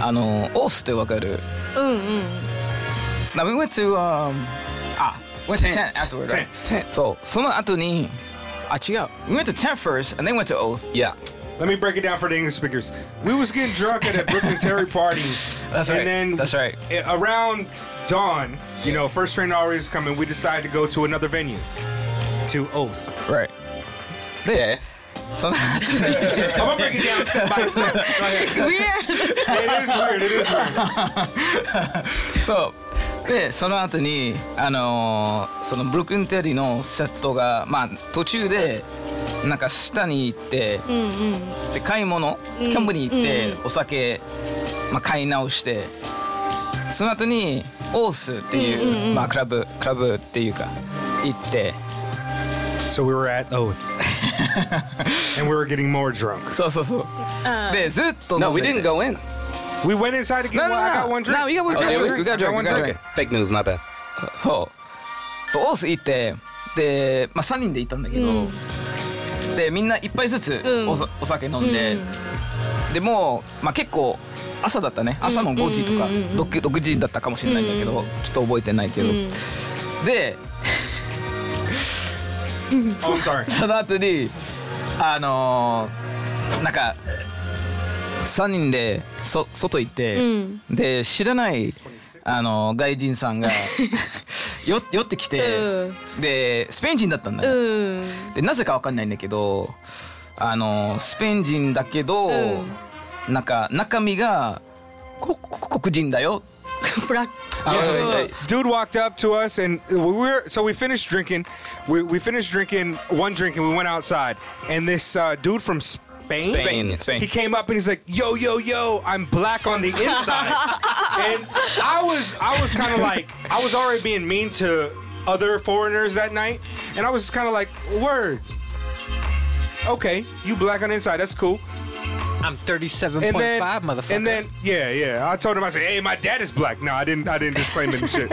[SPEAKER 6] あのオースってわかる
[SPEAKER 5] うんうん
[SPEAKER 6] Now we went to um, ah went to
[SPEAKER 4] Tent.
[SPEAKER 6] tent afterward right?
[SPEAKER 4] Tent.
[SPEAKER 6] So その後にあ違う We went to tent first and then went to oath
[SPEAKER 4] Yeah.
[SPEAKER 3] Let me break it down for the English speakers. We was getting drunk at a Brooklyn Terry party.
[SPEAKER 6] *laughs* That's right.
[SPEAKER 3] And then
[SPEAKER 6] That's right.
[SPEAKER 3] a- around dawn, you know, first train already is coming. We decided to go to another venue, to Oath.
[SPEAKER 6] Right. Yeah. So
[SPEAKER 3] I'm gonna break it down step by step. Go ahead. It is weird. It is weird.
[SPEAKER 6] そうでその後にあのーそのブルックリンテリーのセットがまあ途中でなんか下に行って、
[SPEAKER 5] うんうん
[SPEAKER 6] で買い物
[SPEAKER 5] うん
[SPEAKER 6] キャンプに行って、
[SPEAKER 5] う
[SPEAKER 6] お酒、まあ、買い直してその後にオースっていう、
[SPEAKER 5] うんうんうん
[SPEAKER 6] まあ、クラブクラブっていうか行って
[SPEAKER 3] So we were at
[SPEAKER 6] *laughs*
[SPEAKER 3] Oath, and we were getting more drunk.
[SPEAKER 6] そうそうそうでずっと
[SPEAKER 4] No,
[SPEAKER 6] 飲ん
[SPEAKER 4] we
[SPEAKER 6] でて
[SPEAKER 4] didn't go in.
[SPEAKER 3] We went inside to get
[SPEAKER 6] No,
[SPEAKER 3] one.
[SPEAKER 6] no,
[SPEAKER 3] I
[SPEAKER 6] no.
[SPEAKER 3] got one drink.
[SPEAKER 6] No, you got one
[SPEAKER 3] I
[SPEAKER 4] Oh,
[SPEAKER 6] drink.
[SPEAKER 3] one
[SPEAKER 6] We got
[SPEAKER 3] I got
[SPEAKER 6] drunk.
[SPEAKER 3] one
[SPEAKER 6] We got
[SPEAKER 3] drink.
[SPEAKER 6] drunk.
[SPEAKER 4] Okay, fake news, my bad.
[SPEAKER 6] そうそうオース行ってで、まあ、3人で行ったんだけど、でみんな一杯ずつ
[SPEAKER 5] うん
[SPEAKER 6] お,、お酒飲んで、でもう、まあ、結構朝だったね朝の5時とか
[SPEAKER 5] うんうんうんうん
[SPEAKER 6] 6, 6時だったかもしれないんだけど、ちょっと覚えてないけど、
[SPEAKER 5] うん
[SPEAKER 6] で
[SPEAKER 3] Oh, I'm sorry.
[SPEAKER 6] *laughs* その後にあのーなんか3人でそ外行って、で知らないあのー外人さ
[SPEAKER 9] *laughs*
[SPEAKER 6] んがよ酔ってきて、でスペイン人だったんだよ、
[SPEAKER 9] うん
[SPEAKER 6] でなぜかわかんないんだけどあのスペイン人だけど、なんか中身がここ黒人だよ
[SPEAKER 3] *laughs*
[SPEAKER 5] ブラック
[SPEAKER 3] Yeah, dude walked up to us and we were so we finished drinking. We, we finished drinking one drink and we went outside. And this uh, dude from Spain,
[SPEAKER 4] Spain, Spain.
[SPEAKER 3] he came up and he's like, "Yo, yo, yo, I'm black on the inside." and I was I was kind of like I was already being mean to other foreigners that night, and I was kind of like, "Word, okay, you black on the inside, that's cool."
[SPEAKER 2] I'm 37.5,
[SPEAKER 3] And then-
[SPEAKER 2] motherfucker.
[SPEAKER 3] And then, yeah, yeah. I told him, I said, "Hey, my dad is black." No, I didn't. I didn't disclaim it and shit.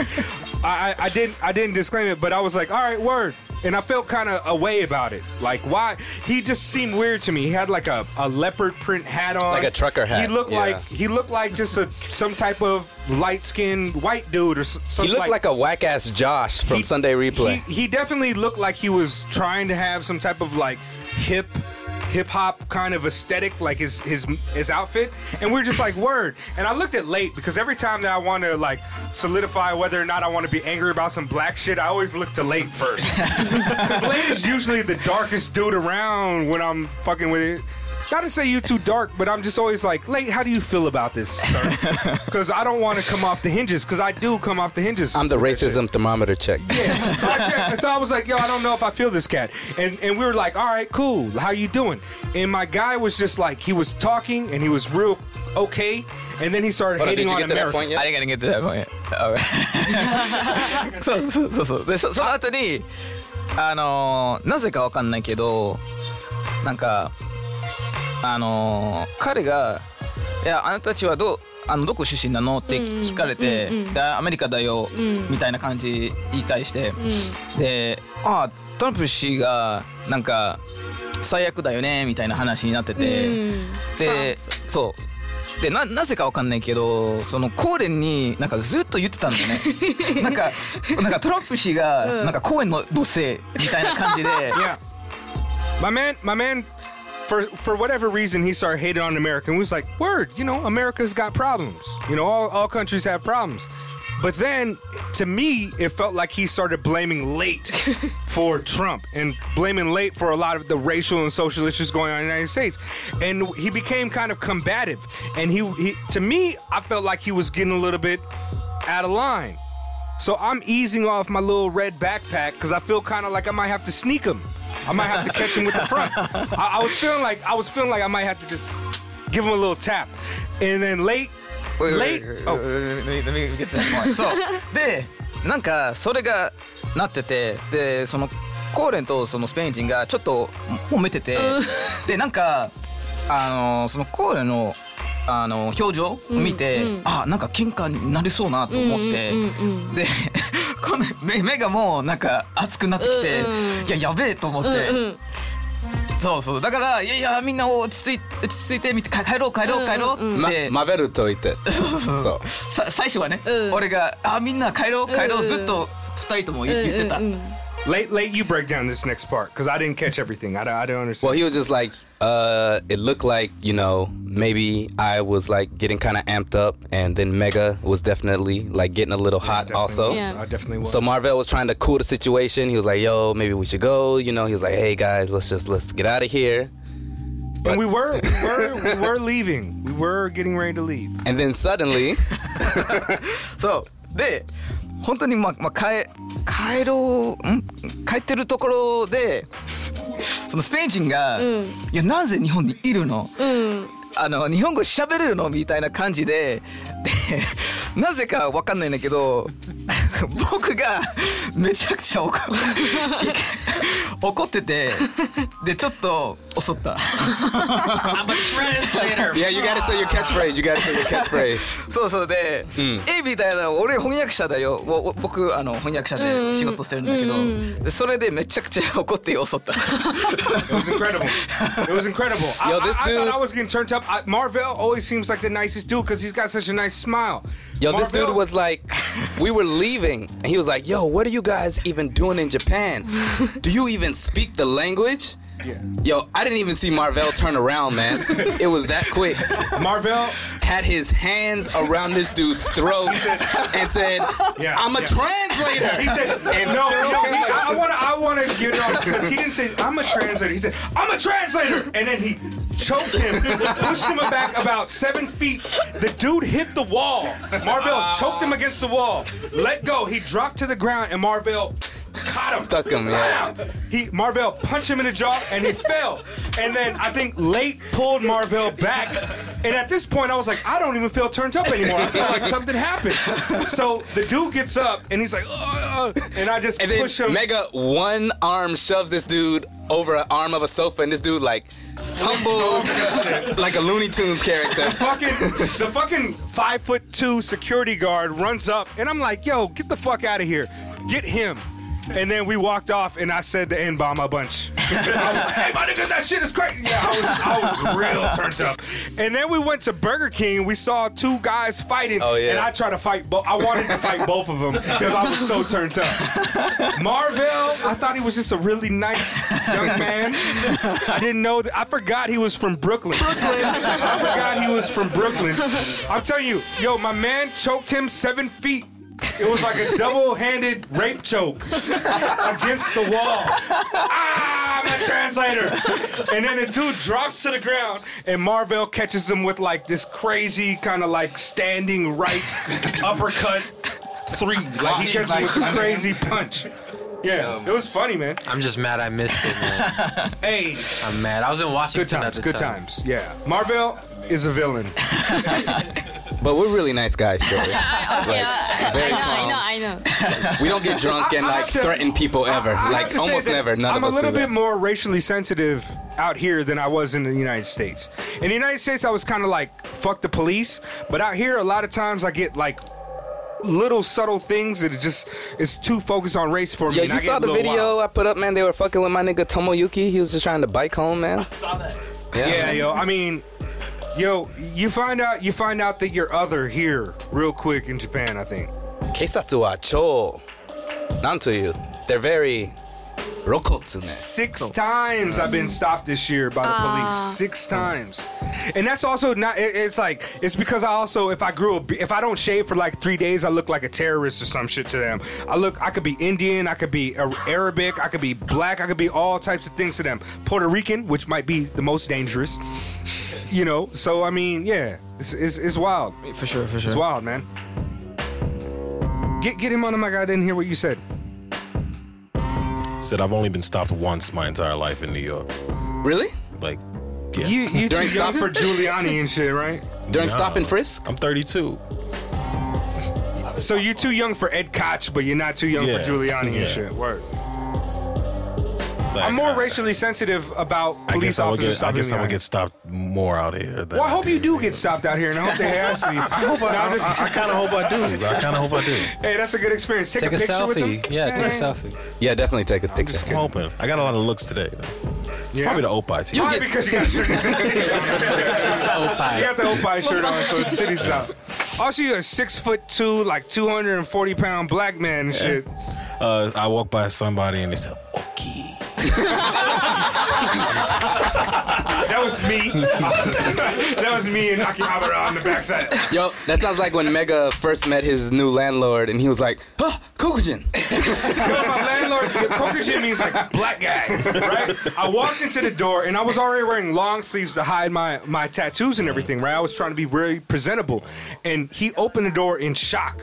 [SPEAKER 3] I, I, I didn't. I didn't disclaim it, but I was like, "All right, word." And I felt kind of away about it. Like, why? He just seemed weird to me. He had like a, a leopard print hat on,
[SPEAKER 4] Like a trucker hat,
[SPEAKER 3] He looked
[SPEAKER 4] yeah.
[SPEAKER 3] like he looked like just a some type of light skinned white dude or s-
[SPEAKER 4] He
[SPEAKER 3] something.
[SPEAKER 4] looked like a whack ass Josh from Sunday Replay.
[SPEAKER 3] He, he definitely looked like he was trying to have some type of like hip hip hop kind of aesthetic, like his his his outfit. And we are just like, word. And I looked at late because every time that I want to like solidify whether or not I want to be angry about some black shit, I always look to late first.
[SPEAKER 4] *laughs*
[SPEAKER 3] Because late is usually the darkest dude around when I'm fucking with it. Not to say you too dark, but I'm just always like, late. How do you feel about this,
[SPEAKER 4] *laughs*
[SPEAKER 3] sir? Because I don't want to come off the hinges. Because I do come off the hinges.
[SPEAKER 4] I'm the racism thermometer check.
[SPEAKER 3] so I checked, so I was like, yo, I don't know if I feel this cat. And and we were like, all right, cool. How you doing? And my guy was just like, he was talking and he was real okay. And then he started hating on, America.
[SPEAKER 6] I didn't get to that point yet. Oh. *laughs* そうそうそうそうでそその後にあのーなぜかわかんないけどなんかあのー彼が「いやあなたたちはどうあのどこ出身なの?」って聞かれて
[SPEAKER 9] うんうんうん
[SPEAKER 6] でアメリカだよ」
[SPEAKER 9] うん
[SPEAKER 6] みたいな感じ言い返して、で「ああトランプ氏がなんか最悪だよね」みたいな話になってて。でそうでななぜかわかんないけどそのコーレンになんかずっと言ってたんだよ
[SPEAKER 9] *laughs*
[SPEAKER 6] ねなんかなんかトランプ氏
[SPEAKER 3] う
[SPEAKER 6] が
[SPEAKER 3] ん
[SPEAKER 6] なんかコーレンの母性みたいな感じで
[SPEAKER 3] yeah. My man, my man, for for whatever reason, he started hating on America. And we was like, word, you know, America's got problems. You know, all, all countries have problems. But then, to me, it felt like he started blaming late for Trump and blaming late for a lot of the racial and social issues going on in the United States. And he became kind of combative. And he, he to me, I felt like he was getting a little bit out of line. So I'm easing off my little red backpack because I feel kind of like I might have to sneak him. I might have to catch him with the front. I, I was feeling like I was feeling like I might have to just give him a little tap, and then late,
[SPEAKER 6] *laughs*
[SPEAKER 3] late. oh.
[SPEAKER 6] point. そうでなんかそれがなっててでそのコーレンとそのスペイン人がちょっと揉めててでなんかあのそのコーレンのあの表情を見て、
[SPEAKER 9] うんうん
[SPEAKER 6] あなんか喧嘩になりそうなと思って、
[SPEAKER 9] うんうんうんうん
[SPEAKER 6] でこの目目がもうなんか熱くなってきて、
[SPEAKER 9] うんうん
[SPEAKER 6] いややべえと思って。
[SPEAKER 5] Mm,
[SPEAKER 9] うんうん
[SPEAKER 6] そうそうだからいやいやみんな落ち着いて落ち着いてみてか帰ろう帰ろう帰ろうって、
[SPEAKER 4] ま、まべると言
[SPEAKER 6] *laughs*
[SPEAKER 4] って。そう。
[SPEAKER 6] さ最初はね、俺が「あみんな帰ろう帰ろう」ずっと二人とも言言ってた。
[SPEAKER 3] Late, late. You break down this next part because I didn't catch everything. I, don't- I don't understand.
[SPEAKER 4] Well, he was just like, uh, it looked like, you know, maybe I was like getting kind of amped up, and then Mega was definitely like getting a little hot also.
[SPEAKER 3] was. Yeah. I definitely was.
[SPEAKER 4] So Marvell was trying to cool the situation. He was like, yo, maybe we should go. You know, he was like, hey guys, let's just, let's get out of here.
[SPEAKER 3] and we were, we were, we were leaving. We were getting ready to leave.
[SPEAKER 4] And then suddenly,
[SPEAKER 6] *laughs*
[SPEAKER 4] *laughs*
[SPEAKER 6] そうで本当にまあまあ帰帰ろうん帰ってるところでそのスペイン人が
[SPEAKER 9] う
[SPEAKER 6] 「
[SPEAKER 9] ん
[SPEAKER 6] いやなぜ日本にいるの?」
[SPEAKER 9] う
[SPEAKER 3] Mm. *laughs*
[SPEAKER 9] ん
[SPEAKER 6] あの日本語喋れるのみたいな感じで *laughs* でなぜかわかんないんだけど *laughs* 僕がめちゃくちゃ怒怒っててでちょっと襲った。
[SPEAKER 21] I'm a
[SPEAKER 6] *laughs*
[SPEAKER 21] translator.
[SPEAKER 4] *laughs* yeah, you gotta say your catchphrase. You gotta say your
[SPEAKER 3] *laughs*
[SPEAKER 4] catchphrase.
[SPEAKER 6] そうそうで、えみたいな俺翻訳者だよわわ僕あの翻訳者で仕事してるんだけど、
[SPEAKER 9] うんうん
[SPEAKER 6] でそれでめちゃくちゃ *laughs* 怒って襲った
[SPEAKER 3] It was incredible. It was incredible.
[SPEAKER 4] *laughs*
[SPEAKER 3] I,
[SPEAKER 6] Yo,
[SPEAKER 3] I-
[SPEAKER 6] this
[SPEAKER 3] I,
[SPEAKER 6] dude-
[SPEAKER 3] thought I was getting turned up. I, Marvell always seems like the nicest dude because he's got such a nice smile.
[SPEAKER 4] Yo, this
[SPEAKER 3] Marvell-
[SPEAKER 4] dude was like, we were leaving, and he was like, "Yo, what are you guys even doing in Japan? Do you even speak the language?"
[SPEAKER 3] Yeah.
[SPEAKER 4] Yo, I didn't even see Marvell turn around, man. It was that quick.
[SPEAKER 3] Marvell
[SPEAKER 4] had his hands around this dude's throat and said, "I'm a translator."
[SPEAKER 3] He said, "No, no,
[SPEAKER 4] threw him
[SPEAKER 3] he-
[SPEAKER 4] like-
[SPEAKER 3] I want to, I want to get off because he didn't say I'm a translator. He said I'm a translator, and then he choked him, pushed him back about seven feet. The dude hit the wall. Marvell choked him against the wall. Let go. He dropped to the ground, and Marvell. Caught him.
[SPEAKER 4] Stuck him, yeah.
[SPEAKER 3] Bam! He Marvell punched him in the jaw and he fell. And then I think late pulled Marvell back. And at this point, I was like, I don't even feel turned up anymore. I feel like something happened. So the dude gets up and he's like, "Uh, "Ugh," and I just
[SPEAKER 4] And then
[SPEAKER 3] push him.
[SPEAKER 4] Mega one arm shoves this dude over an arm of a sofa, and this dude like tumbles like a Looney Tunes character.
[SPEAKER 3] fucking the fucking five foot two security guard runs up and I'm like, yo, get the fuck out of here. Get him. And then we walked off and I said the N bomb a bunch. I was like, hey my nigga, that shit is crazy. Yeah, I was, I was real turned up. And then we went to Burger King. We saw two guys fighting.
[SPEAKER 4] Oh, yeah.
[SPEAKER 3] And I tried to fight both. I wanted to fight both of them because I was so turned up. Marvell, I thought he was just a really nice young man. I didn't know that. I forgot he was from Brooklyn. Brooklyn. I forgot he was from Brooklyn. I'm telling you, yo, my man choked him seven feet. It was like a double-handed rape choke against the wall. Ah, I'm a *laughs* translator. And then the dude drops to the ground, and Marvell catches him with like this crazy kind of like standing right *laughs* uppercut three. Like he catches him with a crazy punch. Yeah, it was funny, man.
[SPEAKER 2] I'm just mad I missed it, man.
[SPEAKER 3] *laughs* hey.
[SPEAKER 2] I'm mad. I was in Washington
[SPEAKER 3] Good
[SPEAKER 2] at
[SPEAKER 3] times,
[SPEAKER 2] the
[SPEAKER 3] good
[SPEAKER 2] time.
[SPEAKER 3] times. Yeah, Marvell is a villain.
[SPEAKER 4] But we're really nice guys, Joey.
[SPEAKER 5] *laughs* yeah,
[SPEAKER 4] Like, very
[SPEAKER 5] I
[SPEAKER 4] calm.
[SPEAKER 5] know, I know, *laughs* I know.
[SPEAKER 4] We don't get drunk and like threaten people ever.
[SPEAKER 3] I have
[SPEAKER 4] like
[SPEAKER 3] to say
[SPEAKER 4] almost
[SPEAKER 3] that
[SPEAKER 4] never. None
[SPEAKER 3] I'm
[SPEAKER 4] of us
[SPEAKER 3] a little
[SPEAKER 4] do
[SPEAKER 3] bit
[SPEAKER 4] that.
[SPEAKER 3] more racially sensitive out here than I was in the United States. In the United States, I was kind of like fuck the police, but out here, a lot of times I get like little subtle things that it just is too focused on race for me.
[SPEAKER 4] Yo,
[SPEAKER 3] and
[SPEAKER 4] you
[SPEAKER 3] I get
[SPEAKER 4] saw
[SPEAKER 3] a
[SPEAKER 4] the
[SPEAKER 3] little
[SPEAKER 4] video
[SPEAKER 3] wild.
[SPEAKER 4] I put up, man. They were fucking with my nigga Tomoyuki. He was just trying to bike home, man.
[SPEAKER 3] Yeah.
[SPEAKER 4] Yeah.
[SPEAKER 3] yo. I mean, yo, you find out you find out that you're other here real quick in Japan. I think.
[SPEAKER 4] Keisatsu wa cho. Nantuyu. They're very rokotsu, man.
[SPEAKER 3] Six times I've been stopped this year by the
[SPEAKER 4] Ah.
[SPEAKER 3] police. Six times, and that's also not. It, it's like it's because I also if I grew a, be- if I don't shave for like three days, I look like a terrorist or some shit to them. I look. I could be Indian. I could be Ar- Arabic. I could be black. I could be all types of things to them. Puerto Rican, which might be the most dangerous. You know. So I mean, yeah, it's it's, it's wild.
[SPEAKER 6] For sure, for sure.
[SPEAKER 3] It's wild, man. Get get him on the mic. I didn't hear what you said.
[SPEAKER 10] Said I've only been stopped once my entire life in New York.
[SPEAKER 4] Really?
[SPEAKER 10] Like,
[SPEAKER 3] You you
[SPEAKER 10] During
[SPEAKER 3] too young
[SPEAKER 10] stop-
[SPEAKER 3] for
[SPEAKER 10] *laughs*
[SPEAKER 3] Giuliani and shit, right?
[SPEAKER 10] During No. stop and
[SPEAKER 4] frisk.
[SPEAKER 10] I'm 32.
[SPEAKER 3] So you're too young for Ed Koch, but you're not too young
[SPEAKER 10] Yeah.
[SPEAKER 3] for Giuliani
[SPEAKER 10] Yeah. uh,
[SPEAKER 3] and shit. Word. I'm more racially sensitive about
[SPEAKER 10] I
[SPEAKER 3] police
[SPEAKER 10] guess I would
[SPEAKER 3] officers.
[SPEAKER 10] get, I
[SPEAKER 3] stopping
[SPEAKER 10] guess I
[SPEAKER 3] me.
[SPEAKER 10] would get stopped more out here. Than
[SPEAKER 3] Well, I hope you do get stopped out here, and I hope they
[SPEAKER 10] *laughs*
[SPEAKER 3] ask you. I hope I,
[SPEAKER 10] I- I- I kinda hope I do. I kinda hope I do.
[SPEAKER 3] Hey, that's a good experience. Take,
[SPEAKER 10] Take
[SPEAKER 3] a
[SPEAKER 10] a
[SPEAKER 3] picture with them.
[SPEAKER 10] selfie. Yeah, take a
[SPEAKER 3] Hey.
[SPEAKER 10] selfie.
[SPEAKER 4] Yeah, definitely take a picture.
[SPEAKER 10] I'm hoping. I got a lot of looks today. Though. It's
[SPEAKER 3] Yeah.
[SPEAKER 10] probably the opie team.
[SPEAKER 3] Why? because you
[SPEAKER 10] *laughs*
[SPEAKER 3] got your *laughs*
[SPEAKER 10] Opie.
[SPEAKER 3] You got the Opie shirt on, so the titties out. Also, you're a six foot two, like 240 pound black man and *laughs* shit.
[SPEAKER 10] Uh, I walked by somebody and they said,
[SPEAKER 3] That was me. *laughs* that was me and Akihabara on the backside.
[SPEAKER 4] *laughs* Yo, that sounds like when Mega first met his new landlord and he was like, huh,
[SPEAKER 3] *laughs*
[SPEAKER 4] Kokujin.
[SPEAKER 3] my landlord, Kokujin means like black guy, *laughs* right? I walked into the door and I was already wearing long sleeves to hide my, my tattoos and everything, right? I was trying to be very presentable. And he opened the door in shock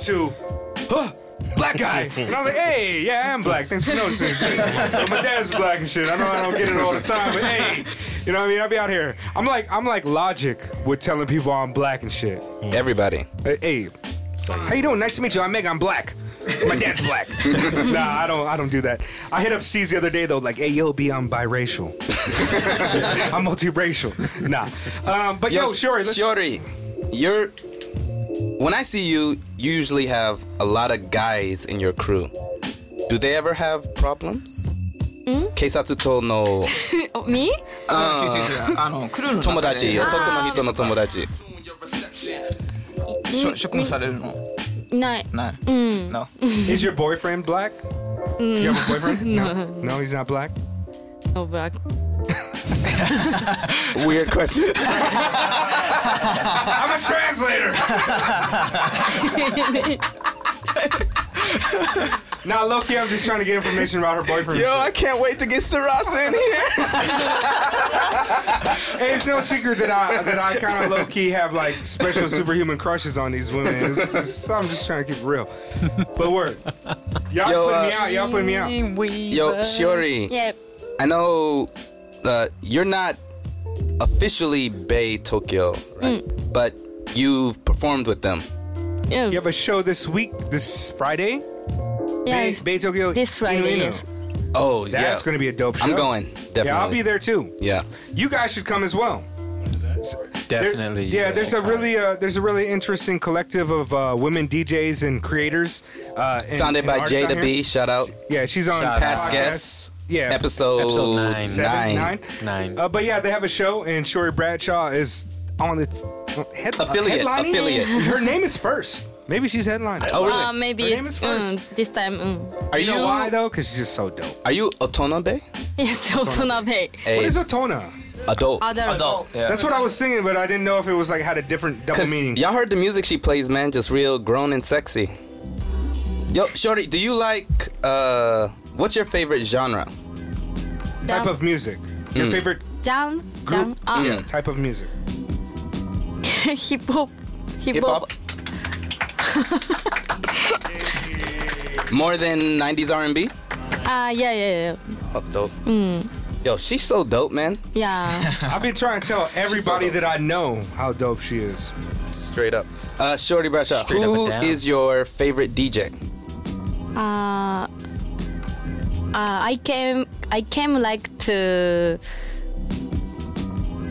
[SPEAKER 3] to, huh, black guy. And I'm like, hey, yeah, I am black. Thanks for noticing *laughs* and shit. But my dad's black and shit. I know I don't get it all the time, but hey, you know what I mean? I'll be out here. I'm like, I'm like logic with telling people I'm black and shit.
[SPEAKER 4] Everybody.
[SPEAKER 3] Hey, hey. How you doing? Nice to meet you. I'm Meg. I'm black. My dad's black. *laughs* nah, I don't. I don't do that. I hit up C's the other day though, like, "Hey, yo, B, I'm biracial. I'm multiracial." *laughs* Nah, um, but yo, Shori, let's,
[SPEAKER 4] Shiori, you're. When I see you, you usually have a lot of guys in your crew. Do they ever have problems?
[SPEAKER 5] Hmm?
[SPEAKER 4] Keisatsu to no.
[SPEAKER 5] Oh, Me?
[SPEAKER 3] Uh,
[SPEAKER 4] あ
[SPEAKER 6] 違う違う違うあのクルーの中で
[SPEAKER 4] 友達、
[SPEAKER 6] あー
[SPEAKER 4] 男の人の友達。
[SPEAKER 6] しょ職務されるの
[SPEAKER 5] ない。
[SPEAKER 6] No.
[SPEAKER 5] Mm.
[SPEAKER 6] No.
[SPEAKER 3] Is your boyfriend black?
[SPEAKER 5] Mm.
[SPEAKER 3] You have a boyfriend?
[SPEAKER 5] *laughs* no.
[SPEAKER 3] No, he's not black.
[SPEAKER 5] No black.
[SPEAKER 4] Weird question.
[SPEAKER 3] *laughs* I'm a translator. Now, low key, I'm just trying to get information about her boyfriend.
[SPEAKER 4] Yo, I can't wait to get Sarasa in
[SPEAKER 3] And it's no secret that I that I kind of low key have like special superhuman crushes on these women. It's just- I'm just trying to keep it real. But word, y'all
[SPEAKER 4] Yo,
[SPEAKER 3] putting me
[SPEAKER 4] uh,
[SPEAKER 3] out. Y'all putting me out.
[SPEAKER 4] Yo, Shiori.
[SPEAKER 5] Yep.
[SPEAKER 4] I know uh, you're not officially Bay Tokyo, right? But you've performed with them.
[SPEAKER 5] Yeah.
[SPEAKER 3] You have a show this week, this Friday.
[SPEAKER 5] Yeah,
[SPEAKER 3] Bay,
[SPEAKER 5] it's
[SPEAKER 3] Bay Tokyo.
[SPEAKER 5] this Friday,
[SPEAKER 3] Inu Inu.
[SPEAKER 5] yes.
[SPEAKER 4] Oh,
[SPEAKER 3] That's gonna be a dope show.
[SPEAKER 4] I'm going. Definitely.
[SPEAKER 3] Yeah, I'll be there too.
[SPEAKER 4] Yeah.
[SPEAKER 3] You guys should come as well.
[SPEAKER 2] Definitely.
[SPEAKER 3] Yeah, there's a really uh, there's a really interesting collective of uh, women DJs and creators. Uh, and,
[SPEAKER 4] Founded
[SPEAKER 3] and
[SPEAKER 4] by
[SPEAKER 3] artists out
[SPEAKER 4] Jada
[SPEAKER 3] here.
[SPEAKER 4] B. Shout out.
[SPEAKER 3] Yeah, she's on
[SPEAKER 4] Shout past
[SPEAKER 3] podcast.
[SPEAKER 4] guests.
[SPEAKER 3] Yeah,
[SPEAKER 4] Episode,
[SPEAKER 2] Episode nine.
[SPEAKER 3] Seven,
[SPEAKER 4] nine.
[SPEAKER 3] nine? Uh, but yeah, they have a show, and Shorty Bradshaw is on its head, uh,
[SPEAKER 4] Affiliate,
[SPEAKER 3] headlining?
[SPEAKER 4] affiliate.
[SPEAKER 3] Her name is first. Maybe she's headlining.
[SPEAKER 5] Uh, maybe
[SPEAKER 3] Her name
[SPEAKER 5] it's,
[SPEAKER 3] is first.
[SPEAKER 5] mm, this time. Mm.
[SPEAKER 4] Oh, Are
[SPEAKER 3] You
[SPEAKER 4] you,
[SPEAKER 3] know why though? Because she's just so dope.
[SPEAKER 4] Are you Otonabe?
[SPEAKER 5] *laughs* Yes, Otonabe.
[SPEAKER 3] What is Otona?
[SPEAKER 4] Adult.
[SPEAKER 5] Adult. Adult,
[SPEAKER 4] yeah.
[SPEAKER 3] That's what I was thinking, but I didn't know if it was like had a different double
[SPEAKER 4] 'Cause
[SPEAKER 3] meaning.
[SPEAKER 4] Y'all heard the music she plays, man. Just real grown and sexy. Yo, Shorty, do you like, uh, what's your favorite genre?
[SPEAKER 3] Type of music. Your
[SPEAKER 4] Mm.
[SPEAKER 3] favorite
[SPEAKER 5] Down, down,
[SPEAKER 3] group?
[SPEAKER 5] up.
[SPEAKER 3] Yeah. Type of music.
[SPEAKER 5] *laughs* hip hop, hip hop.
[SPEAKER 4] Hip-hop? More than 90s R&B?
[SPEAKER 5] Ah, yeah, yeah, yeah.
[SPEAKER 4] Oh, dope.
[SPEAKER 5] Mm.
[SPEAKER 4] Yo, she's so dope, man.
[SPEAKER 5] Yeah.
[SPEAKER 3] *laughs* I've been trying to tell everybody that I know how dope she is.
[SPEAKER 4] Straight up. Uh, Shorty Bradshaw,
[SPEAKER 3] Straight up and
[SPEAKER 4] who
[SPEAKER 3] down.
[SPEAKER 4] is your favorite DJ?
[SPEAKER 5] uh, uh, I came, I came like to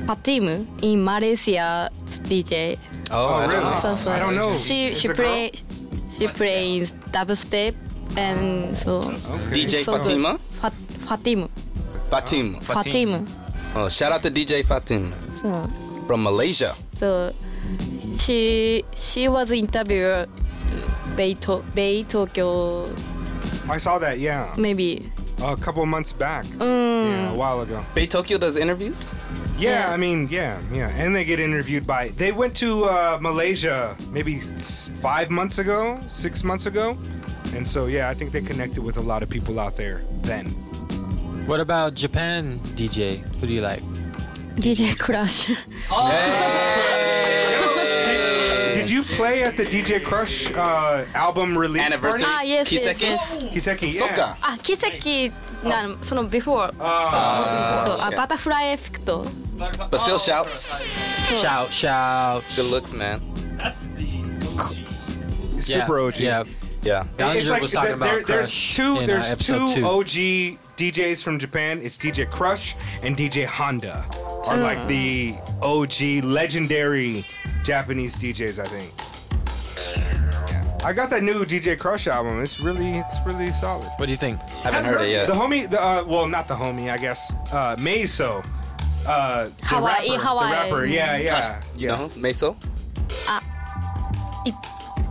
[SPEAKER 5] Patim in Malaysia DJ.
[SPEAKER 4] Oh, I don't know.
[SPEAKER 5] So, so She she play, she plays dubstep and so.
[SPEAKER 4] DJ
[SPEAKER 5] so good.
[SPEAKER 4] Fatima?
[SPEAKER 5] Fat, Fatim.
[SPEAKER 4] Fatim.
[SPEAKER 5] Fatim.
[SPEAKER 4] Oh, shout out to DJ Fatim
[SPEAKER 5] So-
[SPEAKER 4] from Malaysia.
[SPEAKER 5] So she she was interviewer Bay, to- Bay Tokyo
[SPEAKER 3] I saw that, yeah.
[SPEAKER 5] maybe.
[SPEAKER 3] A couple months back.
[SPEAKER 5] Mm.
[SPEAKER 3] Yeah, a while ago.
[SPEAKER 4] Bay Tokyo does interviews?
[SPEAKER 3] Yeah, I mean, yeah, yeah. And they get interviewed by. They went to uh, Malaysia maybe s- five months ago, six months ago. And so, yeah, I think they connected with a lot of people out there then.
[SPEAKER 2] What about Japan DJ? Who do you like?
[SPEAKER 5] DJ *laughs* Crush.
[SPEAKER 3] Did you play at the DJ Crush uh, album release?
[SPEAKER 5] Anniversary
[SPEAKER 3] Party?
[SPEAKER 5] Ah, yes, yes, Kiseki? yes.
[SPEAKER 3] Kiseki, yeah.
[SPEAKER 4] Soka.
[SPEAKER 5] あ、奇跡なのその before。そ
[SPEAKER 4] Ah,
[SPEAKER 5] う、あ、
[SPEAKER 4] okay.
[SPEAKER 5] バタフライエフェクト。
[SPEAKER 4] But still shouts.
[SPEAKER 2] Shout, shout.
[SPEAKER 4] Good looks, man.
[SPEAKER 21] That's the
[SPEAKER 3] Super OG.
[SPEAKER 2] Yeah.
[SPEAKER 4] Yeah.
[SPEAKER 3] It's
[SPEAKER 2] Danja
[SPEAKER 3] like
[SPEAKER 2] was talking
[SPEAKER 3] there-
[SPEAKER 2] about
[SPEAKER 3] there- there's
[SPEAKER 2] Crush
[SPEAKER 3] two
[SPEAKER 2] in, uh,
[SPEAKER 3] there's two,
[SPEAKER 2] episode two.
[SPEAKER 3] OG DJs from Japan. It's DJ Crush and DJ Honda are
[SPEAKER 5] Mm.
[SPEAKER 3] like the OG legendary Japanese DJs. I think. Yeah. I got that new DJ Crush album. It's really it's really solid.
[SPEAKER 2] What do you think?
[SPEAKER 4] Haven't heard it yet.
[SPEAKER 3] The homie, the, uh, well, not the homie, I guess. Uh, Meiso. Uh, the
[SPEAKER 5] Hawaii,
[SPEAKER 3] rapper,
[SPEAKER 5] Hawaii.
[SPEAKER 3] The rapper, yeah, yeah.
[SPEAKER 4] Gosh, you know, Meso?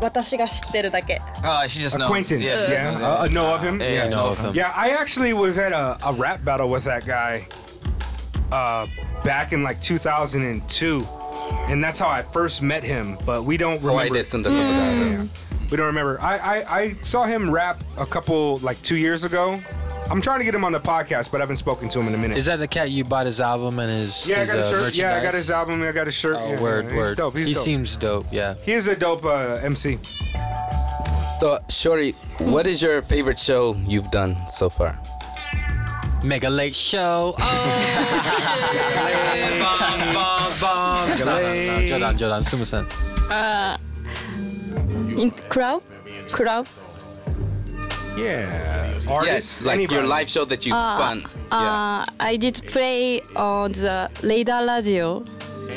[SPEAKER 5] 私が知ってるだけ。
[SPEAKER 6] Uh, she just knows.
[SPEAKER 3] acquaintance.
[SPEAKER 6] Yeah, she just
[SPEAKER 3] Yeah,
[SPEAKER 6] knows.
[SPEAKER 3] Uh, know of him.
[SPEAKER 6] Yeah, yeah, know of him.
[SPEAKER 3] Yeah, I actually was at a, a rap battle with that guy uh, back in like 2002, and that's how I first met him. But we don't remember.
[SPEAKER 4] I did some Dakota Mm.
[SPEAKER 3] Yeah. We don't remember. I, I I saw him rap a couple like two years ago. I'm trying to get him on the podcast, but I haven't spoken to him in a minute.
[SPEAKER 2] Is that the cat you bought his album and his?
[SPEAKER 3] yeah, I
[SPEAKER 2] his,
[SPEAKER 3] got his
[SPEAKER 2] uh,
[SPEAKER 3] shirt. Yeah, I got
[SPEAKER 2] merchandise?
[SPEAKER 3] his album. I got his shirt.
[SPEAKER 2] Oh,
[SPEAKER 3] yeah,
[SPEAKER 2] word,
[SPEAKER 3] yeah, He's
[SPEAKER 2] word.
[SPEAKER 3] dope. He's
[SPEAKER 2] he
[SPEAKER 3] dope.
[SPEAKER 2] seems dope. Yeah.
[SPEAKER 3] He is a dope uh, MC.
[SPEAKER 4] So, Shorty, what is your favorite show you've done so far?
[SPEAKER 2] Mega Late Show. Oh,
[SPEAKER 3] *laughs*
[SPEAKER 2] shit. bomb, bomb, bomb. Jordan, Jordan, Sumo-san.
[SPEAKER 5] Uh, in crowd, crowd.
[SPEAKER 3] Yeah.
[SPEAKER 4] yes, like your live show that you
[SPEAKER 5] Ah,
[SPEAKER 4] spun.
[SPEAKER 5] Uh, I did play on the Radar Radio, Uh,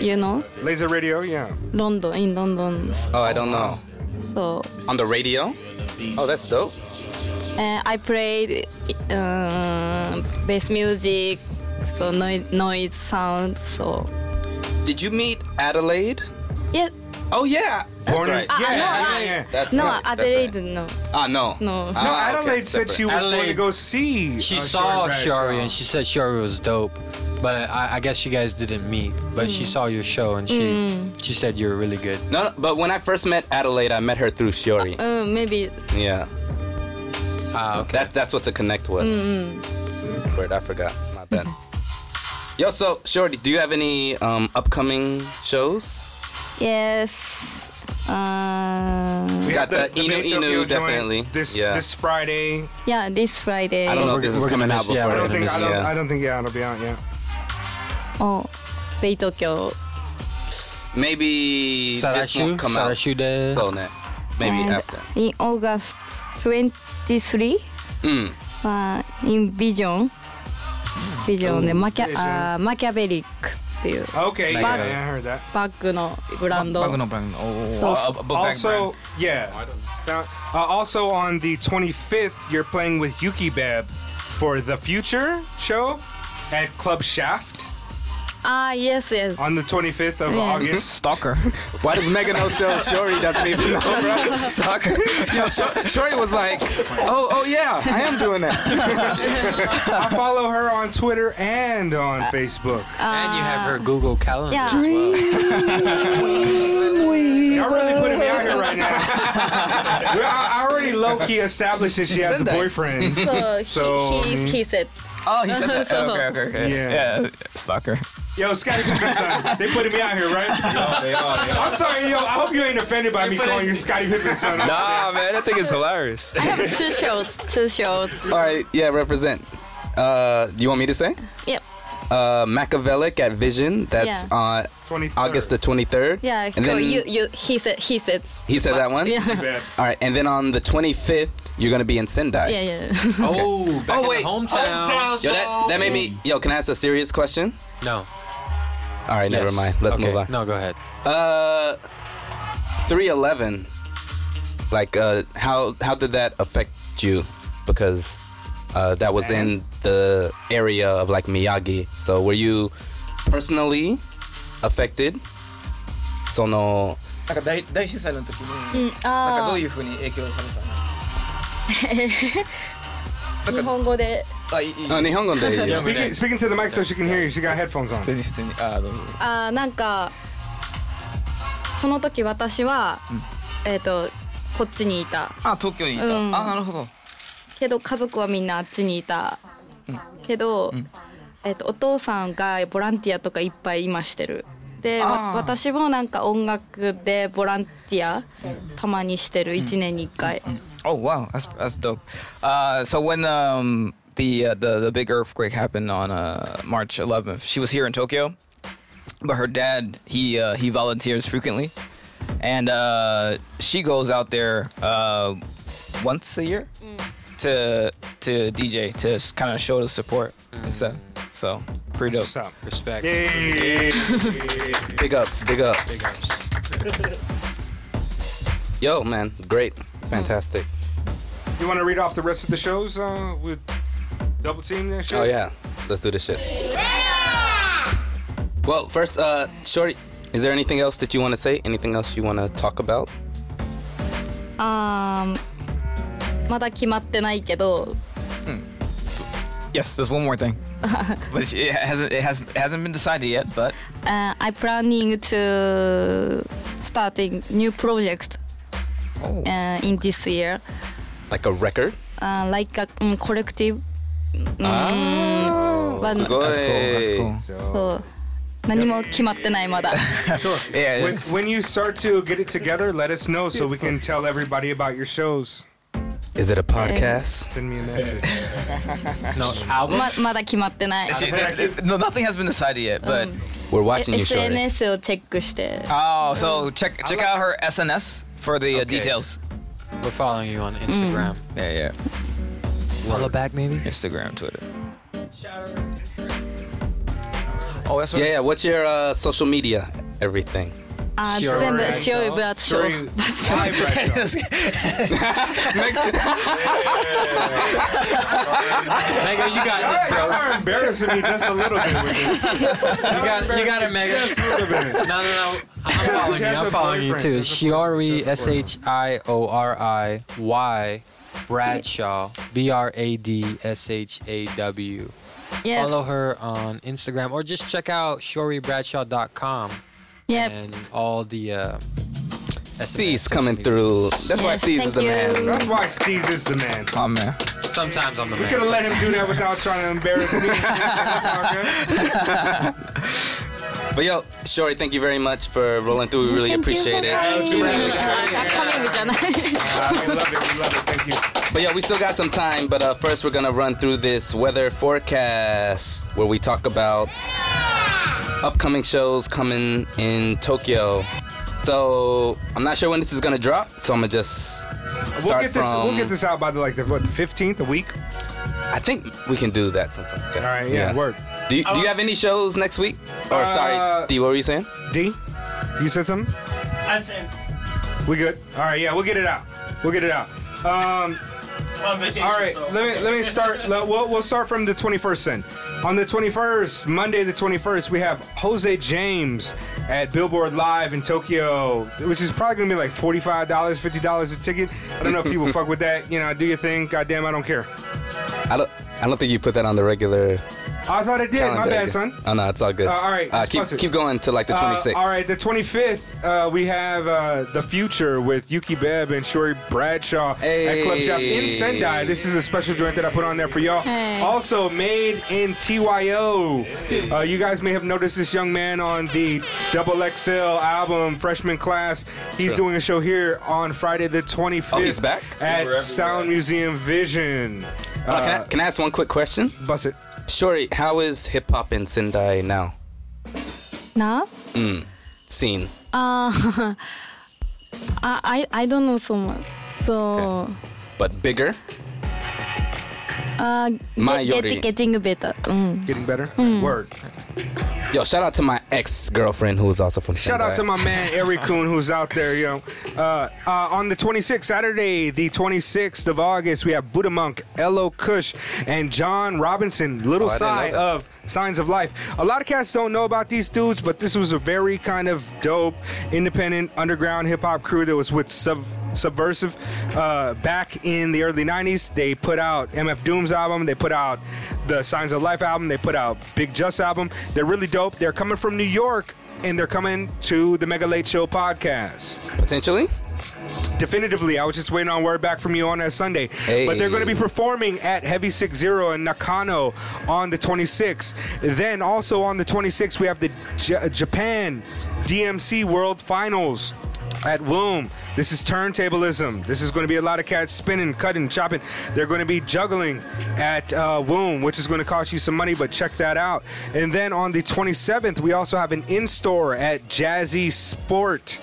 [SPEAKER 5] you know,
[SPEAKER 3] Laser Radio. Yeah.
[SPEAKER 5] London in London.
[SPEAKER 4] Oh, I don't know.
[SPEAKER 5] So
[SPEAKER 4] On the radio? Oh, that's dope.
[SPEAKER 5] uh, I played uh, bass music, so noise, noise sound. So
[SPEAKER 4] Did you meet Adelaide?
[SPEAKER 5] yeah,
[SPEAKER 4] Oh yeah,
[SPEAKER 3] Born in,
[SPEAKER 4] right.
[SPEAKER 5] Ah,
[SPEAKER 3] yeah,
[SPEAKER 5] no,
[SPEAKER 3] yeah,
[SPEAKER 5] I-
[SPEAKER 3] yeah.
[SPEAKER 5] no, Adelaide, no.
[SPEAKER 4] Ah, no.
[SPEAKER 5] No.
[SPEAKER 3] No, Adelaide said she was going to
[SPEAKER 2] Adelaide-
[SPEAKER 3] go see.
[SPEAKER 2] She
[SPEAKER 3] uh,
[SPEAKER 2] saw
[SPEAKER 3] Shari Bash.
[SPEAKER 2] Shari and she said Shari was dope, but I, I guess you guys didn't meet. But she
[SPEAKER 4] Mm.
[SPEAKER 2] saw your show and she
[SPEAKER 5] Mm.
[SPEAKER 2] she said you were really good.
[SPEAKER 4] No, no, but when I first met Adelaide, I met her through Shiori.
[SPEAKER 5] Uh, maybe.
[SPEAKER 4] yeah.
[SPEAKER 2] Ah, okay.
[SPEAKER 4] That, that's what the connect was.
[SPEAKER 5] Mm, mm.
[SPEAKER 4] Word, I forgot. My bad. Yo, so Shorty, do you have any um, upcoming shows?
[SPEAKER 5] Yes. Uh,
[SPEAKER 4] We got the, Inu Inu, definitely.
[SPEAKER 3] This
[SPEAKER 4] yeah.
[SPEAKER 3] this Friday.
[SPEAKER 5] yeah, this Friday.
[SPEAKER 4] I don't know if this is coming out before.
[SPEAKER 3] I don't think. I don't,
[SPEAKER 4] yeah.
[SPEAKER 3] I don't think. Yeah, it'll be out. Yeah.
[SPEAKER 5] Oh, Bay Tokyo.
[SPEAKER 4] Maybe this
[SPEAKER 2] Sarashu?
[SPEAKER 4] won't come out.
[SPEAKER 2] Sarashu de-
[SPEAKER 4] So, ne- Maybe
[SPEAKER 5] And
[SPEAKER 4] after.
[SPEAKER 5] In August 23,
[SPEAKER 4] Mm.
[SPEAKER 5] uh, in Vision.
[SPEAKER 4] Oh,
[SPEAKER 5] Vision でマキャ、
[SPEAKER 3] Vision
[SPEAKER 5] あーマキャベリック uh, っていう
[SPEAKER 3] Okay.
[SPEAKER 5] Bag-
[SPEAKER 3] Yeah, yeah, I heard that.
[SPEAKER 5] バッグのブランド。そう
[SPEAKER 2] Uh,
[SPEAKER 3] also, yeah. Uh, uh, also on the 25th, you're playing with Yuki Beb for the Future show at Club Shaft
[SPEAKER 5] あー、yes, yes.
[SPEAKER 3] on the 25th of
[SPEAKER 5] Yeah.
[SPEAKER 2] *laughs*
[SPEAKER 3] August.
[SPEAKER 6] Stalker.
[SPEAKER 4] Why does Megan know show Shorty doesn't even know, bro? Stalker. Yo, Shor- Shorty was like, oh, oh yeah, I am doing that.
[SPEAKER 3] *laughs* I follow her on Twitter and on Facebook.
[SPEAKER 2] and you have her Google Calendar.
[SPEAKER 3] yeah.
[SPEAKER 2] as well.
[SPEAKER 3] Y'all really putting me out here
[SPEAKER 6] *laughs*
[SPEAKER 3] right now. Well, I, I already low key established that she
[SPEAKER 6] He
[SPEAKER 3] has
[SPEAKER 6] said that.
[SPEAKER 3] a boyfriend.
[SPEAKER 5] *laughs* So,
[SPEAKER 3] So,
[SPEAKER 5] he,
[SPEAKER 3] I mean-
[SPEAKER 5] he, he said.
[SPEAKER 6] Oh, he said that.
[SPEAKER 5] *laughs* So-
[SPEAKER 6] okay, okay, okay.
[SPEAKER 3] Yeah.
[SPEAKER 6] yeah. Stalker.
[SPEAKER 3] Yo, Scotty, come this son. They putting me out here, right?
[SPEAKER 22] they are, they are.
[SPEAKER 3] I'm sorry, yo. I hope you ain't offended by me calling you Scotty Pippen, son.
[SPEAKER 22] Nah, man, that thing is hilarious.
[SPEAKER 5] I have two shows, two shows.
[SPEAKER 4] All right, yeah, represent. Uh, do you want me to say?
[SPEAKER 5] Yep.
[SPEAKER 4] Uh, Machiavellic at Vision. That's
[SPEAKER 5] Yeah.
[SPEAKER 4] on August the 23rd.
[SPEAKER 5] Yeah,
[SPEAKER 4] and
[SPEAKER 5] so
[SPEAKER 4] then
[SPEAKER 5] you, you, he said, he said.
[SPEAKER 4] he said that
[SPEAKER 5] *laughs*
[SPEAKER 4] one.
[SPEAKER 5] Yeah.
[SPEAKER 4] All right, and then on the 25th, you're gonna be in Sendai.
[SPEAKER 5] Yeah, yeah.
[SPEAKER 2] *laughs* Oh, back in
[SPEAKER 4] wait.
[SPEAKER 2] the hometown.
[SPEAKER 4] Yo, that, that made me. Yo, can I ask a serious question?
[SPEAKER 2] No.
[SPEAKER 4] All right, never
[SPEAKER 2] Yes.
[SPEAKER 4] mind. Let's
[SPEAKER 2] Okay,
[SPEAKER 4] move on.
[SPEAKER 2] No, go ahead.
[SPEAKER 4] Uh, three eleven. Like, uh, how how did that affect you? Because uh, that was in the area of like Miyagi. So were you personally affected? その
[SPEAKER 6] なんか大大震災の時
[SPEAKER 5] うん
[SPEAKER 6] に、
[SPEAKER 5] あー
[SPEAKER 6] なんかどういうふうに影響されたの
[SPEAKER 5] 日本語で。
[SPEAKER 6] あ、いいいい
[SPEAKER 4] あ日本語でいい
[SPEAKER 6] *laughs*
[SPEAKER 4] よ
[SPEAKER 3] Speaking, speaking to the mic so she can hear you. She got headphones on.
[SPEAKER 6] 普通に普通に。
[SPEAKER 4] Ah,
[SPEAKER 6] あー、どうも。
[SPEAKER 5] あーなんかその時私は、えっ、とこっちにいた
[SPEAKER 6] あ、東京にいた。
[SPEAKER 5] うん
[SPEAKER 6] あ、なるほど。
[SPEAKER 5] けど家族はみんなあっちにいた、けど、えっとお父さんがボランティアとかいっぱい今してるでわ私もなんか音楽でボランティアたまにしてる1年に1回、
[SPEAKER 6] Oh wow, that's that's dope. Uh, so when um the uh, the the big earthquake happened on uh, March 11th, she was here in Tokyo, but her dad he uh, he volunteers frequently, and uh, she goes out there uh, once a year
[SPEAKER 5] Mm.
[SPEAKER 6] to to DJ to kind of show the support
[SPEAKER 4] Mm.
[SPEAKER 6] and stuff. So pretty dope.
[SPEAKER 2] Respect.
[SPEAKER 4] big ups, big ups. Yo, man, great, fantastic.
[SPEAKER 3] You want to read off the rest of the shows uh, with double team that shit?
[SPEAKER 4] Oh yeah, let's do this shit. Well, first, uh, Shorty, is there anything else that you want to say? Anything else you want to talk about?
[SPEAKER 5] あーまだ決まってないけど
[SPEAKER 6] Hmm. Yes, there's one more thing, but it hasn't it hasn't it hasn't been decided yet. But
[SPEAKER 5] uh, I planning to starting new project uh, in this year,
[SPEAKER 4] Like a record?
[SPEAKER 5] uh, like a um, collective. Mm, but-
[SPEAKER 4] That's cool, that's cool.
[SPEAKER 5] そう何も決まってないまだ。
[SPEAKER 3] *laughs* Sure.
[SPEAKER 6] Yeah,
[SPEAKER 3] When,
[SPEAKER 6] it's-
[SPEAKER 3] when you start to get it together, let us know so we can tell everybody about your shows.
[SPEAKER 4] Is it a podcast?
[SPEAKER 3] Send me a message.
[SPEAKER 2] no,
[SPEAKER 5] ままだ決まってない。
[SPEAKER 6] no, nothing has been decided yet. But
[SPEAKER 4] we're
[SPEAKER 5] え SNS をチェックして。
[SPEAKER 6] Oh, so check check out her SNS for the uh, details.
[SPEAKER 2] We're following you on Instagram.
[SPEAKER 6] Yeah, yeah.
[SPEAKER 2] Follow back maybe.
[SPEAKER 6] Instagram, Twitter. Oh, that's
[SPEAKER 2] Oh,
[SPEAKER 4] yeah, yeah. What's your uh, social media? Everything.
[SPEAKER 5] あ
[SPEAKER 9] 塩
[SPEAKER 5] 全
[SPEAKER 9] ブ
[SPEAKER 5] 部
[SPEAKER 9] ラショ
[SPEAKER 5] 塩いブラシ
[SPEAKER 2] *laughs*
[SPEAKER 9] そう
[SPEAKER 5] *laughs*
[SPEAKER 9] いう
[SPEAKER 5] ョ
[SPEAKER 9] はいブラショ
[SPEAKER 2] Mega, you got this, bro.
[SPEAKER 3] You're embarrassing me just a little
[SPEAKER 2] *laughs*
[SPEAKER 3] bit with this.
[SPEAKER 2] You got, you got it, Mega. No, no, no. I'm following you. I'm following you too. Shiori, S H I O R I Y, Bradshaw, B R A D S H A W.
[SPEAKER 5] Yeah.
[SPEAKER 2] Follow her on Instagram or just check out ShioriBradshaw.com.
[SPEAKER 5] Yep.
[SPEAKER 2] And all the. Uh,
[SPEAKER 4] Steve's coming through. That's why
[SPEAKER 2] Yes,
[SPEAKER 4] Steve is
[SPEAKER 2] thank
[SPEAKER 4] the man.
[SPEAKER 2] you. That's
[SPEAKER 3] why Steve is the man.
[SPEAKER 4] Oh man.
[SPEAKER 2] sometimes I'm the
[SPEAKER 3] You
[SPEAKER 2] man.
[SPEAKER 3] could have let him do that without trying to embarrass me.
[SPEAKER 4] *laughs* But yo, Shorty, thank you very much for rolling through. We really appreciate it. But yeah, we still got some time. But uh, first, we're gonna run through this weather forecast where we talk about upcoming shows coming in Tokyo. So I'm not sure when this is gonna drop. So I'm gonna just start
[SPEAKER 3] We'll get
[SPEAKER 4] from.
[SPEAKER 3] this. We'll get this out by the like the what the fifteenth, a week.
[SPEAKER 4] I think we can do that. Something like that. All
[SPEAKER 3] right. Yeah. Work.
[SPEAKER 4] Do you, do you have any shows next week? Or sorry,
[SPEAKER 3] Uh,
[SPEAKER 4] D, what were you saying?
[SPEAKER 3] D, you said something.
[SPEAKER 21] I said.
[SPEAKER 3] We good? All right, yeah, we'll get it out. We'll get it out. Um, all right, let me let me start. let- we'll, we'll start from the 21st then. On the 21st, Monday the 21st, we have Jose James at Billboard Live in Tokyo, which is probably gonna be like $45, $50 a ticket. I don't know if people fuck with that. You know, do your thing. Goddamn, I don't care.
[SPEAKER 4] I don't. I don't think you put that on the regular.
[SPEAKER 3] I thought I did. My
[SPEAKER 4] calendar.
[SPEAKER 3] bad, son.
[SPEAKER 4] Oh no, it's all good.
[SPEAKER 3] Uh, all right,
[SPEAKER 4] Uh,
[SPEAKER 3] let's
[SPEAKER 4] keep
[SPEAKER 3] bust it.
[SPEAKER 4] keep going to like the
[SPEAKER 3] Uh,
[SPEAKER 4] 26th.
[SPEAKER 3] all right, the 25th, uh, we have uh, The Future with Yuki Beb and Shuri Bradshaw at Club Shop in Sendai. This is a special joint that I put on there for y'all.
[SPEAKER 9] Hey.
[SPEAKER 3] Also, made in TYO. Uh, you guys may have noticed this young man on the Double XL album, Freshman Class. He's
[SPEAKER 4] True.
[SPEAKER 3] doing a show here on Friday the 25th.
[SPEAKER 4] Oh, he's back?
[SPEAKER 3] At
[SPEAKER 4] We're
[SPEAKER 3] Sound Museum Vision. Uh,
[SPEAKER 4] Hold on, can, I, can I ask one quick question?
[SPEAKER 3] Bust it.
[SPEAKER 4] Shorty, how is hip hop in Sendai now?
[SPEAKER 5] な
[SPEAKER 4] Mm. Scene.
[SPEAKER 5] あーあ Uh, *laughs* I, I don't know so much so
[SPEAKER 4] But bigger?
[SPEAKER 5] あ、
[SPEAKER 4] 前
[SPEAKER 5] uh, get-
[SPEAKER 4] より
[SPEAKER 5] get- getting better うん
[SPEAKER 3] Getting better?
[SPEAKER 5] Mm.
[SPEAKER 3] Word.
[SPEAKER 4] Yo, shout out to my ex girlfriend who was also from
[SPEAKER 3] Shout
[SPEAKER 4] Sendai.
[SPEAKER 3] out to my man
[SPEAKER 4] *laughs*
[SPEAKER 3] Eric Kuhn who's out there, yo. Uh, uh, on the 26th, Saturday, the 26th of August, we have Buddha Monk, Elo Kush, and John Robinson,
[SPEAKER 4] Oh,
[SPEAKER 3] Little
[SPEAKER 4] I didn't
[SPEAKER 3] Sigh
[SPEAKER 4] know that.
[SPEAKER 3] of Signs of Life. A lot of cats don't know about these dudes, but this was a very kind of dope, independent, underground hip hop crew that was with Sub. Subversive, uh, back in the early 90s, they put out MF Doom's album, they put out the Signs of Life album, they put out Big Just album. They're really dope. They're coming from New York and they're coming to the Mega Late Show podcast.
[SPEAKER 4] Potentially?
[SPEAKER 3] Definitively, I was just waiting on word back from you on that Sunday. But they're going to be performing at Heavy Six Zero in Nakano on the 26th. Then also on the 26th, we have the J- uh, Japan DMC World Finals at Woom. This is turntablism. This is going to be a lot of cats spinning, cutting, chopping. They're going to be juggling at uh, Woom, which is going to cost you some money, but check that out. And then on the 27th, we also have an in store at Jazzy Sport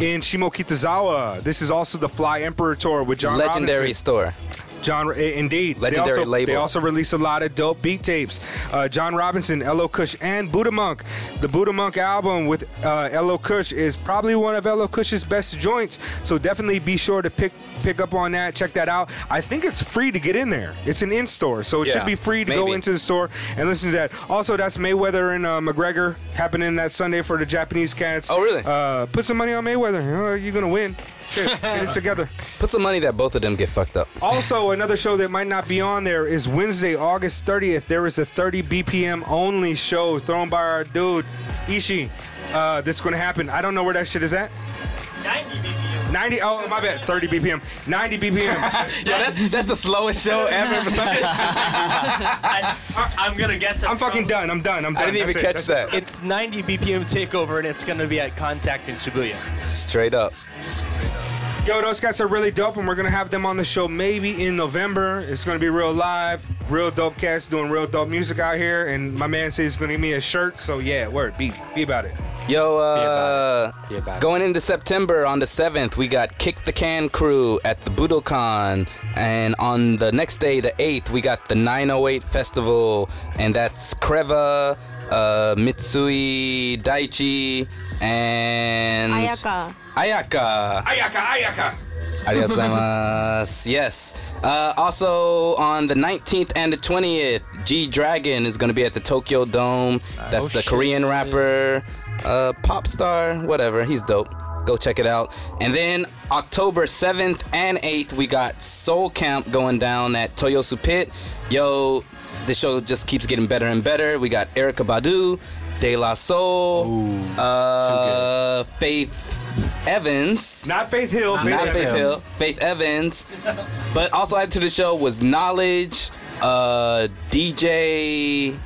[SPEAKER 3] in Shimokitazawa. This is also the Fly Emperor tour with John
[SPEAKER 4] Legendary
[SPEAKER 3] Robinson.
[SPEAKER 4] store.
[SPEAKER 3] John, eh, indeed.
[SPEAKER 4] Legendary
[SPEAKER 3] they also,
[SPEAKER 4] label.
[SPEAKER 3] They also release a lot of dope beat tapes. Uh, John Robinson, Elo Kush, and Buddha Monk. The Buddha Monk album with uh, Elo Kush is probably one of Elo Kush's best joints. So definitely be sure to pick pick up on that. Check that out. I think it's free to get in there. It's an in store, so it
[SPEAKER 4] Yeah,
[SPEAKER 3] should be free to go
[SPEAKER 4] maybe.
[SPEAKER 3] into the store and listen to that. Also, that's Mayweather and uh, McGregor happening that Sunday for the Japanese cats. Oh, really? Uh, put some money on Mayweather. Uh, you're gonna win. Shit, get it together.
[SPEAKER 4] Put some money that both of them get fucked up.
[SPEAKER 3] Also, another show that might not be on there is Wednesday, August 30th. There is a 30 BPM only show thrown by our dude, Ishi. Uh, that's going to happen. I don't know where that shit is at.
[SPEAKER 21] 90
[SPEAKER 3] BPM. 90, oh, my bad. 30 BPM. 90
[SPEAKER 4] *laughs*
[SPEAKER 3] BPM.
[SPEAKER 4] yeah, that, that's the slowest show ever *laughs* for something.
[SPEAKER 21] I, I'm gonna guess.
[SPEAKER 3] I'm fucking done. I'm done. I'm done. That's it. That's it.
[SPEAKER 21] It's 90 BPM takeover, and it's gonna be at Contact in Shibuya.
[SPEAKER 4] Straight up.
[SPEAKER 3] Yo, those guys are really dope, and we're gonna have them on the show maybe in November. It's gonna be real live, real dope cats doing real dope music out here. And my man says he's gonna give me a shirt, so yeah, word, be be about it.
[SPEAKER 4] Yo, uh,
[SPEAKER 3] about it.
[SPEAKER 4] going into September on the 7th, we got Kick the Can Crew at the Budokan. And on oh the next day, the 8th, we got the 908 Festival. And that's Creva, uh, Mitsui Daichi, and
[SPEAKER 5] Ayaka.
[SPEAKER 4] Ayaka.
[SPEAKER 3] Ayaka, Ayaka.
[SPEAKER 1] *laughs*
[SPEAKER 4] Arigatou yes. Uh, also on the 19th and the 20th, G Dragon is going to be at the Tokyo Dome. That's
[SPEAKER 1] Oh,
[SPEAKER 4] the
[SPEAKER 1] shit.
[SPEAKER 4] Korean rapper, uh, pop star, whatever. He's dope. Go check it out. And then October 7th and 8th, we got Soul Camp going down at Toyosu Pit. Yo, the show just keeps getting better and better. We got Erica Badu, De La Soul, uh, Faith Evans.
[SPEAKER 3] Not Faith Hill.
[SPEAKER 4] Not
[SPEAKER 3] Faith
[SPEAKER 4] Faith,
[SPEAKER 3] Evans.
[SPEAKER 4] Hill. Faith Evans. But also added to the show was Knowledge, uh, DJ.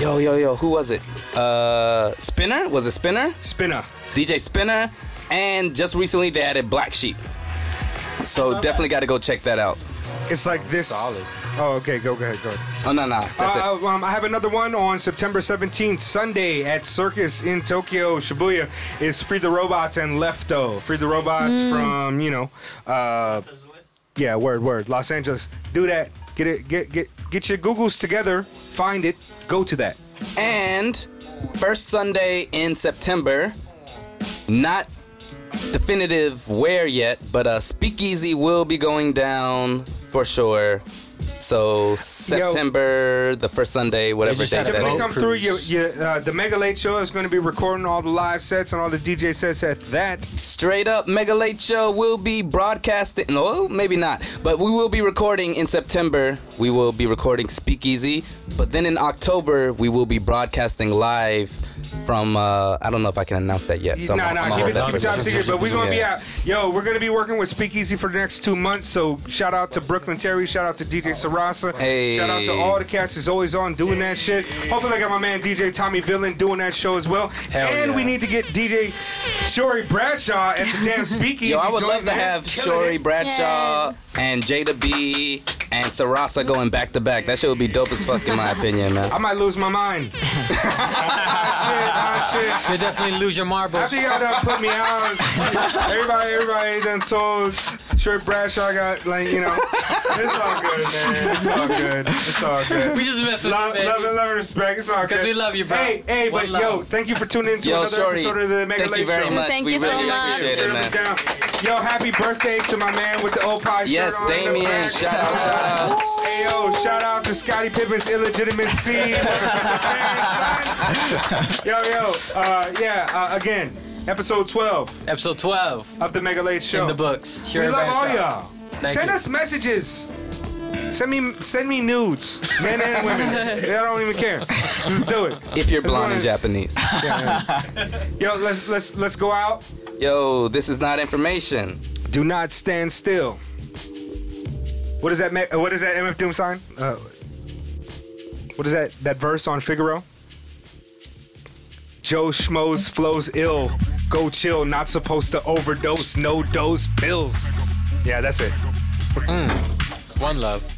[SPEAKER 4] Yo, yo, yo, who was it? Uh, Spinner? Was it Spinner?
[SPEAKER 3] Spinner.
[SPEAKER 4] DJ Spinner. And just recently they added Black Sheep. So definitely got to go check that out.
[SPEAKER 3] It's like this. Oh, okay. Go, go ahead. Go ahead.
[SPEAKER 4] Oh, no, no. That's it.
[SPEAKER 3] Uh, um, I have another one on September 17th, Sunday at Circus in Tokyo, Shibuya. Is Free the Robots and Lefto. Free the Robots
[SPEAKER 8] Mm.
[SPEAKER 3] from you know, uh, yeah, word word, Los Angeles. Do that. Get it. Get get get your Googles together. Find it. Go to that.
[SPEAKER 4] And first Sunday in September, not definitive where yet, but uh, Speakeasy will be going down for sure. So September, the first Sunday, whatever
[SPEAKER 3] If
[SPEAKER 4] day that
[SPEAKER 3] they
[SPEAKER 4] is.
[SPEAKER 3] come through, you, you, uh, the Mega Late Show is going to be recording all the live sets and all the DJ sets at that.
[SPEAKER 4] Straight up, Mega Late Show will be broadcasting. No, maybe not. But we will be recording in September. We will be recording Speakeasy. But then in October, we will be broadcasting live from. Uh, I don't know if I can announce that yet.
[SPEAKER 3] No,
[SPEAKER 4] I'm- I'm
[SPEAKER 3] no,
[SPEAKER 4] gonna
[SPEAKER 3] keep it,
[SPEAKER 4] hold that
[SPEAKER 3] keep
[SPEAKER 4] for
[SPEAKER 3] it top
[SPEAKER 4] just-
[SPEAKER 3] secret. But we're gonna be
[SPEAKER 4] Yeah.
[SPEAKER 3] out. Yo, we're gonna be working with Speakeasy for the next two months. So shout out to Brooklyn Terry. Shout out to DJ Sarasa.
[SPEAKER 4] Hey.
[SPEAKER 3] Shout out to all the cast is always on doing that shit. Hopefully, I got my man DJ Tommy Villain doing that show as well.
[SPEAKER 4] Hell
[SPEAKER 3] and
[SPEAKER 4] yeah.
[SPEAKER 3] we need to get DJ Shory Bradshaw at
[SPEAKER 4] *laughs*
[SPEAKER 3] the damn Speakeasy.
[SPEAKER 4] Yo, I would
[SPEAKER 3] joint,
[SPEAKER 4] love to
[SPEAKER 3] man.
[SPEAKER 4] have
[SPEAKER 3] Killing
[SPEAKER 4] Shori
[SPEAKER 3] it.
[SPEAKER 4] Bradshaw and Jada B and Sarasa going back to back. That shit would be dope as fuck,
[SPEAKER 3] *laughs*
[SPEAKER 4] in my opinion, man.
[SPEAKER 3] I might lose
[SPEAKER 4] *laughs*
[SPEAKER 3] my mind. Ah, shit, ah, shit.
[SPEAKER 2] You definitely lose your marbles.
[SPEAKER 3] After y'all done put me out, everybody, everybody done told Short Bradshaw got like you know. It's all good, man. It's all good. It's all good.
[SPEAKER 2] We just messing with
[SPEAKER 3] love,
[SPEAKER 2] you, baby.
[SPEAKER 3] love, love, and respect. It's all good.
[SPEAKER 2] 'Cause we love you, bro.
[SPEAKER 3] Hey, hey,
[SPEAKER 2] One
[SPEAKER 3] but
[SPEAKER 2] love.
[SPEAKER 3] yo, thank you for tuning in to
[SPEAKER 4] Yo,
[SPEAKER 3] another
[SPEAKER 4] Shorty,
[SPEAKER 3] episode of the Mega
[SPEAKER 4] thank
[SPEAKER 3] Late
[SPEAKER 4] you very
[SPEAKER 3] Show.
[SPEAKER 4] much. Thank We you so really much. appreciate it, man.
[SPEAKER 3] Down. Yo, happy birthday to my man with the old pie shirt
[SPEAKER 4] Yes,
[SPEAKER 3] on in the
[SPEAKER 4] Damien.
[SPEAKER 3] back.
[SPEAKER 4] Shout out, shout outs.
[SPEAKER 3] Hey, yo, shout out to Scottie Pippen's
[SPEAKER 4] *laughs*
[SPEAKER 3] illegitimate seed. yo, yo, uh, yeah. Uh, again, episode twelve.
[SPEAKER 2] Episode twelve
[SPEAKER 3] of the Mega Late Show
[SPEAKER 2] in the books.
[SPEAKER 3] we
[SPEAKER 2] Shuri
[SPEAKER 3] love all
[SPEAKER 2] Bradshaw.
[SPEAKER 3] y'all.
[SPEAKER 2] Thank
[SPEAKER 3] send
[SPEAKER 2] you.
[SPEAKER 3] us messages. Send me send me nudes, men
[SPEAKER 2] *laughs*
[SPEAKER 3] and women. I don't even care. *laughs* Just do it.
[SPEAKER 4] If you're
[SPEAKER 3] That's
[SPEAKER 4] blonde and
[SPEAKER 3] what *laughs*
[SPEAKER 4] Japanese.
[SPEAKER 3] Yo, let's let's let's go out.
[SPEAKER 4] Yo, this is not information.
[SPEAKER 3] Do not stand still. What is that? me- What is that MF Doom sign? Uh, what is that? That verse on Figaro? Joe Schmoes flows ill. Go chill. Not supposed to overdose. No dose pills. Yeah, that's it.
[SPEAKER 2] Mm. One love.